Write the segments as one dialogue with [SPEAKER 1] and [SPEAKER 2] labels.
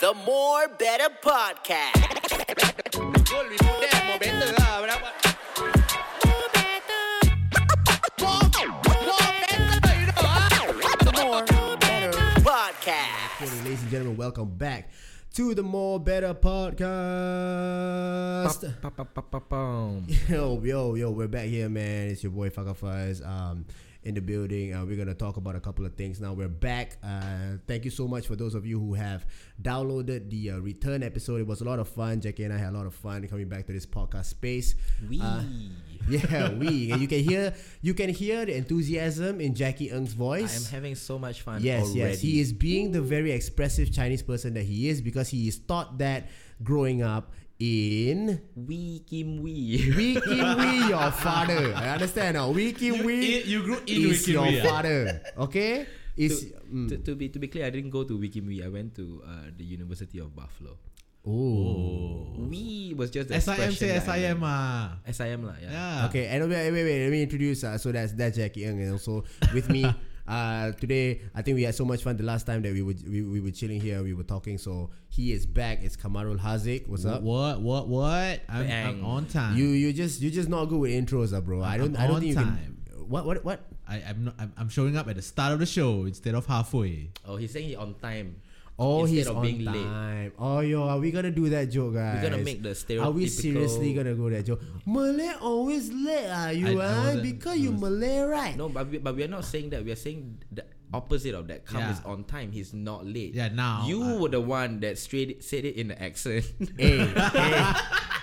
[SPEAKER 1] The More Better Podcast. Podcast.
[SPEAKER 2] Morning, ladies and gentlemen, welcome back to the More Better Podcast. Yo, yo, yo, we're back here, man. It's your boy Faka Fuzz, um, in the building. Uh, we're gonna talk about a couple of things now. We're back. Uh, thank you so much for those of you who have downloaded the uh, return episode. It was a lot of fun. Jackie and I had a lot of fun coming back to this podcast space. We. yeah, we. And you can hear you can hear the enthusiasm in Jackie Ng's
[SPEAKER 3] I am
[SPEAKER 2] voice.
[SPEAKER 3] having so much fun
[SPEAKER 2] Yes,
[SPEAKER 3] already.
[SPEAKER 2] yes. He is being the very expressive Chinese person that he is because he is taught that growing up in
[SPEAKER 3] Wee Kim Wee.
[SPEAKER 2] We Kim Wee, your father. I understand now. We Kim Wee
[SPEAKER 4] i- you grew in Wee
[SPEAKER 2] is
[SPEAKER 4] Kim
[SPEAKER 2] your
[SPEAKER 4] Wee, ah?
[SPEAKER 2] father. Okay? Is
[SPEAKER 3] to, to be to be clear, I didn't go to Wee Kim Wee. I went to uh, the University of Buffalo.
[SPEAKER 2] oh.
[SPEAKER 3] Wee was just the
[SPEAKER 4] SIM
[SPEAKER 3] expression
[SPEAKER 4] say
[SPEAKER 3] that I
[SPEAKER 4] SIM
[SPEAKER 3] learned.
[SPEAKER 4] ah.
[SPEAKER 3] SIM lah. Yeah.
[SPEAKER 4] Yeah.
[SPEAKER 2] Okay, and wait, wait, wait, let me introduce. Uh, so that's that's Jackie Ng, and also with me uh, today. I think we had so much fun the last time that we were we, we were chilling here, we were talking. So he is back. It's Kamarul Haziq. What's up?
[SPEAKER 4] What what what? I'm,
[SPEAKER 3] Bang.
[SPEAKER 4] I'm on time.
[SPEAKER 2] You you just you just not good with intros, uh, bro. I don't
[SPEAKER 4] I'm
[SPEAKER 2] I don't
[SPEAKER 4] on
[SPEAKER 2] think
[SPEAKER 4] time.
[SPEAKER 2] you can. What what what?
[SPEAKER 4] I, I'm not. I'm, I'm showing up at the start of the show instead of halfway.
[SPEAKER 3] Oh, he's saying he on time.
[SPEAKER 2] Oh,
[SPEAKER 3] instead
[SPEAKER 2] he's
[SPEAKER 3] of
[SPEAKER 2] on
[SPEAKER 3] being late.
[SPEAKER 2] time. Oh, yo, are we gonna do that joke, guys?
[SPEAKER 3] gonna make the
[SPEAKER 2] Are we
[SPEAKER 3] stereotypical-
[SPEAKER 2] seriously gonna go that joke? Malay always late, are
[SPEAKER 4] I-
[SPEAKER 2] you?
[SPEAKER 4] I
[SPEAKER 2] ah?
[SPEAKER 4] wasn't-
[SPEAKER 2] because
[SPEAKER 4] I
[SPEAKER 2] you Malay, right?
[SPEAKER 3] No, but we, but we are not saying that. We are saying the opposite of that. Come
[SPEAKER 4] Yeah.
[SPEAKER 3] is on time. He's not late.
[SPEAKER 4] Yeah, now,
[SPEAKER 3] you
[SPEAKER 4] uh,
[SPEAKER 3] were the one that straight said it in the accent.
[SPEAKER 2] Hey, hey.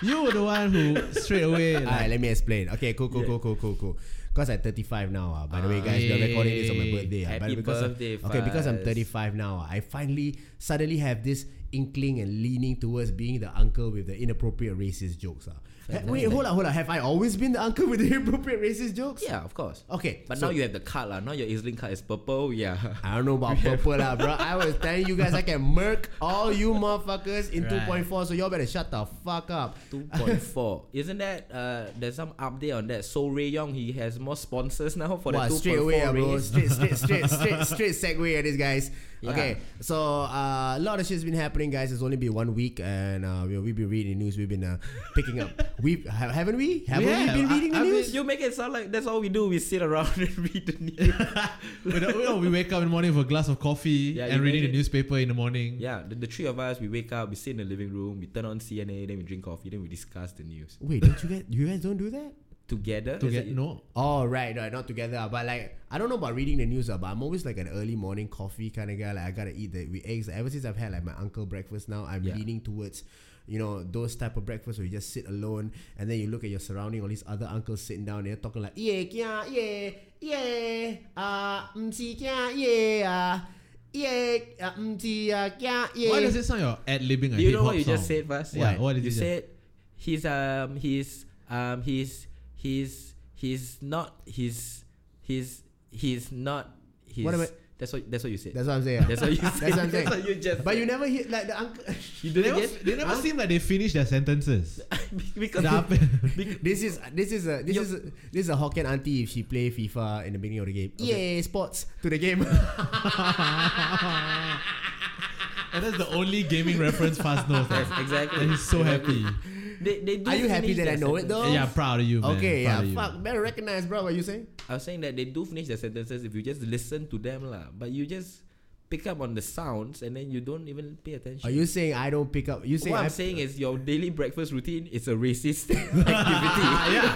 [SPEAKER 4] You were the one who straight away.
[SPEAKER 2] All right,
[SPEAKER 4] Like,
[SPEAKER 2] Ah, let me explain. Okay, cool, cool, cool, cool, cool, cool. Because I'm 35 now. ah. by the way, guys, we're recording this on my
[SPEAKER 4] Hey.
[SPEAKER 2] birthday. ah. But
[SPEAKER 3] Happy
[SPEAKER 2] because of-
[SPEAKER 3] birthday,
[SPEAKER 2] okay, because I'm
[SPEAKER 3] Faz.
[SPEAKER 2] 35 now, ah, I finally suddenly have this inkling and leaning towards being the uncle with the inappropriate racist jokes. ah. Ha- Wait,
[SPEAKER 3] eh,
[SPEAKER 2] hold on, hold on. Have I always been the uncle with the inappropriate racist jokes?
[SPEAKER 3] yeah, of course.
[SPEAKER 2] Okay,
[SPEAKER 3] But
[SPEAKER 2] so-
[SPEAKER 3] now you have the card lah. Now your Isling card is purple. Yeah.
[SPEAKER 2] I don't know about purple, lah, bro. I was telling you guys I can murk all you motherfuckers in
[SPEAKER 4] Right.
[SPEAKER 2] 2.4, so y'all better shut the fuck up.
[SPEAKER 3] 2.4 isn't that uh there's some update on that so ray young he has more sponsors now for
[SPEAKER 2] Wow,
[SPEAKER 3] the 2.4
[SPEAKER 2] straight away, ah, bro.
[SPEAKER 3] raise.
[SPEAKER 2] Straight, straight, straight, straight, straight segue at this, guys.
[SPEAKER 3] Yeah.
[SPEAKER 2] Okay, so uh, a lot of shit's been happening, guys. It's only been one week, and uh, we, we've been reading news. We've been uh, picking up. We ha- haven't we? Haven't
[SPEAKER 4] have.
[SPEAKER 2] we been
[SPEAKER 4] I-
[SPEAKER 2] reading the
[SPEAKER 4] I've
[SPEAKER 2] news?
[SPEAKER 4] been-
[SPEAKER 3] you make it sound like that's all we do we sit around and read the news
[SPEAKER 4] we, don't- we don't- we wake up in the morning with a glass of coffee
[SPEAKER 3] Yeah,
[SPEAKER 4] and
[SPEAKER 3] you
[SPEAKER 4] reading
[SPEAKER 3] made
[SPEAKER 4] the
[SPEAKER 3] it.
[SPEAKER 4] newspaper in the morning.
[SPEAKER 3] yeah the, the three of us we wake up we sit in the living room we turn on cna then we drink coffee then we discuss the news
[SPEAKER 2] Wait, don't you guys? You guys don't do that?
[SPEAKER 3] together
[SPEAKER 4] To
[SPEAKER 3] Is
[SPEAKER 4] get
[SPEAKER 3] it-
[SPEAKER 4] no.
[SPEAKER 2] Oh right, no, not together. ah, But like, I don't know about reading the news, ah, but I'm always like an early morning coffee kind of guy. Like, I gotta eat the with eggs. Ever since I've had like my uncle breakfast, now I'm
[SPEAKER 3] Yeah.
[SPEAKER 2] leaning towards, you know, those type of breakfasts where you just sit alone and then you look at your surrounding. All these other uncles sitting down there talking like, yeah, yeah, yeah, yeah, ah, msi kia, yeah, ah, yeah, ah, msi ah, kia, yeah.
[SPEAKER 4] Why does it sound you're ad libbing a
[SPEAKER 3] do you
[SPEAKER 4] hip
[SPEAKER 3] know
[SPEAKER 4] hop
[SPEAKER 3] what you just
[SPEAKER 4] song?
[SPEAKER 3] said first
[SPEAKER 4] Yeah, what did
[SPEAKER 3] you
[SPEAKER 4] you say?
[SPEAKER 3] said he's um he's um he's he's he's not he's he's he's not he's
[SPEAKER 2] What am I-
[SPEAKER 3] that's what that's what you said
[SPEAKER 2] That's what I'm saying. ah.
[SPEAKER 3] That's what you said.
[SPEAKER 2] That's what I'm saying.
[SPEAKER 3] That's what you just
[SPEAKER 2] But
[SPEAKER 3] said.
[SPEAKER 2] you never hear like the uncle.
[SPEAKER 3] You
[SPEAKER 4] They
[SPEAKER 3] did
[SPEAKER 4] never,
[SPEAKER 3] it
[SPEAKER 4] they never seem like they finish their sentences.
[SPEAKER 3] because
[SPEAKER 4] Dah apa?
[SPEAKER 2] This is this is a this
[SPEAKER 3] Yup.
[SPEAKER 2] is a, this is a Hokkien auntie if she play FIFA in the beginning of the game. Yeah, sports to the game.
[SPEAKER 4] and that's the only gaming reference Fast knows.
[SPEAKER 3] Yes, exactly.
[SPEAKER 4] And he's so
[SPEAKER 3] Exactly.
[SPEAKER 4] happy.
[SPEAKER 3] They, they do
[SPEAKER 2] Are you happy
[SPEAKER 3] finish
[SPEAKER 2] that
[SPEAKER 3] their
[SPEAKER 2] I know it, though?
[SPEAKER 3] sentences.
[SPEAKER 4] Yeah, proud of you, man.
[SPEAKER 2] okay,
[SPEAKER 4] proud
[SPEAKER 2] yeah,
[SPEAKER 4] of you.
[SPEAKER 2] fuck, better recognize, bro. What you saying?
[SPEAKER 3] I was saying that they do finish their sentences if you just listen to them lah. But you just pick up on the sounds and then you don't even pay attention.
[SPEAKER 2] Are you saying I don't pick up? You saying
[SPEAKER 3] what
[SPEAKER 2] I,
[SPEAKER 3] I'm saying is your daily breakfast routine is a racist activity.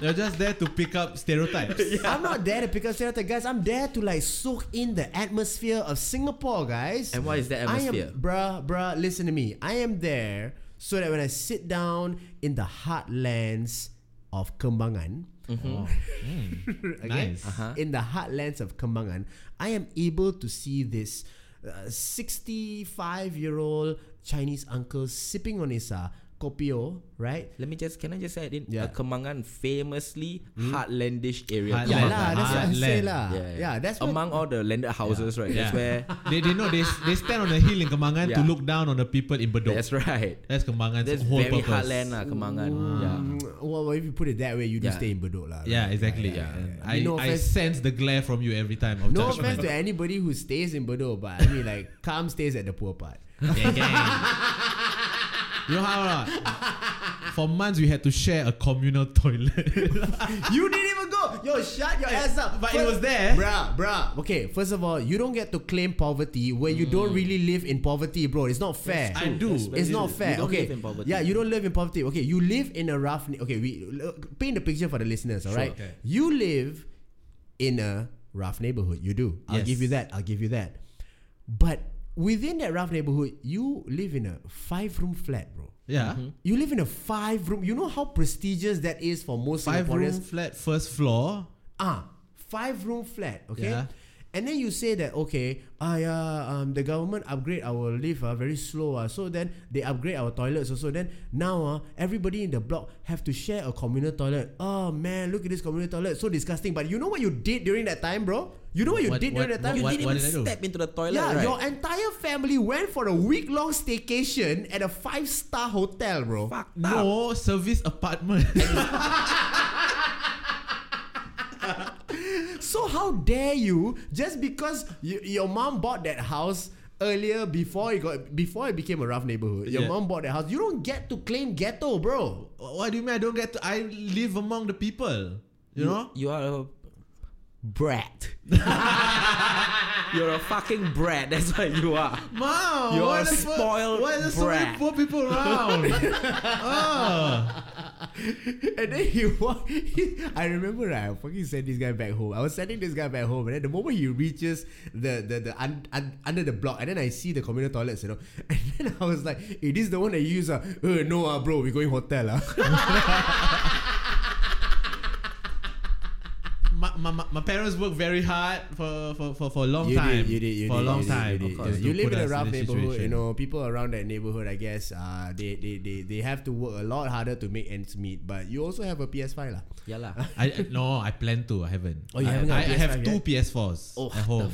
[SPEAKER 4] They're just there to pick up stereotypes.
[SPEAKER 2] I'm not there to pick up stereotype, guys. I'm there to like soak in the atmosphere of Singapore, guys.
[SPEAKER 3] And what is that
[SPEAKER 2] I
[SPEAKER 3] atmosphere?
[SPEAKER 2] am, bruh, bruh. Listen to me. I am there so that when I sit down in the heartlands of Kembangan.
[SPEAKER 4] Oh, mm, Nice.
[SPEAKER 3] Uh-huh.
[SPEAKER 2] in the heartlands of Kembangan, I am able to see this 65 year old Chinese uncle sipping on his uh, Skopje, right?
[SPEAKER 3] Let me just can I just add in
[SPEAKER 2] Yeah.
[SPEAKER 3] uh, Kemangan famously heartlandish area.
[SPEAKER 4] Heartland.
[SPEAKER 2] Yeah,
[SPEAKER 4] Yeah,
[SPEAKER 2] lah, that's what I
[SPEAKER 4] Heartland.
[SPEAKER 2] say lah.
[SPEAKER 3] Yeah, yeah.
[SPEAKER 2] Yeah, that's what-
[SPEAKER 3] among all the landed houses, right? That's where.
[SPEAKER 4] they, they know they, s- they stand on a hill in Kemangan to
[SPEAKER 3] Yeah.
[SPEAKER 4] look down on the people in Bedok.
[SPEAKER 3] That's right.
[SPEAKER 4] That's Kemangan's
[SPEAKER 3] That's
[SPEAKER 4] whole
[SPEAKER 3] very
[SPEAKER 4] purpose.
[SPEAKER 3] heartland uh, lah, Kemangan. Yeah.
[SPEAKER 2] Mm, Well, if you put it that way, you do
[SPEAKER 3] Yeah.
[SPEAKER 2] stay in Bedok lah.
[SPEAKER 4] Yeah,
[SPEAKER 2] right?
[SPEAKER 4] exactly. Yeah, I,
[SPEAKER 2] No
[SPEAKER 4] I
[SPEAKER 2] offense-
[SPEAKER 4] sense the glare from you every time of
[SPEAKER 2] No offense
[SPEAKER 4] judgment.
[SPEAKER 2] to anybody who stays in Bedok, but I mean, like, calm stays at the poor part.
[SPEAKER 4] Yeah, yeah. you know how or not? For months we had to share a communal toilet.
[SPEAKER 2] you didn't even go. Yo, shut your ass up.
[SPEAKER 4] But it was there.
[SPEAKER 2] Bruh, bruh. Mm. Okay, first of all, you don't get to claim poverty when you don't really live in poverty, bro. It's not fair.
[SPEAKER 4] I do.
[SPEAKER 3] That's
[SPEAKER 2] It's
[SPEAKER 3] You
[SPEAKER 2] not
[SPEAKER 3] don't
[SPEAKER 2] fair.
[SPEAKER 3] live
[SPEAKER 2] okay.
[SPEAKER 3] in poverty.
[SPEAKER 2] Yeah, you don't live in poverty. Okay, you live in a rough. ne- Okay, we look, paint the picture for the listeners. All right,
[SPEAKER 4] Okay.
[SPEAKER 2] you live in a rough neighborhood. You do. I'll
[SPEAKER 4] Yes.
[SPEAKER 2] give you that. I'll give you that. But within that rough neighborhood, you live in a five-room flat, bro.
[SPEAKER 4] yeah.
[SPEAKER 2] You live in a five-room. You know how prestigious that is for most
[SPEAKER 4] Five
[SPEAKER 2] Singaporeans.
[SPEAKER 4] room flat, first floor.
[SPEAKER 2] Ah, five room flat, okay?
[SPEAKER 4] Yeah.
[SPEAKER 2] And then you say that okay, ah yeah, um, the government upgrade our lift ah very slow ah, so then they upgrade our toilets also. Then now ah, everybody in the block have to share a communal toilet. Oh man, look at this communal toilet, so disgusting. But you know what you did during that time, bro? You know what you
[SPEAKER 4] What-
[SPEAKER 2] did during
[SPEAKER 4] what-
[SPEAKER 2] that time?
[SPEAKER 3] You
[SPEAKER 4] What-
[SPEAKER 3] didn't
[SPEAKER 4] what
[SPEAKER 3] even
[SPEAKER 4] did I do?
[SPEAKER 3] step into the toilet,
[SPEAKER 2] yeah,
[SPEAKER 3] right?
[SPEAKER 2] your entire family went for a week long staycation at a five star hotel, bro.
[SPEAKER 3] Fucked up.
[SPEAKER 4] No service apartment.
[SPEAKER 2] So how dare you just because you, your mom bought that house earlier before it got before it became a rough neighborhood. Your
[SPEAKER 4] Yeah.
[SPEAKER 2] mom bought that house. You don't get to claim ghetto, bro.
[SPEAKER 4] what do you mean I don't get to I live among the people? You know?
[SPEAKER 3] You are a brat. You're a fucking brat. That's what you are.
[SPEAKER 4] Wow,
[SPEAKER 3] You're
[SPEAKER 4] why
[SPEAKER 3] a
[SPEAKER 4] the poor-
[SPEAKER 3] spoiled
[SPEAKER 4] Why are there so many
[SPEAKER 3] brat.
[SPEAKER 4] poor people around? oh,
[SPEAKER 2] And then he walk. He, I remember right, I fucking sent this guy back home. I was sending this guy back home, and then the moment he reaches the the, the un, un, under the block, and then I see the communal toilets, you know, and then I was like, "Hey, this the one that you use?" Uh, uh no, uh, bro, we going hotel, ah."
[SPEAKER 4] my, my, my- my parents worked very hard for, for, for, for a long
[SPEAKER 2] You
[SPEAKER 4] time.
[SPEAKER 2] did, you did, you
[SPEAKER 4] for
[SPEAKER 2] did,
[SPEAKER 4] a long
[SPEAKER 2] you did,
[SPEAKER 4] time.
[SPEAKER 2] You, did.
[SPEAKER 4] of course,
[SPEAKER 2] You
[SPEAKER 4] to
[SPEAKER 2] live
[SPEAKER 4] put
[SPEAKER 2] in a
[SPEAKER 4] us
[SPEAKER 2] rough
[SPEAKER 4] this
[SPEAKER 2] neighborhood, you
[SPEAKER 4] situation.
[SPEAKER 2] know. People around that neighborhood, I guess, uh, they, they they they have to work a lot harder to make ends meet. But you also have a PS5, lah.
[SPEAKER 3] Yeah lah.
[SPEAKER 4] I, I- no, I plan to. I haven't.
[SPEAKER 2] Oh, you
[SPEAKER 4] I,
[SPEAKER 2] haven't
[SPEAKER 4] I,
[SPEAKER 2] got a
[SPEAKER 4] I have
[SPEAKER 2] PS5
[SPEAKER 4] two
[SPEAKER 2] yet?
[SPEAKER 4] PS4s
[SPEAKER 3] Oh,
[SPEAKER 4] at home.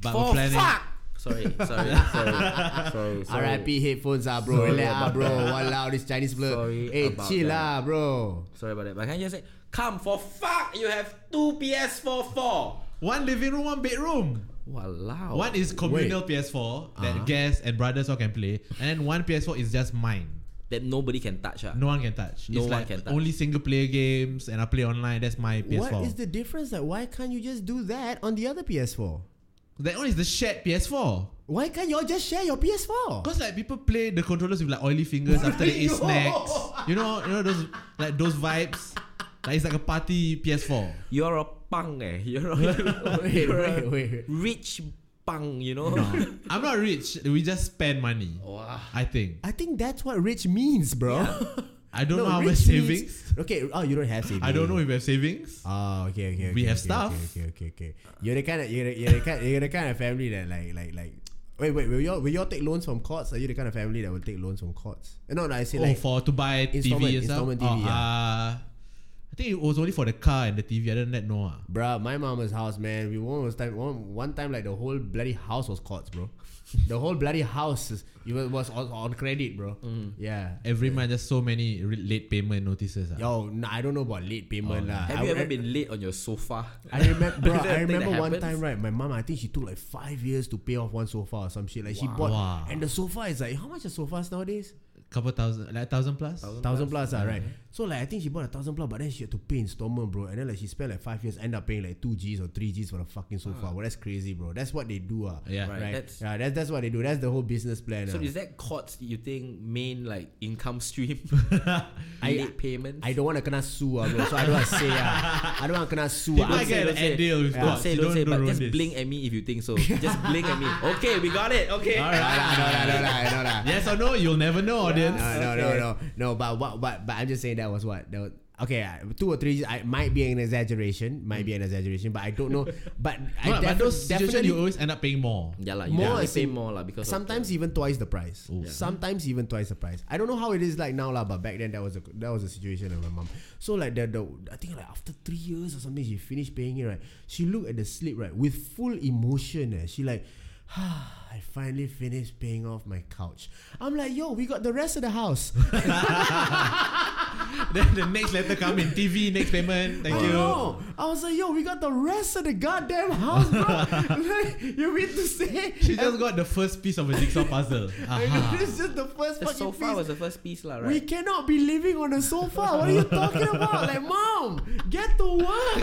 [SPEAKER 4] But
[SPEAKER 3] For
[SPEAKER 4] we're planning.
[SPEAKER 3] fuck. Sorry, sorry, sorry, sorry. sorry.
[SPEAKER 2] R.I.P. headphones, ah, bro.
[SPEAKER 3] Sorry
[SPEAKER 2] Relax, ah,
[SPEAKER 3] about
[SPEAKER 2] bro.
[SPEAKER 3] that.
[SPEAKER 2] Walao, this Chinese blood.
[SPEAKER 3] Sorry
[SPEAKER 2] hey,
[SPEAKER 3] about
[SPEAKER 2] chill,
[SPEAKER 3] that.
[SPEAKER 2] ah, bro.
[SPEAKER 3] Sorry about that. But can I just say, come for fuck, you have two PS4 4.
[SPEAKER 4] One living room, one bedroom.
[SPEAKER 2] Oh,
[SPEAKER 3] Walao.
[SPEAKER 4] One is communal PS4 that
[SPEAKER 2] Uh-huh.
[SPEAKER 4] guests and brothers all can play, and then one PS4 is just mine.
[SPEAKER 3] that nobody can touch. ah.
[SPEAKER 4] No one can touch.
[SPEAKER 3] No
[SPEAKER 4] it's
[SPEAKER 3] one
[SPEAKER 4] like
[SPEAKER 3] can touch.
[SPEAKER 4] only single player games, and I play online. That's my PS4.
[SPEAKER 2] What is the difference? Like, why can't you just do that on the other PS4?
[SPEAKER 4] That one is the shared PS4.
[SPEAKER 2] Why can't y'all just share your PS4?
[SPEAKER 4] Cause like people play the controllers with like oily fingers after they eat
[SPEAKER 2] Yo.
[SPEAKER 4] snacks. You know, you know those like those vibes. Like it's like a party PS4.
[SPEAKER 3] You're a punk eh. You're a, you're a
[SPEAKER 2] wait, wait, wait.
[SPEAKER 3] rich punk, you know?
[SPEAKER 4] I'm not rich. We just spend money. I think.
[SPEAKER 2] I think that's what rich means, bro.
[SPEAKER 4] I don't know how much
[SPEAKER 2] rich means-
[SPEAKER 4] savings.
[SPEAKER 2] Okay, oh, you don't have savings.
[SPEAKER 4] I don't know if we have savings.
[SPEAKER 2] Oh, okay, okay. okay,
[SPEAKER 4] We have
[SPEAKER 2] okay,
[SPEAKER 4] stuff.
[SPEAKER 2] Okay, okay, okay, okay. You're the kind of you're the, you're the kind you're the kind of family that like like like. Wait, wait. Will y'all will y'all take loans from courts? Are you the kind of family that will take loans from courts? Eh, No, no. I say
[SPEAKER 4] oh,
[SPEAKER 2] like
[SPEAKER 4] for to buy
[SPEAKER 2] installment-
[SPEAKER 4] TV and stuff.
[SPEAKER 2] installment
[SPEAKER 4] oh,
[SPEAKER 2] TV, yeah.
[SPEAKER 4] uh, I think it was only for the car and the TV. Other than that, no. ah.
[SPEAKER 2] Bruh, my mama's house, man. We one was time one, one time like the whole bloody house was courts, bro. the whole bloody house is, it was, was on, on credit, bro.
[SPEAKER 4] Mm.
[SPEAKER 2] Yeah.
[SPEAKER 4] Every month, just so many re- late payment notices. ah.
[SPEAKER 2] Yo, nah, I don't know about late
[SPEAKER 4] Oh,
[SPEAKER 2] payment lah.
[SPEAKER 3] have
[SPEAKER 2] I
[SPEAKER 3] you
[SPEAKER 2] would-
[SPEAKER 3] ever been late on your sofa?
[SPEAKER 2] I remember, bro,
[SPEAKER 3] Is that
[SPEAKER 2] I
[SPEAKER 3] a thing that
[SPEAKER 2] remember one
[SPEAKER 3] happens?
[SPEAKER 2] time, right? My mom, I think she took like five years to pay off one sofa or some shit. Like she bought,
[SPEAKER 4] Wow.
[SPEAKER 2] and the sofa is like how much are sofas nowadays?
[SPEAKER 4] Couple thousand, like thousand plus.
[SPEAKER 2] Thousand plus, ah, right? So like I think she bought a thousand plus, but then she had to pay installment, bro. And then like she spent like five years, end up paying like two G's or three G's for the fucking sofa. Well, that's crazy, bro. That's what they do, ah.
[SPEAKER 4] Yeah.
[SPEAKER 2] right.
[SPEAKER 4] Right,
[SPEAKER 3] Ah. that's-
[SPEAKER 2] yeah, that's that's what they do. That's the whole business plan.
[SPEAKER 3] So
[SPEAKER 2] ah.
[SPEAKER 3] is that courts you think main like income stream?
[SPEAKER 2] I-
[SPEAKER 3] Late payments?
[SPEAKER 2] I don't want to kena sue, ah, bro. So I don't want to say, ah. I don't want to kena sue. ah.
[SPEAKER 4] People I
[SPEAKER 3] Don't say,
[SPEAKER 4] get
[SPEAKER 3] don't
[SPEAKER 4] an
[SPEAKER 3] say.
[SPEAKER 4] ad deal with
[SPEAKER 3] Don't
[SPEAKER 4] courts.
[SPEAKER 3] say,
[SPEAKER 4] You
[SPEAKER 3] don't
[SPEAKER 4] don't-
[SPEAKER 3] say,
[SPEAKER 4] don't
[SPEAKER 3] but
[SPEAKER 4] ruin
[SPEAKER 3] just
[SPEAKER 4] this.
[SPEAKER 3] blink at me if you think so. Just blink at me. Okay, we got it. Okay.
[SPEAKER 4] All right.
[SPEAKER 2] No lah, no lah, no lah, no lah.
[SPEAKER 4] Yes or no? You'll never know, audience.
[SPEAKER 2] No, no, no, no, no. But what? But but I'm just saying that was what. That was, Okay, uh, two or three I, might be an exaggeration, might be an exaggeration, but I don't know. But I
[SPEAKER 4] No, but
[SPEAKER 2] defi-
[SPEAKER 4] those situations
[SPEAKER 2] definitely
[SPEAKER 4] you always end up paying more.
[SPEAKER 5] Yeah, like,
[SPEAKER 2] More
[SPEAKER 5] more
[SPEAKER 2] as
[SPEAKER 5] pay
[SPEAKER 2] in-
[SPEAKER 5] more lah because of
[SPEAKER 2] sometimes even twice the price. Sometimes even twice the price. I don't know how it is like now lah, but back then that was a that was a situation of my mom. So like the, the I think like after three years or something, she finished paying it right. She looked at the slip right with full emotion. Eh. She like. "Ah, I finally finished paying off my couch. I'm like, yo, we got the rest of the house.
[SPEAKER 4] then the next letter come in TV, next payment. Thank
[SPEAKER 2] I
[SPEAKER 4] you.
[SPEAKER 2] know. Oh, I was like, yo, we got the rest of the goddamn house, bro. like, you mean to say?
[SPEAKER 4] She just got the first piece of a jigsaw puzzle. Ah,
[SPEAKER 2] I
[SPEAKER 4] Aha.
[SPEAKER 2] mean, this is just the first
[SPEAKER 3] The
[SPEAKER 2] fucking
[SPEAKER 3] sofa
[SPEAKER 2] piece.
[SPEAKER 3] was the first piece, lah,
[SPEAKER 2] We
[SPEAKER 3] right?
[SPEAKER 2] cannot be living on a sofa. What are you talking about? Like, mom, get to work.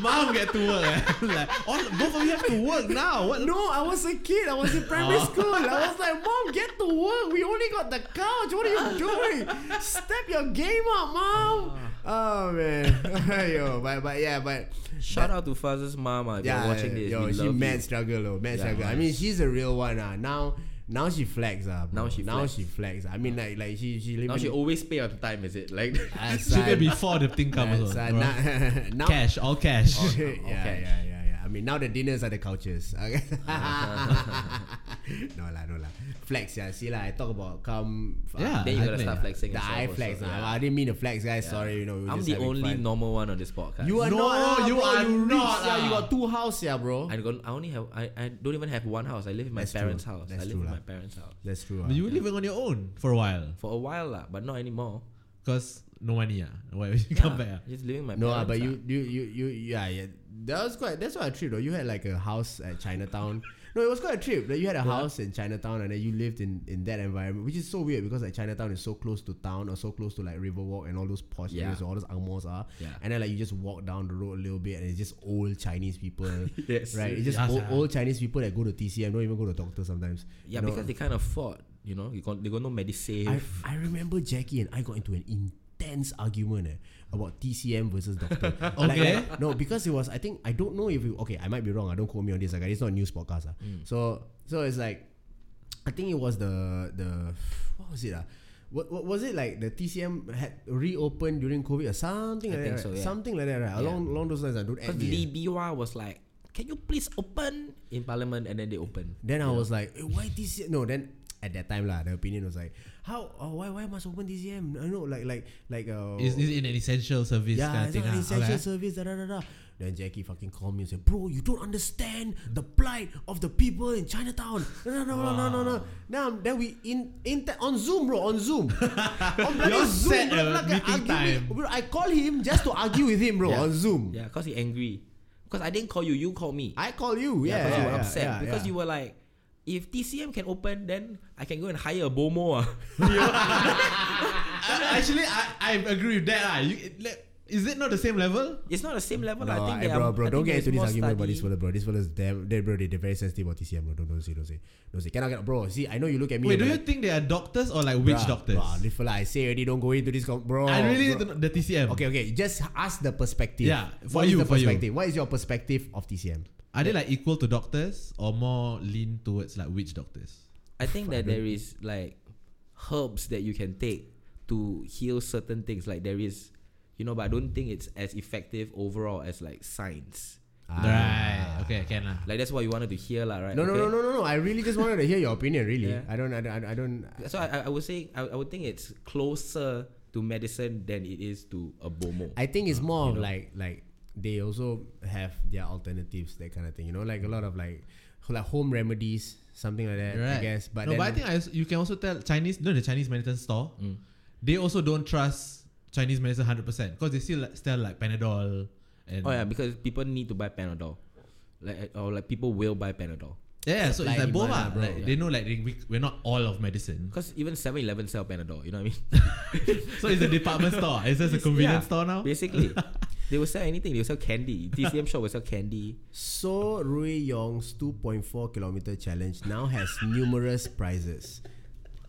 [SPEAKER 4] Mom get to work. eh. like, all, both of you have to work now. What?
[SPEAKER 2] No, I was a kid. I was in primary school. I was like, mom, get to work. We only got the couch. What are you doing? Step your game up, mom. Oh man, yo, but but yeah, but
[SPEAKER 3] Shout out to Faz's mama if
[SPEAKER 2] yeah,
[SPEAKER 3] you're watching this.
[SPEAKER 2] yo,
[SPEAKER 3] we
[SPEAKER 2] she
[SPEAKER 3] love you.
[SPEAKER 2] mad struggle though, mad struggle. I mean, she's a real one. Ah, now now she flags ah. bro.
[SPEAKER 3] Now she
[SPEAKER 2] now
[SPEAKER 3] flex.
[SPEAKER 2] she flags. I mean, like like she she
[SPEAKER 3] Now she always pay on time, is it? Like
[SPEAKER 4] She
[SPEAKER 2] ah,
[SPEAKER 4] pay before the thing comes. also. Right.
[SPEAKER 2] now
[SPEAKER 4] Cash, all cash.
[SPEAKER 3] Oh,
[SPEAKER 2] yeah, yeah, yeah, yeah, yeah. I mean, now the dinners are the couches. Okay. no lah, no lah. Flex, yeah. See lah, I talk about come. uh,
[SPEAKER 4] Yeah.
[SPEAKER 3] then you gotta
[SPEAKER 4] I
[SPEAKER 3] start
[SPEAKER 4] think-
[SPEAKER 3] flexing.
[SPEAKER 2] the
[SPEAKER 3] yourself
[SPEAKER 2] eye
[SPEAKER 3] also,
[SPEAKER 2] flex. nah.
[SPEAKER 3] yeah.
[SPEAKER 2] I didn't mean the flex, guys. Sorry, you know. we were
[SPEAKER 3] I'm
[SPEAKER 2] just
[SPEAKER 3] the
[SPEAKER 2] having
[SPEAKER 3] only
[SPEAKER 2] fun.
[SPEAKER 3] normal one on this podcast.
[SPEAKER 2] You are
[SPEAKER 4] No,
[SPEAKER 2] not. lah,
[SPEAKER 4] you
[SPEAKER 2] bro,
[SPEAKER 4] are
[SPEAKER 2] rich,
[SPEAKER 4] not ah.
[SPEAKER 2] yeah. You
[SPEAKER 4] lah.
[SPEAKER 2] got two house, yeah, bro.
[SPEAKER 3] I got. I only have. I, I. don't even have one house. I live in my
[SPEAKER 2] That's true.
[SPEAKER 3] parents' house.
[SPEAKER 2] That's
[SPEAKER 3] I live
[SPEAKER 2] true
[SPEAKER 3] in
[SPEAKER 2] lah.
[SPEAKER 3] my parents' house
[SPEAKER 2] That's true.
[SPEAKER 4] But
[SPEAKER 2] ah.
[SPEAKER 4] you were living on your own for a while
[SPEAKER 3] for a while, lah. But not anymore.
[SPEAKER 4] because no money. Ah, why would you come back? ah?
[SPEAKER 3] Just living in my.
[SPEAKER 2] No, ah,
[SPEAKER 3] parents'
[SPEAKER 2] but
[SPEAKER 3] lah.
[SPEAKER 2] you, you, you, you, yeah, yeah. That was quite. That's quite a trip, though. You had like a house at Chinatown. no, it was quite a trip. Like you had a house in Chinatown, and then you lived in in that environment, which is so weird because like Chinatown is so close to town or so close to like Riverwalk and all those posh
[SPEAKER 3] Yeah.
[SPEAKER 2] areas where all those angmos are.
[SPEAKER 3] Yeah.
[SPEAKER 2] And then like you just walk down the road a little bit, and it's just old Chinese people.
[SPEAKER 3] Yes.
[SPEAKER 2] Right. It's just
[SPEAKER 4] Yeah,
[SPEAKER 2] old,
[SPEAKER 4] sia.
[SPEAKER 2] old Chinese people that go to TCM don't even go to doctor sometimes. You
[SPEAKER 3] Yeah,
[SPEAKER 2] know?
[SPEAKER 3] because they can't afford. You know, you got, they got no medisave.
[SPEAKER 2] I, I remember Jackie and I got into an intense argument eh, about TCM versus doctor. Like,
[SPEAKER 4] Okay.
[SPEAKER 2] like, no, because it was I think I don't know if you okay I might be wrong. I don't quote me on this. Like it's not a news podcast. ah.
[SPEAKER 3] Mm.
[SPEAKER 2] So so it's like I think it was the the what was it ah. What, what, was it like the TCM had reopened during COVID or something
[SPEAKER 3] I
[SPEAKER 2] like
[SPEAKER 3] think
[SPEAKER 2] that?
[SPEAKER 3] so,
[SPEAKER 2] right?
[SPEAKER 3] yeah.
[SPEAKER 2] Something like that, right? Along along those lines, I don't. eh.
[SPEAKER 3] Because Lee Biwa was like, "Can you please open in Parliament?" And then they open.
[SPEAKER 2] Then I was like, eh, why TCM? No, then at that time lah, the opinion was like, how? Oh, why? Why must open TCM? I know, like, like, like. Uh,
[SPEAKER 4] Is, is it an essential service
[SPEAKER 2] yeah,
[SPEAKER 4] kind
[SPEAKER 2] it's
[SPEAKER 4] of thing?
[SPEAKER 2] not an
[SPEAKER 4] ah?
[SPEAKER 2] essential
[SPEAKER 4] Okay.
[SPEAKER 2] service. Da, da, da, da. Then Jackie fucking called me and said, "Bro, you don't understand the plight of the people in Chinatown." No, no, no, no, no, no, no. Now, then we in in te- on Zoom, bro, on Zoom. on bloody
[SPEAKER 4] Y'all
[SPEAKER 2] Zoom,
[SPEAKER 4] set
[SPEAKER 2] bro,
[SPEAKER 4] a
[SPEAKER 2] like
[SPEAKER 4] meeting
[SPEAKER 2] argument-
[SPEAKER 4] time.
[SPEAKER 2] Bro, I call him just to argue with him, bro, on Zoom.
[SPEAKER 3] Yeah, because he angry. Because I didn't call you. You call me.
[SPEAKER 2] I call you. Ah, Yeah, yeah,
[SPEAKER 3] yeah, because
[SPEAKER 2] yeah,
[SPEAKER 3] you were upset
[SPEAKER 2] yeah,
[SPEAKER 3] because
[SPEAKER 2] yeah.
[SPEAKER 3] you were like, if TCM can open, then I can go and hire a bomo. ah."
[SPEAKER 4] I- Actually, I, I agree with that. Ah, you, it- le- is it not the same level?
[SPEAKER 3] It's not the same level.
[SPEAKER 2] No,
[SPEAKER 3] I
[SPEAKER 2] eh,
[SPEAKER 3] think they
[SPEAKER 2] bro,
[SPEAKER 3] are,
[SPEAKER 2] bro,
[SPEAKER 3] I
[SPEAKER 2] don't
[SPEAKER 3] think
[SPEAKER 2] get
[SPEAKER 3] there's
[SPEAKER 2] into this argument
[SPEAKER 3] more
[SPEAKER 2] about this
[SPEAKER 3] study.
[SPEAKER 2] fella, bro. This fella's damn, they, bro, they, they're very sensitive about TCM, bro. Don't, don't say, don't say, don't say. Cannot, cannot, bro. See, I know you look at me.
[SPEAKER 4] Wait,
[SPEAKER 2] and
[SPEAKER 4] do you
[SPEAKER 2] like,
[SPEAKER 4] think they are doctors or like witch
[SPEAKER 2] bruh,
[SPEAKER 4] doctors?
[SPEAKER 2] bruh, this fella, I say already, don't go into this, com- bro.
[SPEAKER 4] I really
[SPEAKER 2] bro.
[SPEAKER 4] need to know the TCM.
[SPEAKER 2] Okay, okay. Just ask the perspective.
[SPEAKER 4] Yeah,
[SPEAKER 2] What
[SPEAKER 4] for
[SPEAKER 2] is
[SPEAKER 4] you,
[SPEAKER 2] the
[SPEAKER 4] for you.
[SPEAKER 2] perspective? What is your perspective of TCM?
[SPEAKER 4] Are they like equal to doctors or more lean towards like witch doctors?
[SPEAKER 3] I think that there is like herbs that you can take to heal certain things. Like there is, you know, but I don't think it's as effective overall as like science.
[SPEAKER 4] Right. Okay, can lah.
[SPEAKER 3] Like that's what you wanted to hear, lah, right?
[SPEAKER 2] Ah. No, no,
[SPEAKER 3] Okay.
[SPEAKER 2] no, no, no, no. I really just wanted to hear your opinion. Really,
[SPEAKER 3] Yeah.
[SPEAKER 2] I don't, I don't, I don't.
[SPEAKER 3] So I, I- I would say I, I would think it's closer to medicine than it is to a bomo.
[SPEAKER 2] I think
[SPEAKER 4] Oh,
[SPEAKER 2] it's more of like, like they also have their alternatives, that kind of thing. You know, like a lot of like, like home remedies, something like that. I guess, but
[SPEAKER 4] no,
[SPEAKER 2] then, Mm.
[SPEAKER 4] but I think I, als- you can also tell Chinese, no, the Chinese medicine store, they also don't trust Chinese medicine hundred percent because they still like, still like Panadol and
[SPEAKER 3] oh yeah, because people need to buy Panadol, like or like people will buy Panadol
[SPEAKER 4] yeah, so it's
[SPEAKER 2] Supply
[SPEAKER 4] like both
[SPEAKER 2] demand
[SPEAKER 4] ah.
[SPEAKER 2] lah, bro.
[SPEAKER 4] Like, They know like they, we, we're not all of medicine,
[SPEAKER 3] because even 7-Eleven sell Panadol. You know what I mean?
[SPEAKER 4] so it's a department store. It's just a convenience
[SPEAKER 3] Yeah,
[SPEAKER 4] store now.
[SPEAKER 3] Basically, they will sell anything. They will sell candy. TCM shop will sell candy.
[SPEAKER 2] So Rui Yong's 2.4 kilometer challenge now has numerous prizes,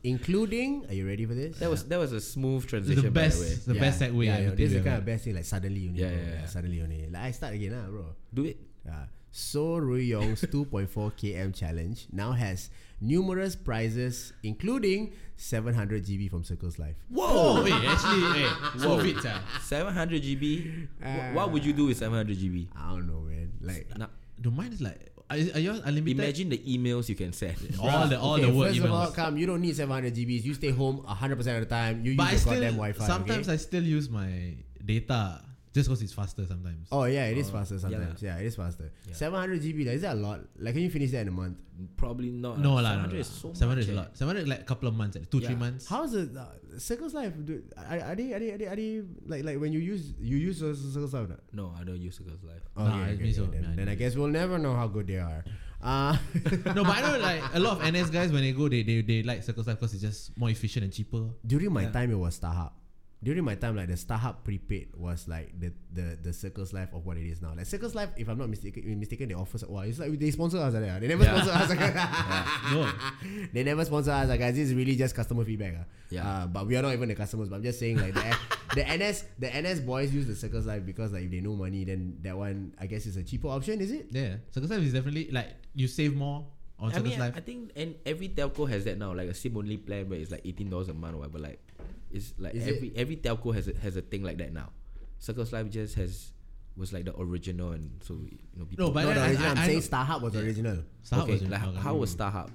[SPEAKER 2] including. Are you ready for this?
[SPEAKER 3] That was that was a smooth
[SPEAKER 4] It's
[SPEAKER 3] transition.
[SPEAKER 4] the
[SPEAKER 3] By the way.
[SPEAKER 4] best, the best
[SPEAKER 2] Yeah,
[SPEAKER 4] segue. I
[SPEAKER 2] yeah,
[SPEAKER 4] think
[SPEAKER 2] this is the
[SPEAKER 4] we have
[SPEAKER 2] kind of
[SPEAKER 4] had.
[SPEAKER 2] best thing. Like suddenly only,
[SPEAKER 3] Yeah,
[SPEAKER 2] bro.
[SPEAKER 3] yeah,
[SPEAKER 2] Yeah,
[SPEAKER 3] yeah.
[SPEAKER 2] suddenly only. Like I start again, ah, bro.
[SPEAKER 3] Do it.
[SPEAKER 2] Yeah. So Ruyong's 2.4 km challenge now has numerous prizes, including 700 GB from Circle's Life.
[SPEAKER 4] Whoa! wait, actually, hey, so
[SPEAKER 3] Whoa.
[SPEAKER 4] fit, ah.
[SPEAKER 3] 700 GB. Wh- what would you do with 700 GB?
[SPEAKER 2] I don't know, man. Like
[SPEAKER 3] Now,
[SPEAKER 4] Do mine is like, are, are yours unlimited?
[SPEAKER 3] imagine the emails you can send.
[SPEAKER 4] all the all
[SPEAKER 2] okay,
[SPEAKER 4] the work
[SPEAKER 2] first of all,
[SPEAKER 4] emails.
[SPEAKER 2] come. You don't need 700 GBs. You stay home 100 percent of the time. You use
[SPEAKER 4] but I
[SPEAKER 2] your
[SPEAKER 4] still
[SPEAKER 2] goddamn Wi-Fi.
[SPEAKER 4] sometimes
[SPEAKER 2] okay?
[SPEAKER 4] I still use my data just because it's faster sometimes.
[SPEAKER 2] Oh yeah, it is faster sometimes.
[SPEAKER 3] yeah.
[SPEAKER 2] Yeah, it is faster. 700 GB. Like, is that a lot? Like, can you finish that in a month?
[SPEAKER 3] Probably not.
[SPEAKER 4] no
[SPEAKER 3] Seven
[SPEAKER 4] lah, no, no,
[SPEAKER 3] hundred
[SPEAKER 4] no.
[SPEAKER 3] is so
[SPEAKER 4] seven
[SPEAKER 3] much,
[SPEAKER 4] hundred is a
[SPEAKER 3] eh.
[SPEAKER 4] lot. Seven hundred like a couple of months, eh, two three
[SPEAKER 3] Yeah.
[SPEAKER 4] months.
[SPEAKER 2] How's the uh, Circle's Life? Do, are, are they? Are they? Are they? Are they? Like, like when you use you use Cir- Cir- Circle's Life? or not?
[SPEAKER 3] No, I don't use Circle's Life.
[SPEAKER 2] Okay,
[SPEAKER 4] Nah,
[SPEAKER 2] okay,
[SPEAKER 4] me so.
[SPEAKER 2] okay, then,
[SPEAKER 4] Nah,
[SPEAKER 2] then I
[SPEAKER 4] nah.
[SPEAKER 2] guess we'll never know how good they are. Uh,
[SPEAKER 4] no, but I know like a lot of NS guys when they go, they they, they like Circle Life because it's just more efficient and cheaper.
[SPEAKER 2] during my time, it was StarHub. During my time, like the StarHub prepaid was like the the the Circle's Life of what it is now. Like Circle's Life, if I'm not mistaken, mistaken they offer. Wow, it's like they sponsor us like that. ah. They never
[SPEAKER 3] Yeah.
[SPEAKER 2] sponsor us. Like
[SPEAKER 4] No,
[SPEAKER 2] They never sponsor us, like guys. This is really just customer feedback. ah.
[SPEAKER 3] Yeah.
[SPEAKER 2] Uh, but we are not even the customers. But I'm just saying, like the, the NS, the NS boys use the Circles Life because like if they know money, then that one I guess is a cheaper option, is it?
[SPEAKER 4] yeah, Circle Life is definitely like you save more on
[SPEAKER 3] I
[SPEAKER 4] Circle
[SPEAKER 3] mean, I, I
[SPEAKER 4] Life.
[SPEAKER 3] think and every telco has that now, like a SIM only plan where it's like eighteen dollars a month or whatever. Like, it's like
[SPEAKER 2] Is
[SPEAKER 3] every every telco has a, has a thing like that now. Circles Life just has was like the original, and so you know people.
[SPEAKER 4] No, but
[SPEAKER 2] Not
[SPEAKER 4] then
[SPEAKER 2] the
[SPEAKER 4] I,
[SPEAKER 2] original. I, am
[SPEAKER 4] I, I
[SPEAKER 2] saying
[SPEAKER 4] know-
[SPEAKER 2] StarHub was original.
[SPEAKER 4] Starhub
[SPEAKER 3] okay,
[SPEAKER 4] was
[SPEAKER 3] like,
[SPEAKER 4] original.
[SPEAKER 3] how was StarHub?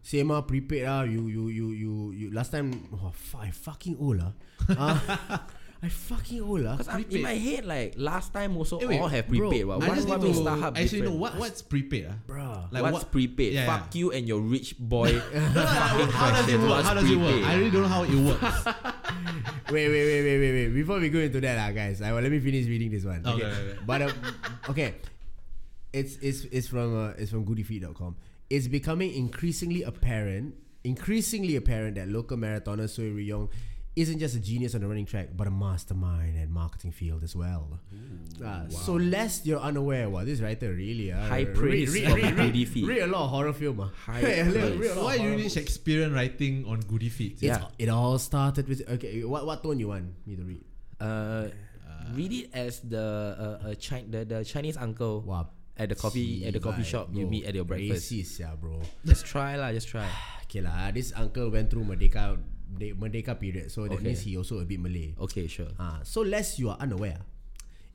[SPEAKER 2] Same ah, prepaid ah. You you you you you. Last time, oh, fu- I fucking old ah. Ah, I fucking old ah.
[SPEAKER 3] Because in
[SPEAKER 4] Prepaid.
[SPEAKER 3] my head, like last time also
[SPEAKER 4] Eh, wait,
[SPEAKER 3] all have
[SPEAKER 2] bro,
[SPEAKER 3] prepaid. Bro,
[SPEAKER 4] I
[SPEAKER 3] what
[SPEAKER 4] just
[SPEAKER 3] what
[SPEAKER 4] need
[SPEAKER 3] makes
[SPEAKER 4] to
[SPEAKER 3] StarHub
[SPEAKER 4] actually know
[SPEAKER 3] different?
[SPEAKER 4] what what's prepaid, ah?
[SPEAKER 2] Bruh.
[SPEAKER 4] Like
[SPEAKER 3] what's
[SPEAKER 4] what-
[SPEAKER 3] prepaid?
[SPEAKER 4] Yeah,
[SPEAKER 3] Fuck you and your rich boy.
[SPEAKER 4] No, no, no, how does it
[SPEAKER 3] question,
[SPEAKER 4] work?
[SPEAKER 3] what's
[SPEAKER 4] How does it work?
[SPEAKER 3] prepaid?
[SPEAKER 4] I really don't know how it works.
[SPEAKER 2] wait, wait, wait, wait, wait, wait. Before we go into that, lah, guys, I, will let me finish reading this one.
[SPEAKER 4] Okay,
[SPEAKER 2] Okay,
[SPEAKER 4] okay, okay.
[SPEAKER 2] but uh, okay, it's it's it's from uh, it's from goodyfeet.com. It's becoming increasingly apparent, increasingly apparent that local marathoner Sui Ryong isn't just a genius on the running track, but a mastermind at marketing field as well. Ah, So lest you're unaware, wow, this writer really uh,
[SPEAKER 3] High praise
[SPEAKER 2] read,
[SPEAKER 3] from
[SPEAKER 2] read, read,
[SPEAKER 3] Goody Feet.
[SPEAKER 2] read a lot of horror film. ah.
[SPEAKER 3] High
[SPEAKER 2] Read a lot of
[SPEAKER 3] praise.
[SPEAKER 2] horror
[SPEAKER 4] Why do you
[SPEAKER 2] books.
[SPEAKER 4] need Shakespearean writing on goody feet?
[SPEAKER 2] It's, It all started with okay. What what tone you want me to read?
[SPEAKER 3] uh, read it as the uh, uh, Chi- the, the Chinese uncle
[SPEAKER 2] Wow.
[SPEAKER 3] at the coffee at the coffee
[SPEAKER 2] Jibai,
[SPEAKER 3] shop you
[SPEAKER 2] bro.
[SPEAKER 3] meet at your breakfast.
[SPEAKER 2] Racist, yeah, bro.
[SPEAKER 3] Just try lah, just try.
[SPEAKER 2] Okay lah. ah, This uncle went through Merdeka de- Merdeka period, so that
[SPEAKER 3] Okay. Oh.
[SPEAKER 2] means he also a bit Malay.
[SPEAKER 3] Okay, sure.
[SPEAKER 2] Ah, so lest you are unaware,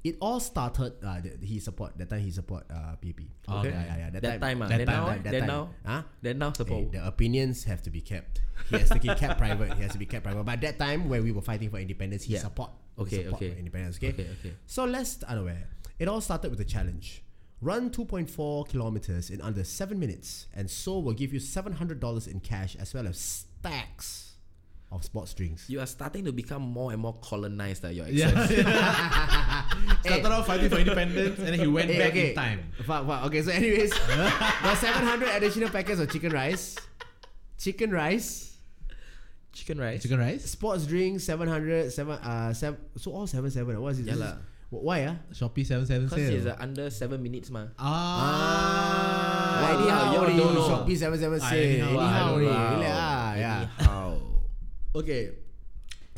[SPEAKER 2] it all started. Uh, that he support that time he support uh PP. yeah,
[SPEAKER 4] Okay.
[SPEAKER 2] yeah, yeah.
[SPEAKER 3] Oh, That time, ah.
[SPEAKER 2] that
[SPEAKER 3] Then
[SPEAKER 2] time,
[SPEAKER 3] now,
[SPEAKER 2] that- that
[SPEAKER 3] then
[SPEAKER 2] time.
[SPEAKER 3] now, Oh.
[SPEAKER 2] Huh?
[SPEAKER 3] then now
[SPEAKER 2] Hey,
[SPEAKER 3] support.
[SPEAKER 2] the opinions have to be kept. He has to be kept private. He has to be kept private. But that time when we were fighting for independence, he
[SPEAKER 3] Yeah.
[SPEAKER 2] support. he
[SPEAKER 3] Okay,
[SPEAKER 2] support
[SPEAKER 3] okay.
[SPEAKER 2] for Independence. Okay.
[SPEAKER 3] Okay, okay.
[SPEAKER 2] So let's unaware. It all started with a challenge. Run 2.4 kilometers in under seven minutes, and so will give you $700 in cash as well as stacks of sports drinks.
[SPEAKER 3] you are starting to become more and more colonized. That your
[SPEAKER 4] Yeah.
[SPEAKER 3] accent.
[SPEAKER 4] Started off fighting for independence and then he went
[SPEAKER 2] Hey,
[SPEAKER 4] back
[SPEAKER 2] okay.
[SPEAKER 4] in time.
[SPEAKER 2] Fuck, fuck. Okay, so anyways, the 700 additional packets of chicken rice, chicken rice,
[SPEAKER 3] Chicken rice.
[SPEAKER 4] Chicken rice?
[SPEAKER 2] sports drinks 700 seven, uh, seven, so all 7 7 what is it
[SPEAKER 3] Yeah
[SPEAKER 2] This
[SPEAKER 3] lah.
[SPEAKER 2] is- wh- why ah
[SPEAKER 4] Shopee 77
[SPEAKER 3] Because it's
[SPEAKER 4] sale.
[SPEAKER 3] uh, under seven minutes, ma.
[SPEAKER 4] Ah.
[SPEAKER 2] why anyhow
[SPEAKER 3] you
[SPEAKER 2] only
[SPEAKER 3] don't know.
[SPEAKER 2] Shopee 77
[SPEAKER 4] Ah,
[SPEAKER 2] say
[SPEAKER 4] anyhow,
[SPEAKER 2] anyhow
[SPEAKER 4] ah, I don't
[SPEAKER 2] only
[SPEAKER 4] know.
[SPEAKER 2] Relax ah, yeah
[SPEAKER 3] Anyhow.
[SPEAKER 2] okay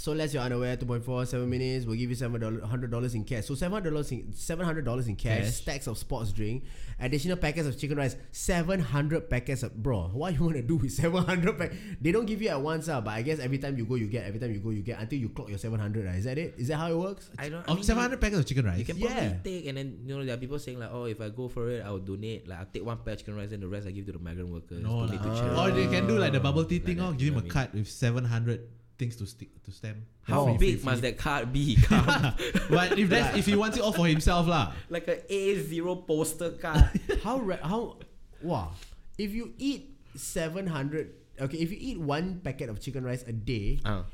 [SPEAKER 2] so let's you're unaware 2.4 7 minutes we'll give you $700 $100 in cash so $700 in, $700 in cash,
[SPEAKER 4] Cash.
[SPEAKER 2] stacks of sports drink additional packets of chicken rice 700 packets of bro what you want to do with 700 pack they don't give you at once ah, but I guess every time you go you get every time you go you get until you clock your 700 ah. is that it is that how it works
[SPEAKER 3] I don't. I
[SPEAKER 4] Of
[SPEAKER 3] mean,
[SPEAKER 4] 700 Oh, packets of chicken
[SPEAKER 3] You
[SPEAKER 4] rice.
[SPEAKER 3] can
[SPEAKER 2] Yeah.
[SPEAKER 3] probably take, and then you know there are people saying like, oh, if I go for it, I'll donate. Like I'll take one pair of chicken rice, and the rest I give to the migrant workers.
[SPEAKER 4] No,
[SPEAKER 3] donate to
[SPEAKER 4] lah.
[SPEAKER 3] charity.
[SPEAKER 4] Or they can do like the bubble tea
[SPEAKER 3] Like
[SPEAKER 4] thing,
[SPEAKER 3] that, you
[SPEAKER 4] or give him
[SPEAKER 3] know
[SPEAKER 4] a
[SPEAKER 3] what I mean?
[SPEAKER 4] card with 700 things to stick to stamp.
[SPEAKER 3] How
[SPEAKER 2] Oh.
[SPEAKER 3] big must that card be? Come.
[SPEAKER 4] But if that's if he wants it all for himself, lah.
[SPEAKER 3] like a A zero poster card.
[SPEAKER 2] how ra- how wow if you eat 700 okay if you eat one packet of chicken rice a day
[SPEAKER 3] Ah.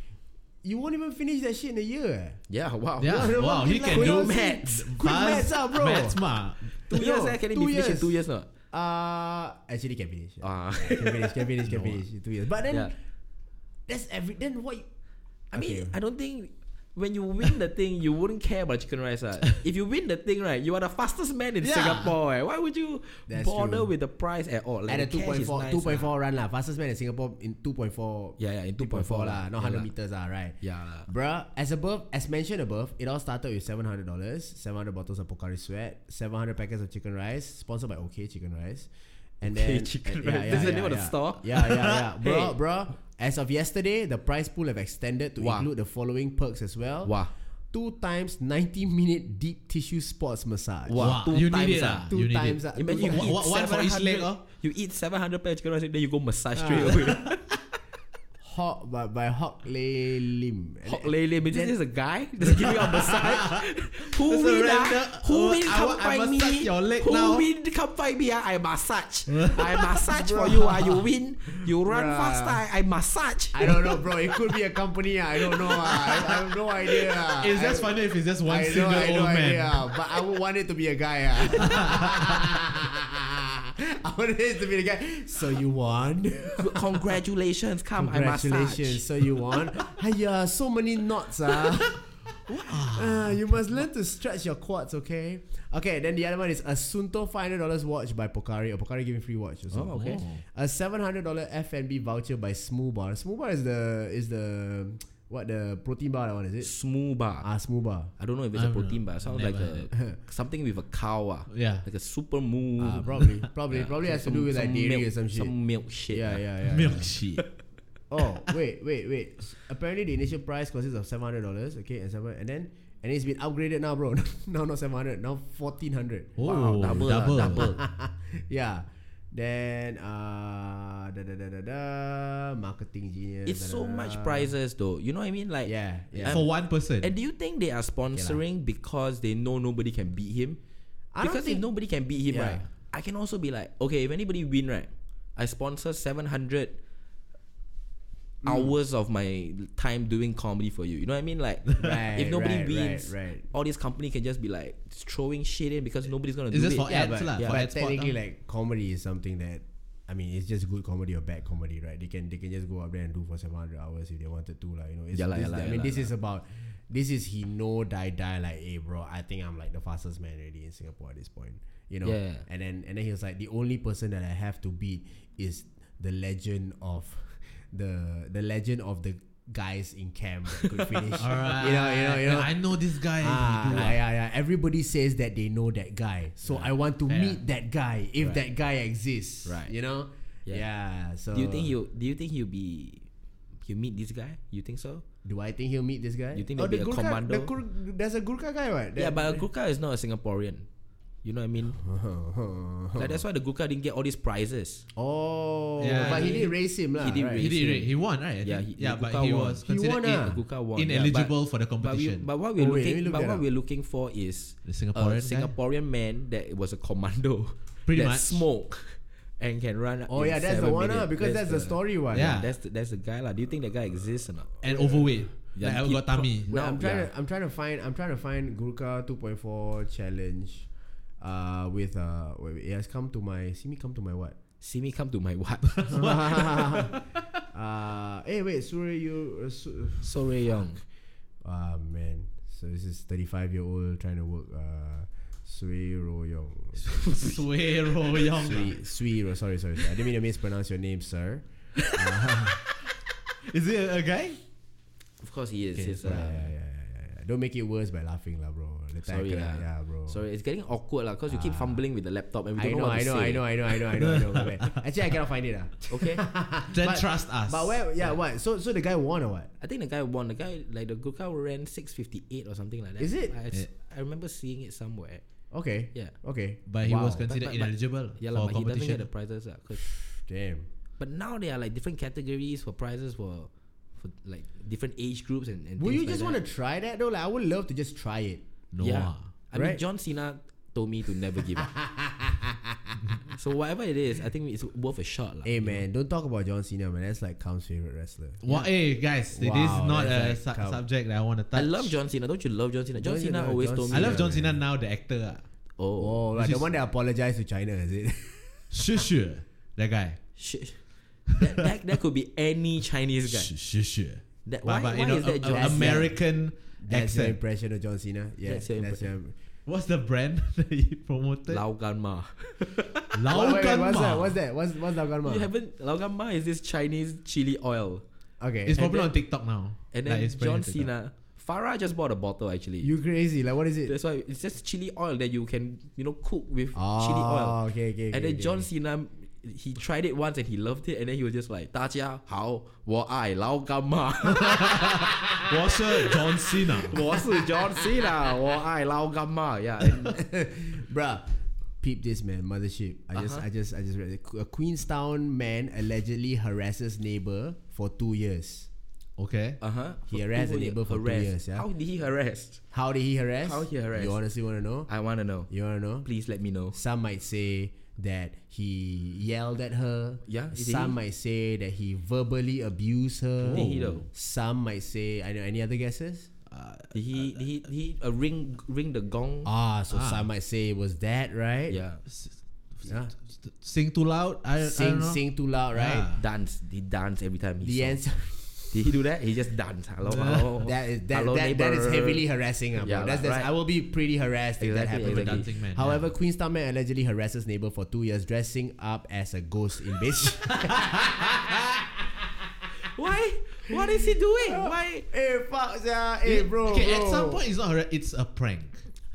[SPEAKER 2] you won't even finish that shit in a year eh.
[SPEAKER 3] Yeah, wow.
[SPEAKER 4] Yeah.
[SPEAKER 2] What the
[SPEAKER 4] wow,
[SPEAKER 2] fuck
[SPEAKER 4] he
[SPEAKER 2] is
[SPEAKER 4] can
[SPEAKER 2] that?
[SPEAKER 4] do
[SPEAKER 2] Quick
[SPEAKER 3] maths.
[SPEAKER 2] quick maths
[SPEAKER 4] Fast
[SPEAKER 2] ah, bro
[SPEAKER 4] Maths, ma.
[SPEAKER 3] Two
[SPEAKER 2] Yo,
[SPEAKER 3] years, eh? Can it
[SPEAKER 2] two
[SPEAKER 3] be finished in
[SPEAKER 2] years.
[SPEAKER 3] two years not?
[SPEAKER 2] uh actually can finish yeah.
[SPEAKER 3] Ah.
[SPEAKER 2] can finish can finish can finish in two years but then
[SPEAKER 3] Yeah.
[SPEAKER 2] that's every then what you-
[SPEAKER 3] I mean,
[SPEAKER 2] Okay.
[SPEAKER 3] I don't think when you win the thing, you wouldn't care about chicken rice. ah. if you win the thing, right, you are the fastest man in
[SPEAKER 4] Yeah.
[SPEAKER 3] Singapore. eh. Why would you
[SPEAKER 2] That's
[SPEAKER 3] bother
[SPEAKER 2] true.
[SPEAKER 3] with the price at all? Like,
[SPEAKER 2] At a
[SPEAKER 3] the cash is
[SPEAKER 2] 2.4,
[SPEAKER 3] nice,
[SPEAKER 2] 2.4
[SPEAKER 3] ah.
[SPEAKER 2] run lah. Fastest man in Singapore in 2.4.
[SPEAKER 3] Yeah, yeah, in
[SPEAKER 2] 2.4 lah,
[SPEAKER 3] 2.4 lah.
[SPEAKER 2] not 100
[SPEAKER 3] Yeah lah.
[SPEAKER 2] meters lah, right?
[SPEAKER 3] Yeah lah.
[SPEAKER 2] Bruh, as above, as mentioned above, it all started with seven hundred dollars, seven hundred bottles of Pocari Sweat, seven hundred packets of chicken rice, sponsored by OK Chicken Rice, and
[SPEAKER 3] OK
[SPEAKER 2] then
[SPEAKER 3] Chicken
[SPEAKER 2] and-
[SPEAKER 3] Rice. That's the name of the
[SPEAKER 2] yeah.
[SPEAKER 3] store?
[SPEAKER 2] Yeah, yeah, yeah, bro,
[SPEAKER 3] Hey.
[SPEAKER 2] bro. As of yesterday, the prize pool have extended to
[SPEAKER 3] Wah.
[SPEAKER 2] include the following perks as well.
[SPEAKER 3] Wah.
[SPEAKER 2] Two times ninety minute deep tissue sports massage.
[SPEAKER 3] Wah, two
[SPEAKER 4] you
[SPEAKER 3] times
[SPEAKER 4] need it
[SPEAKER 3] ah.
[SPEAKER 4] ah.
[SPEAKER 2] Two
[SPEAKER 4] you need
[SPEAKER 2] times
[SPEAKER 4] it.
[SPEAKER 2] ah.
[SPEAKER 3] Imagine you
[SPEAKER 4] Wha-
[SPEAKER 3] eat
[SPEAKER 4] wha- one for each leg,
[SPEAKER 3] 700
[SPEAKER 4] oh.
[SPEAKER 3] You eat 700 pair of chicken rice, then you go massage straight away.
[SPEAKER 2] Hawk by, by Hawk Lay Lim. And-
[SPEAKER 3] Hok Lele, but this is a guy that's giving out massage. who
[SPEAKER 4] That's a
[SPEAKER 3] win? ah?
[SPEAKER 4] random-
[SPEAKER 3] who
[SPEAKER 4] Oh,
[SPEAKER 3] win?
[SPEAKER 4] I
[SPEAKER 3] Come
[SPEAKER 4] want- I
[SPEAKER 3] find
[SPEAKER 4] massage
[SPEAKER 3] me.
[SPEAKER 4] your leg
[SPEAKER 3] who
[SPEAKER 4] now.
[SPEAKER 3] win? Come find me. ah. I massage. I massage for you. Ah, you win. You run
[SPEAKER 2] Bruh.
[SPEAKER 3] fast. ah. I massage.
[SPEAKER 2] I don't know, bro. It could be a company. ah. I don't know. ah. I, I have no idea. ah.
[SPEAKER 4] It's
[SPEAKER 2] I-
[SPEAKER 4] just funny if it's just one
[SPEAKER 2] I know,
[SPEAKER 4] single
[SPEAKER 2] I know, I
[SPEAKER 4] old
[SPEAKER 2] know,
[SPEAKER 4] man.
[SPEAKER 2] yeah, but I would want it to be a guy. ah. I want it to be a guy. So you won.
[SPEAKER 3] Congratulations. Come.
[SPEAKER 2] Congratulations. So you won. Hiya, so many knots. Ah. Ah, you must learn to stretch your quads, okay? Okay, then the other one is a Sunto $500 watch by Pokari. Or Pokari giving free watch. Also.
[SPEAKER 3] Oh, okay.
[SPEAKER 2] A $700 FNB voucher by Smooth Bar. Smooth Bar is the, is the, what, the protein bar that one, is it?
[SPEAKER 3] I massage. Smooth bar.
[SPEAKER 2] Ah, Smooth Bar.
[SPEAKER 3] I don't know if it's a
[SPEAKER 4] I don't
[SPEAKER 3] protein
[SPEAKER 4] know.
[SPEAKER 3] bar. Sounds
[SPEAKER 4] Never
[SPEAKER 3] like a something with a cow. ah.
[SPEAKER 4] Yeah.
[SPEAKER 3] Like a super moo.
[SPEAKER 2] Ah, probably, probably,
[SPEAKER 3] Yeah,
[SPEAKER 2] probably
[SPEAKER 3] some-
[SPEAKER 2] has to do with like
[SPEAKER 3] some
[SPEAKER 2] dairy
[SPEAKER 3] milk,
[SPEAKER 2] or some shit.
[SPEAKER 3] Some milk shit.
[SPEAKER 2] yeah,
[SPEAKER 3] ah.
[SPEAKER 2] yeah, yeah.
[SPEAKER 4] Milkshake.
[SPEAKER 2] Oh, wait, wait, wait. S- Apparently, the initial price consists of seven hundred dollars. Okay, and seven, and then and it's been upgraded now, bro. now not seven hundred, now fourteen hundred.
[SPEAKER 4] Oh,
[SPEAKER 3] double, ah,
[SPEAKER 4] double.
[SPEAKER 3] double.
[SPEAKER 2] yeah. Then uh, da da da da da, marketing genius.
[SPEAKER 3] It's
[SPEAKER 2] da, da,
[SPEAKER 3] so
[SPEAKER 2] da,
[SPEAKER 3] much
[SPEAKER 2] da.
[SPEAKER 3] prizes though. You know what I mean? Like
[SPEAKER 2] Yeah, yeah.
[SPEAKER 4] For one person.
[SPEAKER 3] And do you think they are sponsoring because they know nobody can beat him?
[SPEAKER 2] I don't
[SPEAKER 3] because
[SPEAKER 2] think-
[SPEAKER 3] if nobody can beat
[SPEAKER 2] Yeah.
[SPEAKER 3] him, right? I can also be like, okay, if anybody win, right? I sponsor seven hundred
[SPEAKER 2] Mm.
[SPEAKER 3] hours of my time doing comedy for you. You know what I mean? Like,
[SPEAKER 2] Right,
[SPEAKER 3] if nobody
[SPEAKER 2] right,
[SPEAKER 3] wins,
[SPEAKER 2] right, right.
[SPEAKER 3] all these company can just be like throwing shit in because nobody's gonna
[SPEAKER 4] It's
[SPEAKER 3] do
[SPEAKER 4] just
[SPEAKER 3] it.
[SPEAKER 4] for
[SPEAKER 2] Yeah,
[SPEAKER 4] ads
[SPEAKER 2] but,
[SPEAKER 4] lah.
[SPEAKER 2] yeah,
[SPEAKER 4] for
[SPEAKER 2] but
[SPEAKER 4] ads part
[SPEAKER 2] technically,
[SPEAKER 4] lah.
[SPEAKER 2] like comedy is something that. I mean, it's just good comedy or bad comedy, right? They can they can just go up there and do for seven hundred hours if they wanted to, like you know. It's,
[SPEAKER 3] Yeah lah,
[SPEAKER 2] this,
[SPEAKER 3] yeah lah,
[SPEAKER 2] I
[SPEAKER 3] yeah
[SPEAKER 2] mean,
[SPEAKER 3] lah,
[SPEAKER 2] this
[SPEAKER 3] yeah
[SPEAKER 2] is about this is he know die die like, hey bro, I think I'm like the fastest man already in Singapore at this point, you know.
[SPEAKER 3] Yeah.
[SPEAKER 2] And then and then he was like, the only person that I have to beat is the legend of the the legend of the guys in camp that could finish.
[SPEAKER 4] Alright.
[SPEAKER 2] You know, you know, you know.
[SPEAKER 4] I know this guy.
[SPEAKER 2] Ah,
[SPEAKER 4] he do
[SPEAKER 2] yeah,
[SPEAKER 4] what.
[SPEAKER 2] yeah, yeah. Everybody says that they know that guy, so I want to
[SPEAKER 4] Fair.
[SPEAKER 2] meet that guy if
[SPEAKER 3] Right.
[SPEAKER 2] that guy exists.
[SPEAKER 3] Right.
[SPEAKER 2] You know. Yeah.
[SPEAKER 3] Yeah.
[SPEAKER 2] so
[SPEAKER 3] Do you think he'll? Do you think he'll be? He'll meet this guy? You think so?
[SPEAKER 2] Do I think he'll meet this guy?
[SPEAKER 3] You think
[SPEAKER 2] Oh,
[SPEAKER 3] there'll
[SPEAKER 2] the
[SPEAKER 3] be a
[SPEAKER 2] Gurkha-
[SPEAKER 3] commando?
[SPEAKER 2] the Gur- there's a Gurkha guy, right?
[SPEAKER 3] yeah, but a Gurkha is not a Singaporean. You know what I mean? Like, that's why the Gurkha didn't get all these prizes.
[SPEAKER 2] oh,
[SPEAKER 4] Yeah,
[SPEAKER 2] but he, did
[SPEAKER 4] he-
[SPEAKER 2] race him, lah.
[SPEAKER 3] he did
[SPEAKER 2] right?
[SPEAKER 4] He
[SPEAKER 3] race.
[SPEAKER 4] did. Right? He won, right? I
[SPEAKER 3] Yeah,
[SPEAKER 4] think.
[SPEAKER 3] he-
[SPEAKER 4] yeah,
[SPEAKER 3] the
[SPEAKER 4] but
[SPEAKER 3] Gurkha
[SPEAKER 4] he
[SPEAKER 3] won.
[SPEAKER 4] was
[SPEAKER 3] He
[SPEAKER 4] considered
[SPEAKER 2] won, ah.
[SPEAKER 4] in-
[SPEAKER 3] The Gurkha won.
[SPEAKER 4] ineligible for the
[SPEAKER 3] But, we,
[SPEAKER 4] competition.
[SPEAKER 3] but what we're
[SPEAKER 2] Oh, wait, let me
[SPEAKER 3] looking,
[SPEAKER 2] look
[SPEAKER 3] but
[SPEAKER 2] that
[SPEAKER 3] what
[SPEAKER 2] up.
[SPEAKER 3] we're looking for is
[SPEAKER 4] The
[SPEAKER 3] a
[SPEAKER 4] Singaporean guy?
[SPEAKER 3] Singaporean man that was a commando,
[SPEAKER 4] Pretty
[SPEAKER 3] that
[SPEAKER 4] much.
[SPEAKER 3] smoke and can run.
[SPEAKER 2] Oh
[SPEAKER 3] in
[SPEAKER 2] yeah, that's the
[SPEAKER 3] seven uh,
[SPEAKER 2] one, ah,
[SPEAKER 3] minutes.
[SPEAKER 2] because that's, the, story one.
[SPEAKER 4] Yeah.
[SPEAKER 3] That's the, that's the guy, lah. Do you think that guy exists or not?
[SPEAKER 4] and overweight.
[SPEAKER 3] Yeah,
[SPEAKER 4] like I
[SPEAKER 3] he
[SPEAKER 4] got tummy.
[SPEAKER 3] pro-
[SPEAKER 2] Wait,
[SPEAKER 3] No,
[SPEAKER 2] I'm trying
[SPEAKER 3] yeah.
[SPEAKER 2] to I'm trying to find I'm trying to find Gurkha 2.4 challenge, uh, with uh, wait, wait, it has come to my see me come to my what?
[SPEAKER 3] See me come to my what?
[SPEAKER 2] uh, hey, wait, Surya, you. Uh, su-
[SPEAKER 3] Sorry, young.
[SPEAKER 2] ah, man. So this is 35 year old trying to work. Uh, Sui Royong.
[SPEAKER 4] Sui Ro Yong.
[SPEAKER 2] Sui, Sui Ro, sorry, sorry, sorry. I didn't mean to mispronounce your name, sir.
[SPEAKER 4] Is it a guy?
[SPEAKER 3] Of course he is. He's,
[SPEAKER 2] Yeah,
[SPEAKER 3] uh,
[SPEAKER 2] yeah, yeah, yeah, yeah, yeah. Don't make it worse by laughing, lah, bro. The time
[SPEAKER 3] Sorry,
[SPEAKER 2] kena-
[SPEAKER 3] lah.
[SPEAKER 2] yeah, bro.
[SPEAKER 3] Sorry, it's getting awkward, lah, because you
[SPEAKER 4] Ah.
[SPEAKER 3] keep fumbling with the laptop and we
[SPEAKER 2] I
[SPEAKER 3] don't
[SPEAKER 2] know,
[SPEAKER 3] what
[SPEAKER 2] I
[SPEAKER 3] to
[SPEAKER 2] know,
[SPEAKER 3] say.
[SPEAKER 2] I know, I know, I know, I know, I know. my bad. Actually, I cannot find it. Ah.
[SPEAKER 3] Okay.
[SPEAKER 4] Then
[SPEAKER 2] But-
[SPEAKER 4] trust us.
[SPEAKER 2] But where? Yeah, what? So, so the guy won or what?
[SPEAKER 3] I think the guy won. The guy like the Gurkha ran six fifty eight or something like that.
[SPEAKER 2] Is it?
[SPEAKER 3] I, s- I remember seeing it somewhere.
[SPEAKER 2] Okay.
[SPEAKER 3] Yeah.
[SPEAKER 2] Okay.
[SPEAKER 4] But he
[SPEAKER 2] Wow.
[SPEAKER 4] was considered
[SPEAKER 3] But- but- but-
[SPEAKER 4] ineligible
[SPEAKER 3] Yeah,
[SPEAKER 4] for
[SPEAKER 3] like, but he doesn't get
[SPEAKER 4] competition.
[SPEAKER 3] the prizes lah, 'cause-
[SPEAKER 2] Damn.
[SPEAKER 3] But now there are like different categories for prizes for, for like different age groups and. and
[SPEAKER 2] Would
[SPEAKER 3] things
[SPEAKER 2] you just
[SPEAKER 3] like
[SPEAKER 2] want to try that though? Like, I would love to just try it.
[SPEAKER 4] no.
[SPEAKER 3] Yeah.
[SPEAKER 4] ah.
[SPEAKER 3] I
[SPEAKER 2] Right?
[SPEAKER 3] mean, John Cena told me to never give up. so whatever it is, I think it's worth a shot, lah.
[SPEAKER 2] Hey man, don't talk about John Cena, man. That's like Cam's favorite wrestler.
[SPEAKER 4] Wha- Hey guys,
[SPEAKER 2] Wow,
[SPEAKER 4] this is not a
[SPEAKER 2] that's like
[SPEAKER 4] su-
[SPEAKER 2] come.
[SPEAKER 4] subject that I want to
[SPEAKER 3] I
[SPEAKER 4] touch.
[SPEAKER 3] love John Cena. Don't you love John Cena? John
[SPEAKER 2] Don't you
[SPEAKER 3] Cena
[SPEAKER 2] know
[SPEAKER 3] always
[SPEAKER 2] John
[SPEAKER 3] told me.
[SPEAKER 4] I love
[SPEAKER 2] Yeah,
[SPEAKER 4] John
[SPEAKER 2] man.
[SPEAKER 4] Cena now, the actor. ah.
[SPEAKER 3] Oh,
[SPEAKER 2] Oh, like the
[SPEAKER 4] is-
[SPEAKER 2] one that apologized to China, is it?
[SPEAKER 4] Sure, sure. That guy.
[SPEAKER 3] shit. that, that, that could be any Chinese guy.
[SPEAKER 4] Sure, sure.
[SPEAKER 3] That- why-
[SPEAKER 4] but, but you
[SPEAKER 3] why
[SPEAKER 4] know,
[SPEAKER 2] uh,
[SPEAKER 3] is that
[SPEAKER 4] a- a-
[SPEAKER 3] John Cena?
[SPEAKER 4] American
[SPEAKER 2] That's your
[SPEAKER 4] accent.
[SPEAKER 2] impression of John Cena. Yeah,
[SPEAKER 3] That's your
[SPEAKER 2] that's your.
[SPEAKER 4] What's the brand that you promoted?
[SPEAKER 3] Lao Gan Ma.
[SPEAKER 4] Lao
[SPEAKER 2] Wait, wait,
[SPEAKER 4] Gan
[SPEAKER 2] what's
[SPEAKER 4] Ma.
[SPEAKER 2] that? What's that? What's what's Lao Gan Ma?
[SPEAKER 3] You haven't Lao Gan Ma is this Chinese chili oil,
[SPEAKER 2] Okay,
[SPEAKER 4] It's
[SPEAKER 2] and
[SPEAKER 4] popular
[SPEAKER 2] then-
[SPEAKER 4] on TikTok now.
[SPEAKER 3] and then
[SPEAKER 4] Like, it's very
[SPEAKER 3] John
[SPEAKER 4] on TikTok.
[SPEAKER 3] Cena. Farah just bought a bottle actually.
[SPEAKER 2] You crazy? Like what is it?
[SPEAKER 3] That's why it's just chili oil that you can you know cook with
[SPEAKER 2] Ah,
[SPEAKER 3] chili oil.
[SPEAKER 2] Okay, okay. okay,
[SPEAKER 3] and then
[SPEAKER 2] okay,
[SPEAKER 3] John
[SPEAKER 2] okay.
[SPEAKER 3] Cena, he tried it once and he loved it, and then he was just like, 大家好，我爱老干妈，我是
[SPEAKER 4] What's a John Cena?
[SPEAKER 3] John Cena，我爱老干妈 Yeah, and
[SPEAKER 2] Bruh, peep this man, mothership. I just,
[SPEAKER 3] Uh-huh.
[SPEAKER 2] I just, I just read it. A Queenstown man allegedly harasses neighbor for two years.
[SPEAKER 4] Okay.
[SPEAKER 3] uh huh.
[SPEAKER 2] He harassed the neighbor for two years, yeah.
[SPEAKER 3] How did he harass?
[SPEAKER 2] How did he harass?
[SPEAKER 3] How he harass?
[SPEAKER 2] You honestly want to know?
[SPEAKER 3] I wanna know.
[SPEAKER 2] You want to know?
[SPEAKER 3] Please let me know.
[SPEAKER 2] Some might say that he yelled at her.
[SPEAKER 3] Yeah, is it
[SPEAKER 2] Some
[SPEAKER 3] he?
[SPEAKER 2] might say that he verbally abused her.
[SPEAKER 3] Did he though?
[SPEAKER 2] Some might say. I know. Any other guesses?
[SPEAKER 3] Did he did he did he uh, ring ring the gong.
[SPEAKER 2] Ah, so some might say it was that, right?
[SPEAKER 3] yeah.
[SPEAKER 2] Yeah.
[SPEAKER 4] Sing too loud. I, I
[SPEAKER 2] Sing,
[SPEAKER 4] don't know.
[SPEAKER 2] sing too loud, right?
[SPEAKER 4] Yeah.
[SPEAKER 3] Dance. He dance every time he
[SPEAKER 2] The
[SPEAKER 3] saw.
[SPEAKER 2] answer.
[SPEAKER 3] Did he do that? He just dance. Hello, hello.
[SPEAKER 2] That is that,
[SPEAKER 3] oh. hello,
[SPEAKER 2] that, that is
[SPEAKER 3] neighbor.
[SPEAKER 2] heavily harassing. ah, bro.
[SPEAKER 3] Yeah,
[SPEAKER 2] that's,
[SPEAKER 3] like,
[SPEAKER 2] that's,
[SPEAKER 3] right.
[SPEAKER 2] I will be pretty harassed if that happens.
[SPEAKER 3] Exactly,
[SPEAKER 4] I'm a
[SPEAKER 3] exactly.
[SPEAKER 4] dancing man.
[SPEAKER 2] However, Queenstown man allegedly harasses neighbor for two years, dressing up as a ghost in bitch.
[SPEAKER 3] Why? What is he doing? Why?
[SPEAKER 2] hey, fuck, yeah.
[SPEAKER 4] yeah.
[SPEAKER 2] Hey, bro.
[SPEAKER 4] Okay,
[SPEAKER 2] bro.
[SPEAKER 4] at some point, it's not her. It's a prank.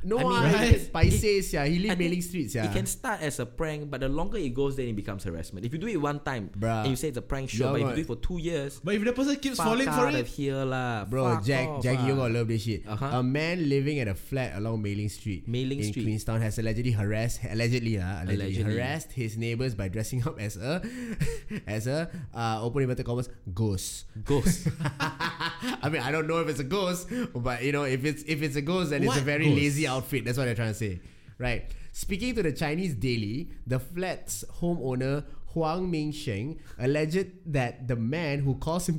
[SPEAKER 2] no ah,
[SPEAKER 3] I mean,
[SPEAKER 2] one
[SPEAKER 4] right?
[SPEAKER 2] right? paise, yeah. He
[SPEAKER 3] I
[SPEAKER 2] live
[SPEAKER 3] think
[SPEAKER 2] mailing streets, yeah.
[SPEAKER 3] It can start as a prank, but the longer it goes, then it becomes harassment. If you do it one time
[SPEAKER 2] Bruh.
[SPEAKER 3] and you say it's a prank,
[SPEAKER 2] You're
[SPEAKER 3] sure, but if
[SPEAKER 2] right.
[SPEAKER 3] you do it for two years,
[SPEAKER 4] But if the person keeps
[SPEAKER 3] fuck
[SPEAKER 4] falling for
[SPEAKER 3] out of
[SPEAKER 4] it,
[SPEAKER 3] here lah.
[SPEAKER 2] Bro,
[SPEAKER 3] Fuck
[SPEAKER 2] Jack,
[SPEAKER 3] off,
[SPEAKER 2] Jack,
[SPEAKER 3] ah.
[SPEAKER 2] you gonna love this shit.
[SPEAKER 3] Uh-huh.
[SPEAKER 2] A man living at a flat along Mailing Street
[SPEAKER 3] Mailing
[SPEAKER 2] in
[SPEAKER 3] Street.
[SPEAKER 2] Queenstown has allegedly harassed, allegedly, uh, allegedly,
[SPEAKER 3] Allegedly.
[SPEAKER 2] harassed his neighbors by dressing up as a, as a uh, open inverted commas ghost.
[SPEAKER 3] Ghost.
[SPEAKER 2] I mean, I don't know if it's a ghost, but you know, if it's if it's a ghost, then it's a
[SPEAKER 4] What
[SPEAKER 2] very
[SPEAKER 4] ghost?
[SPEAKER 2] lazy outfit. That's what they're trying to say, right? Speaking to the Chinese Daily, the flat's homeowner Huang Mingsheng alleged that the man who calls him,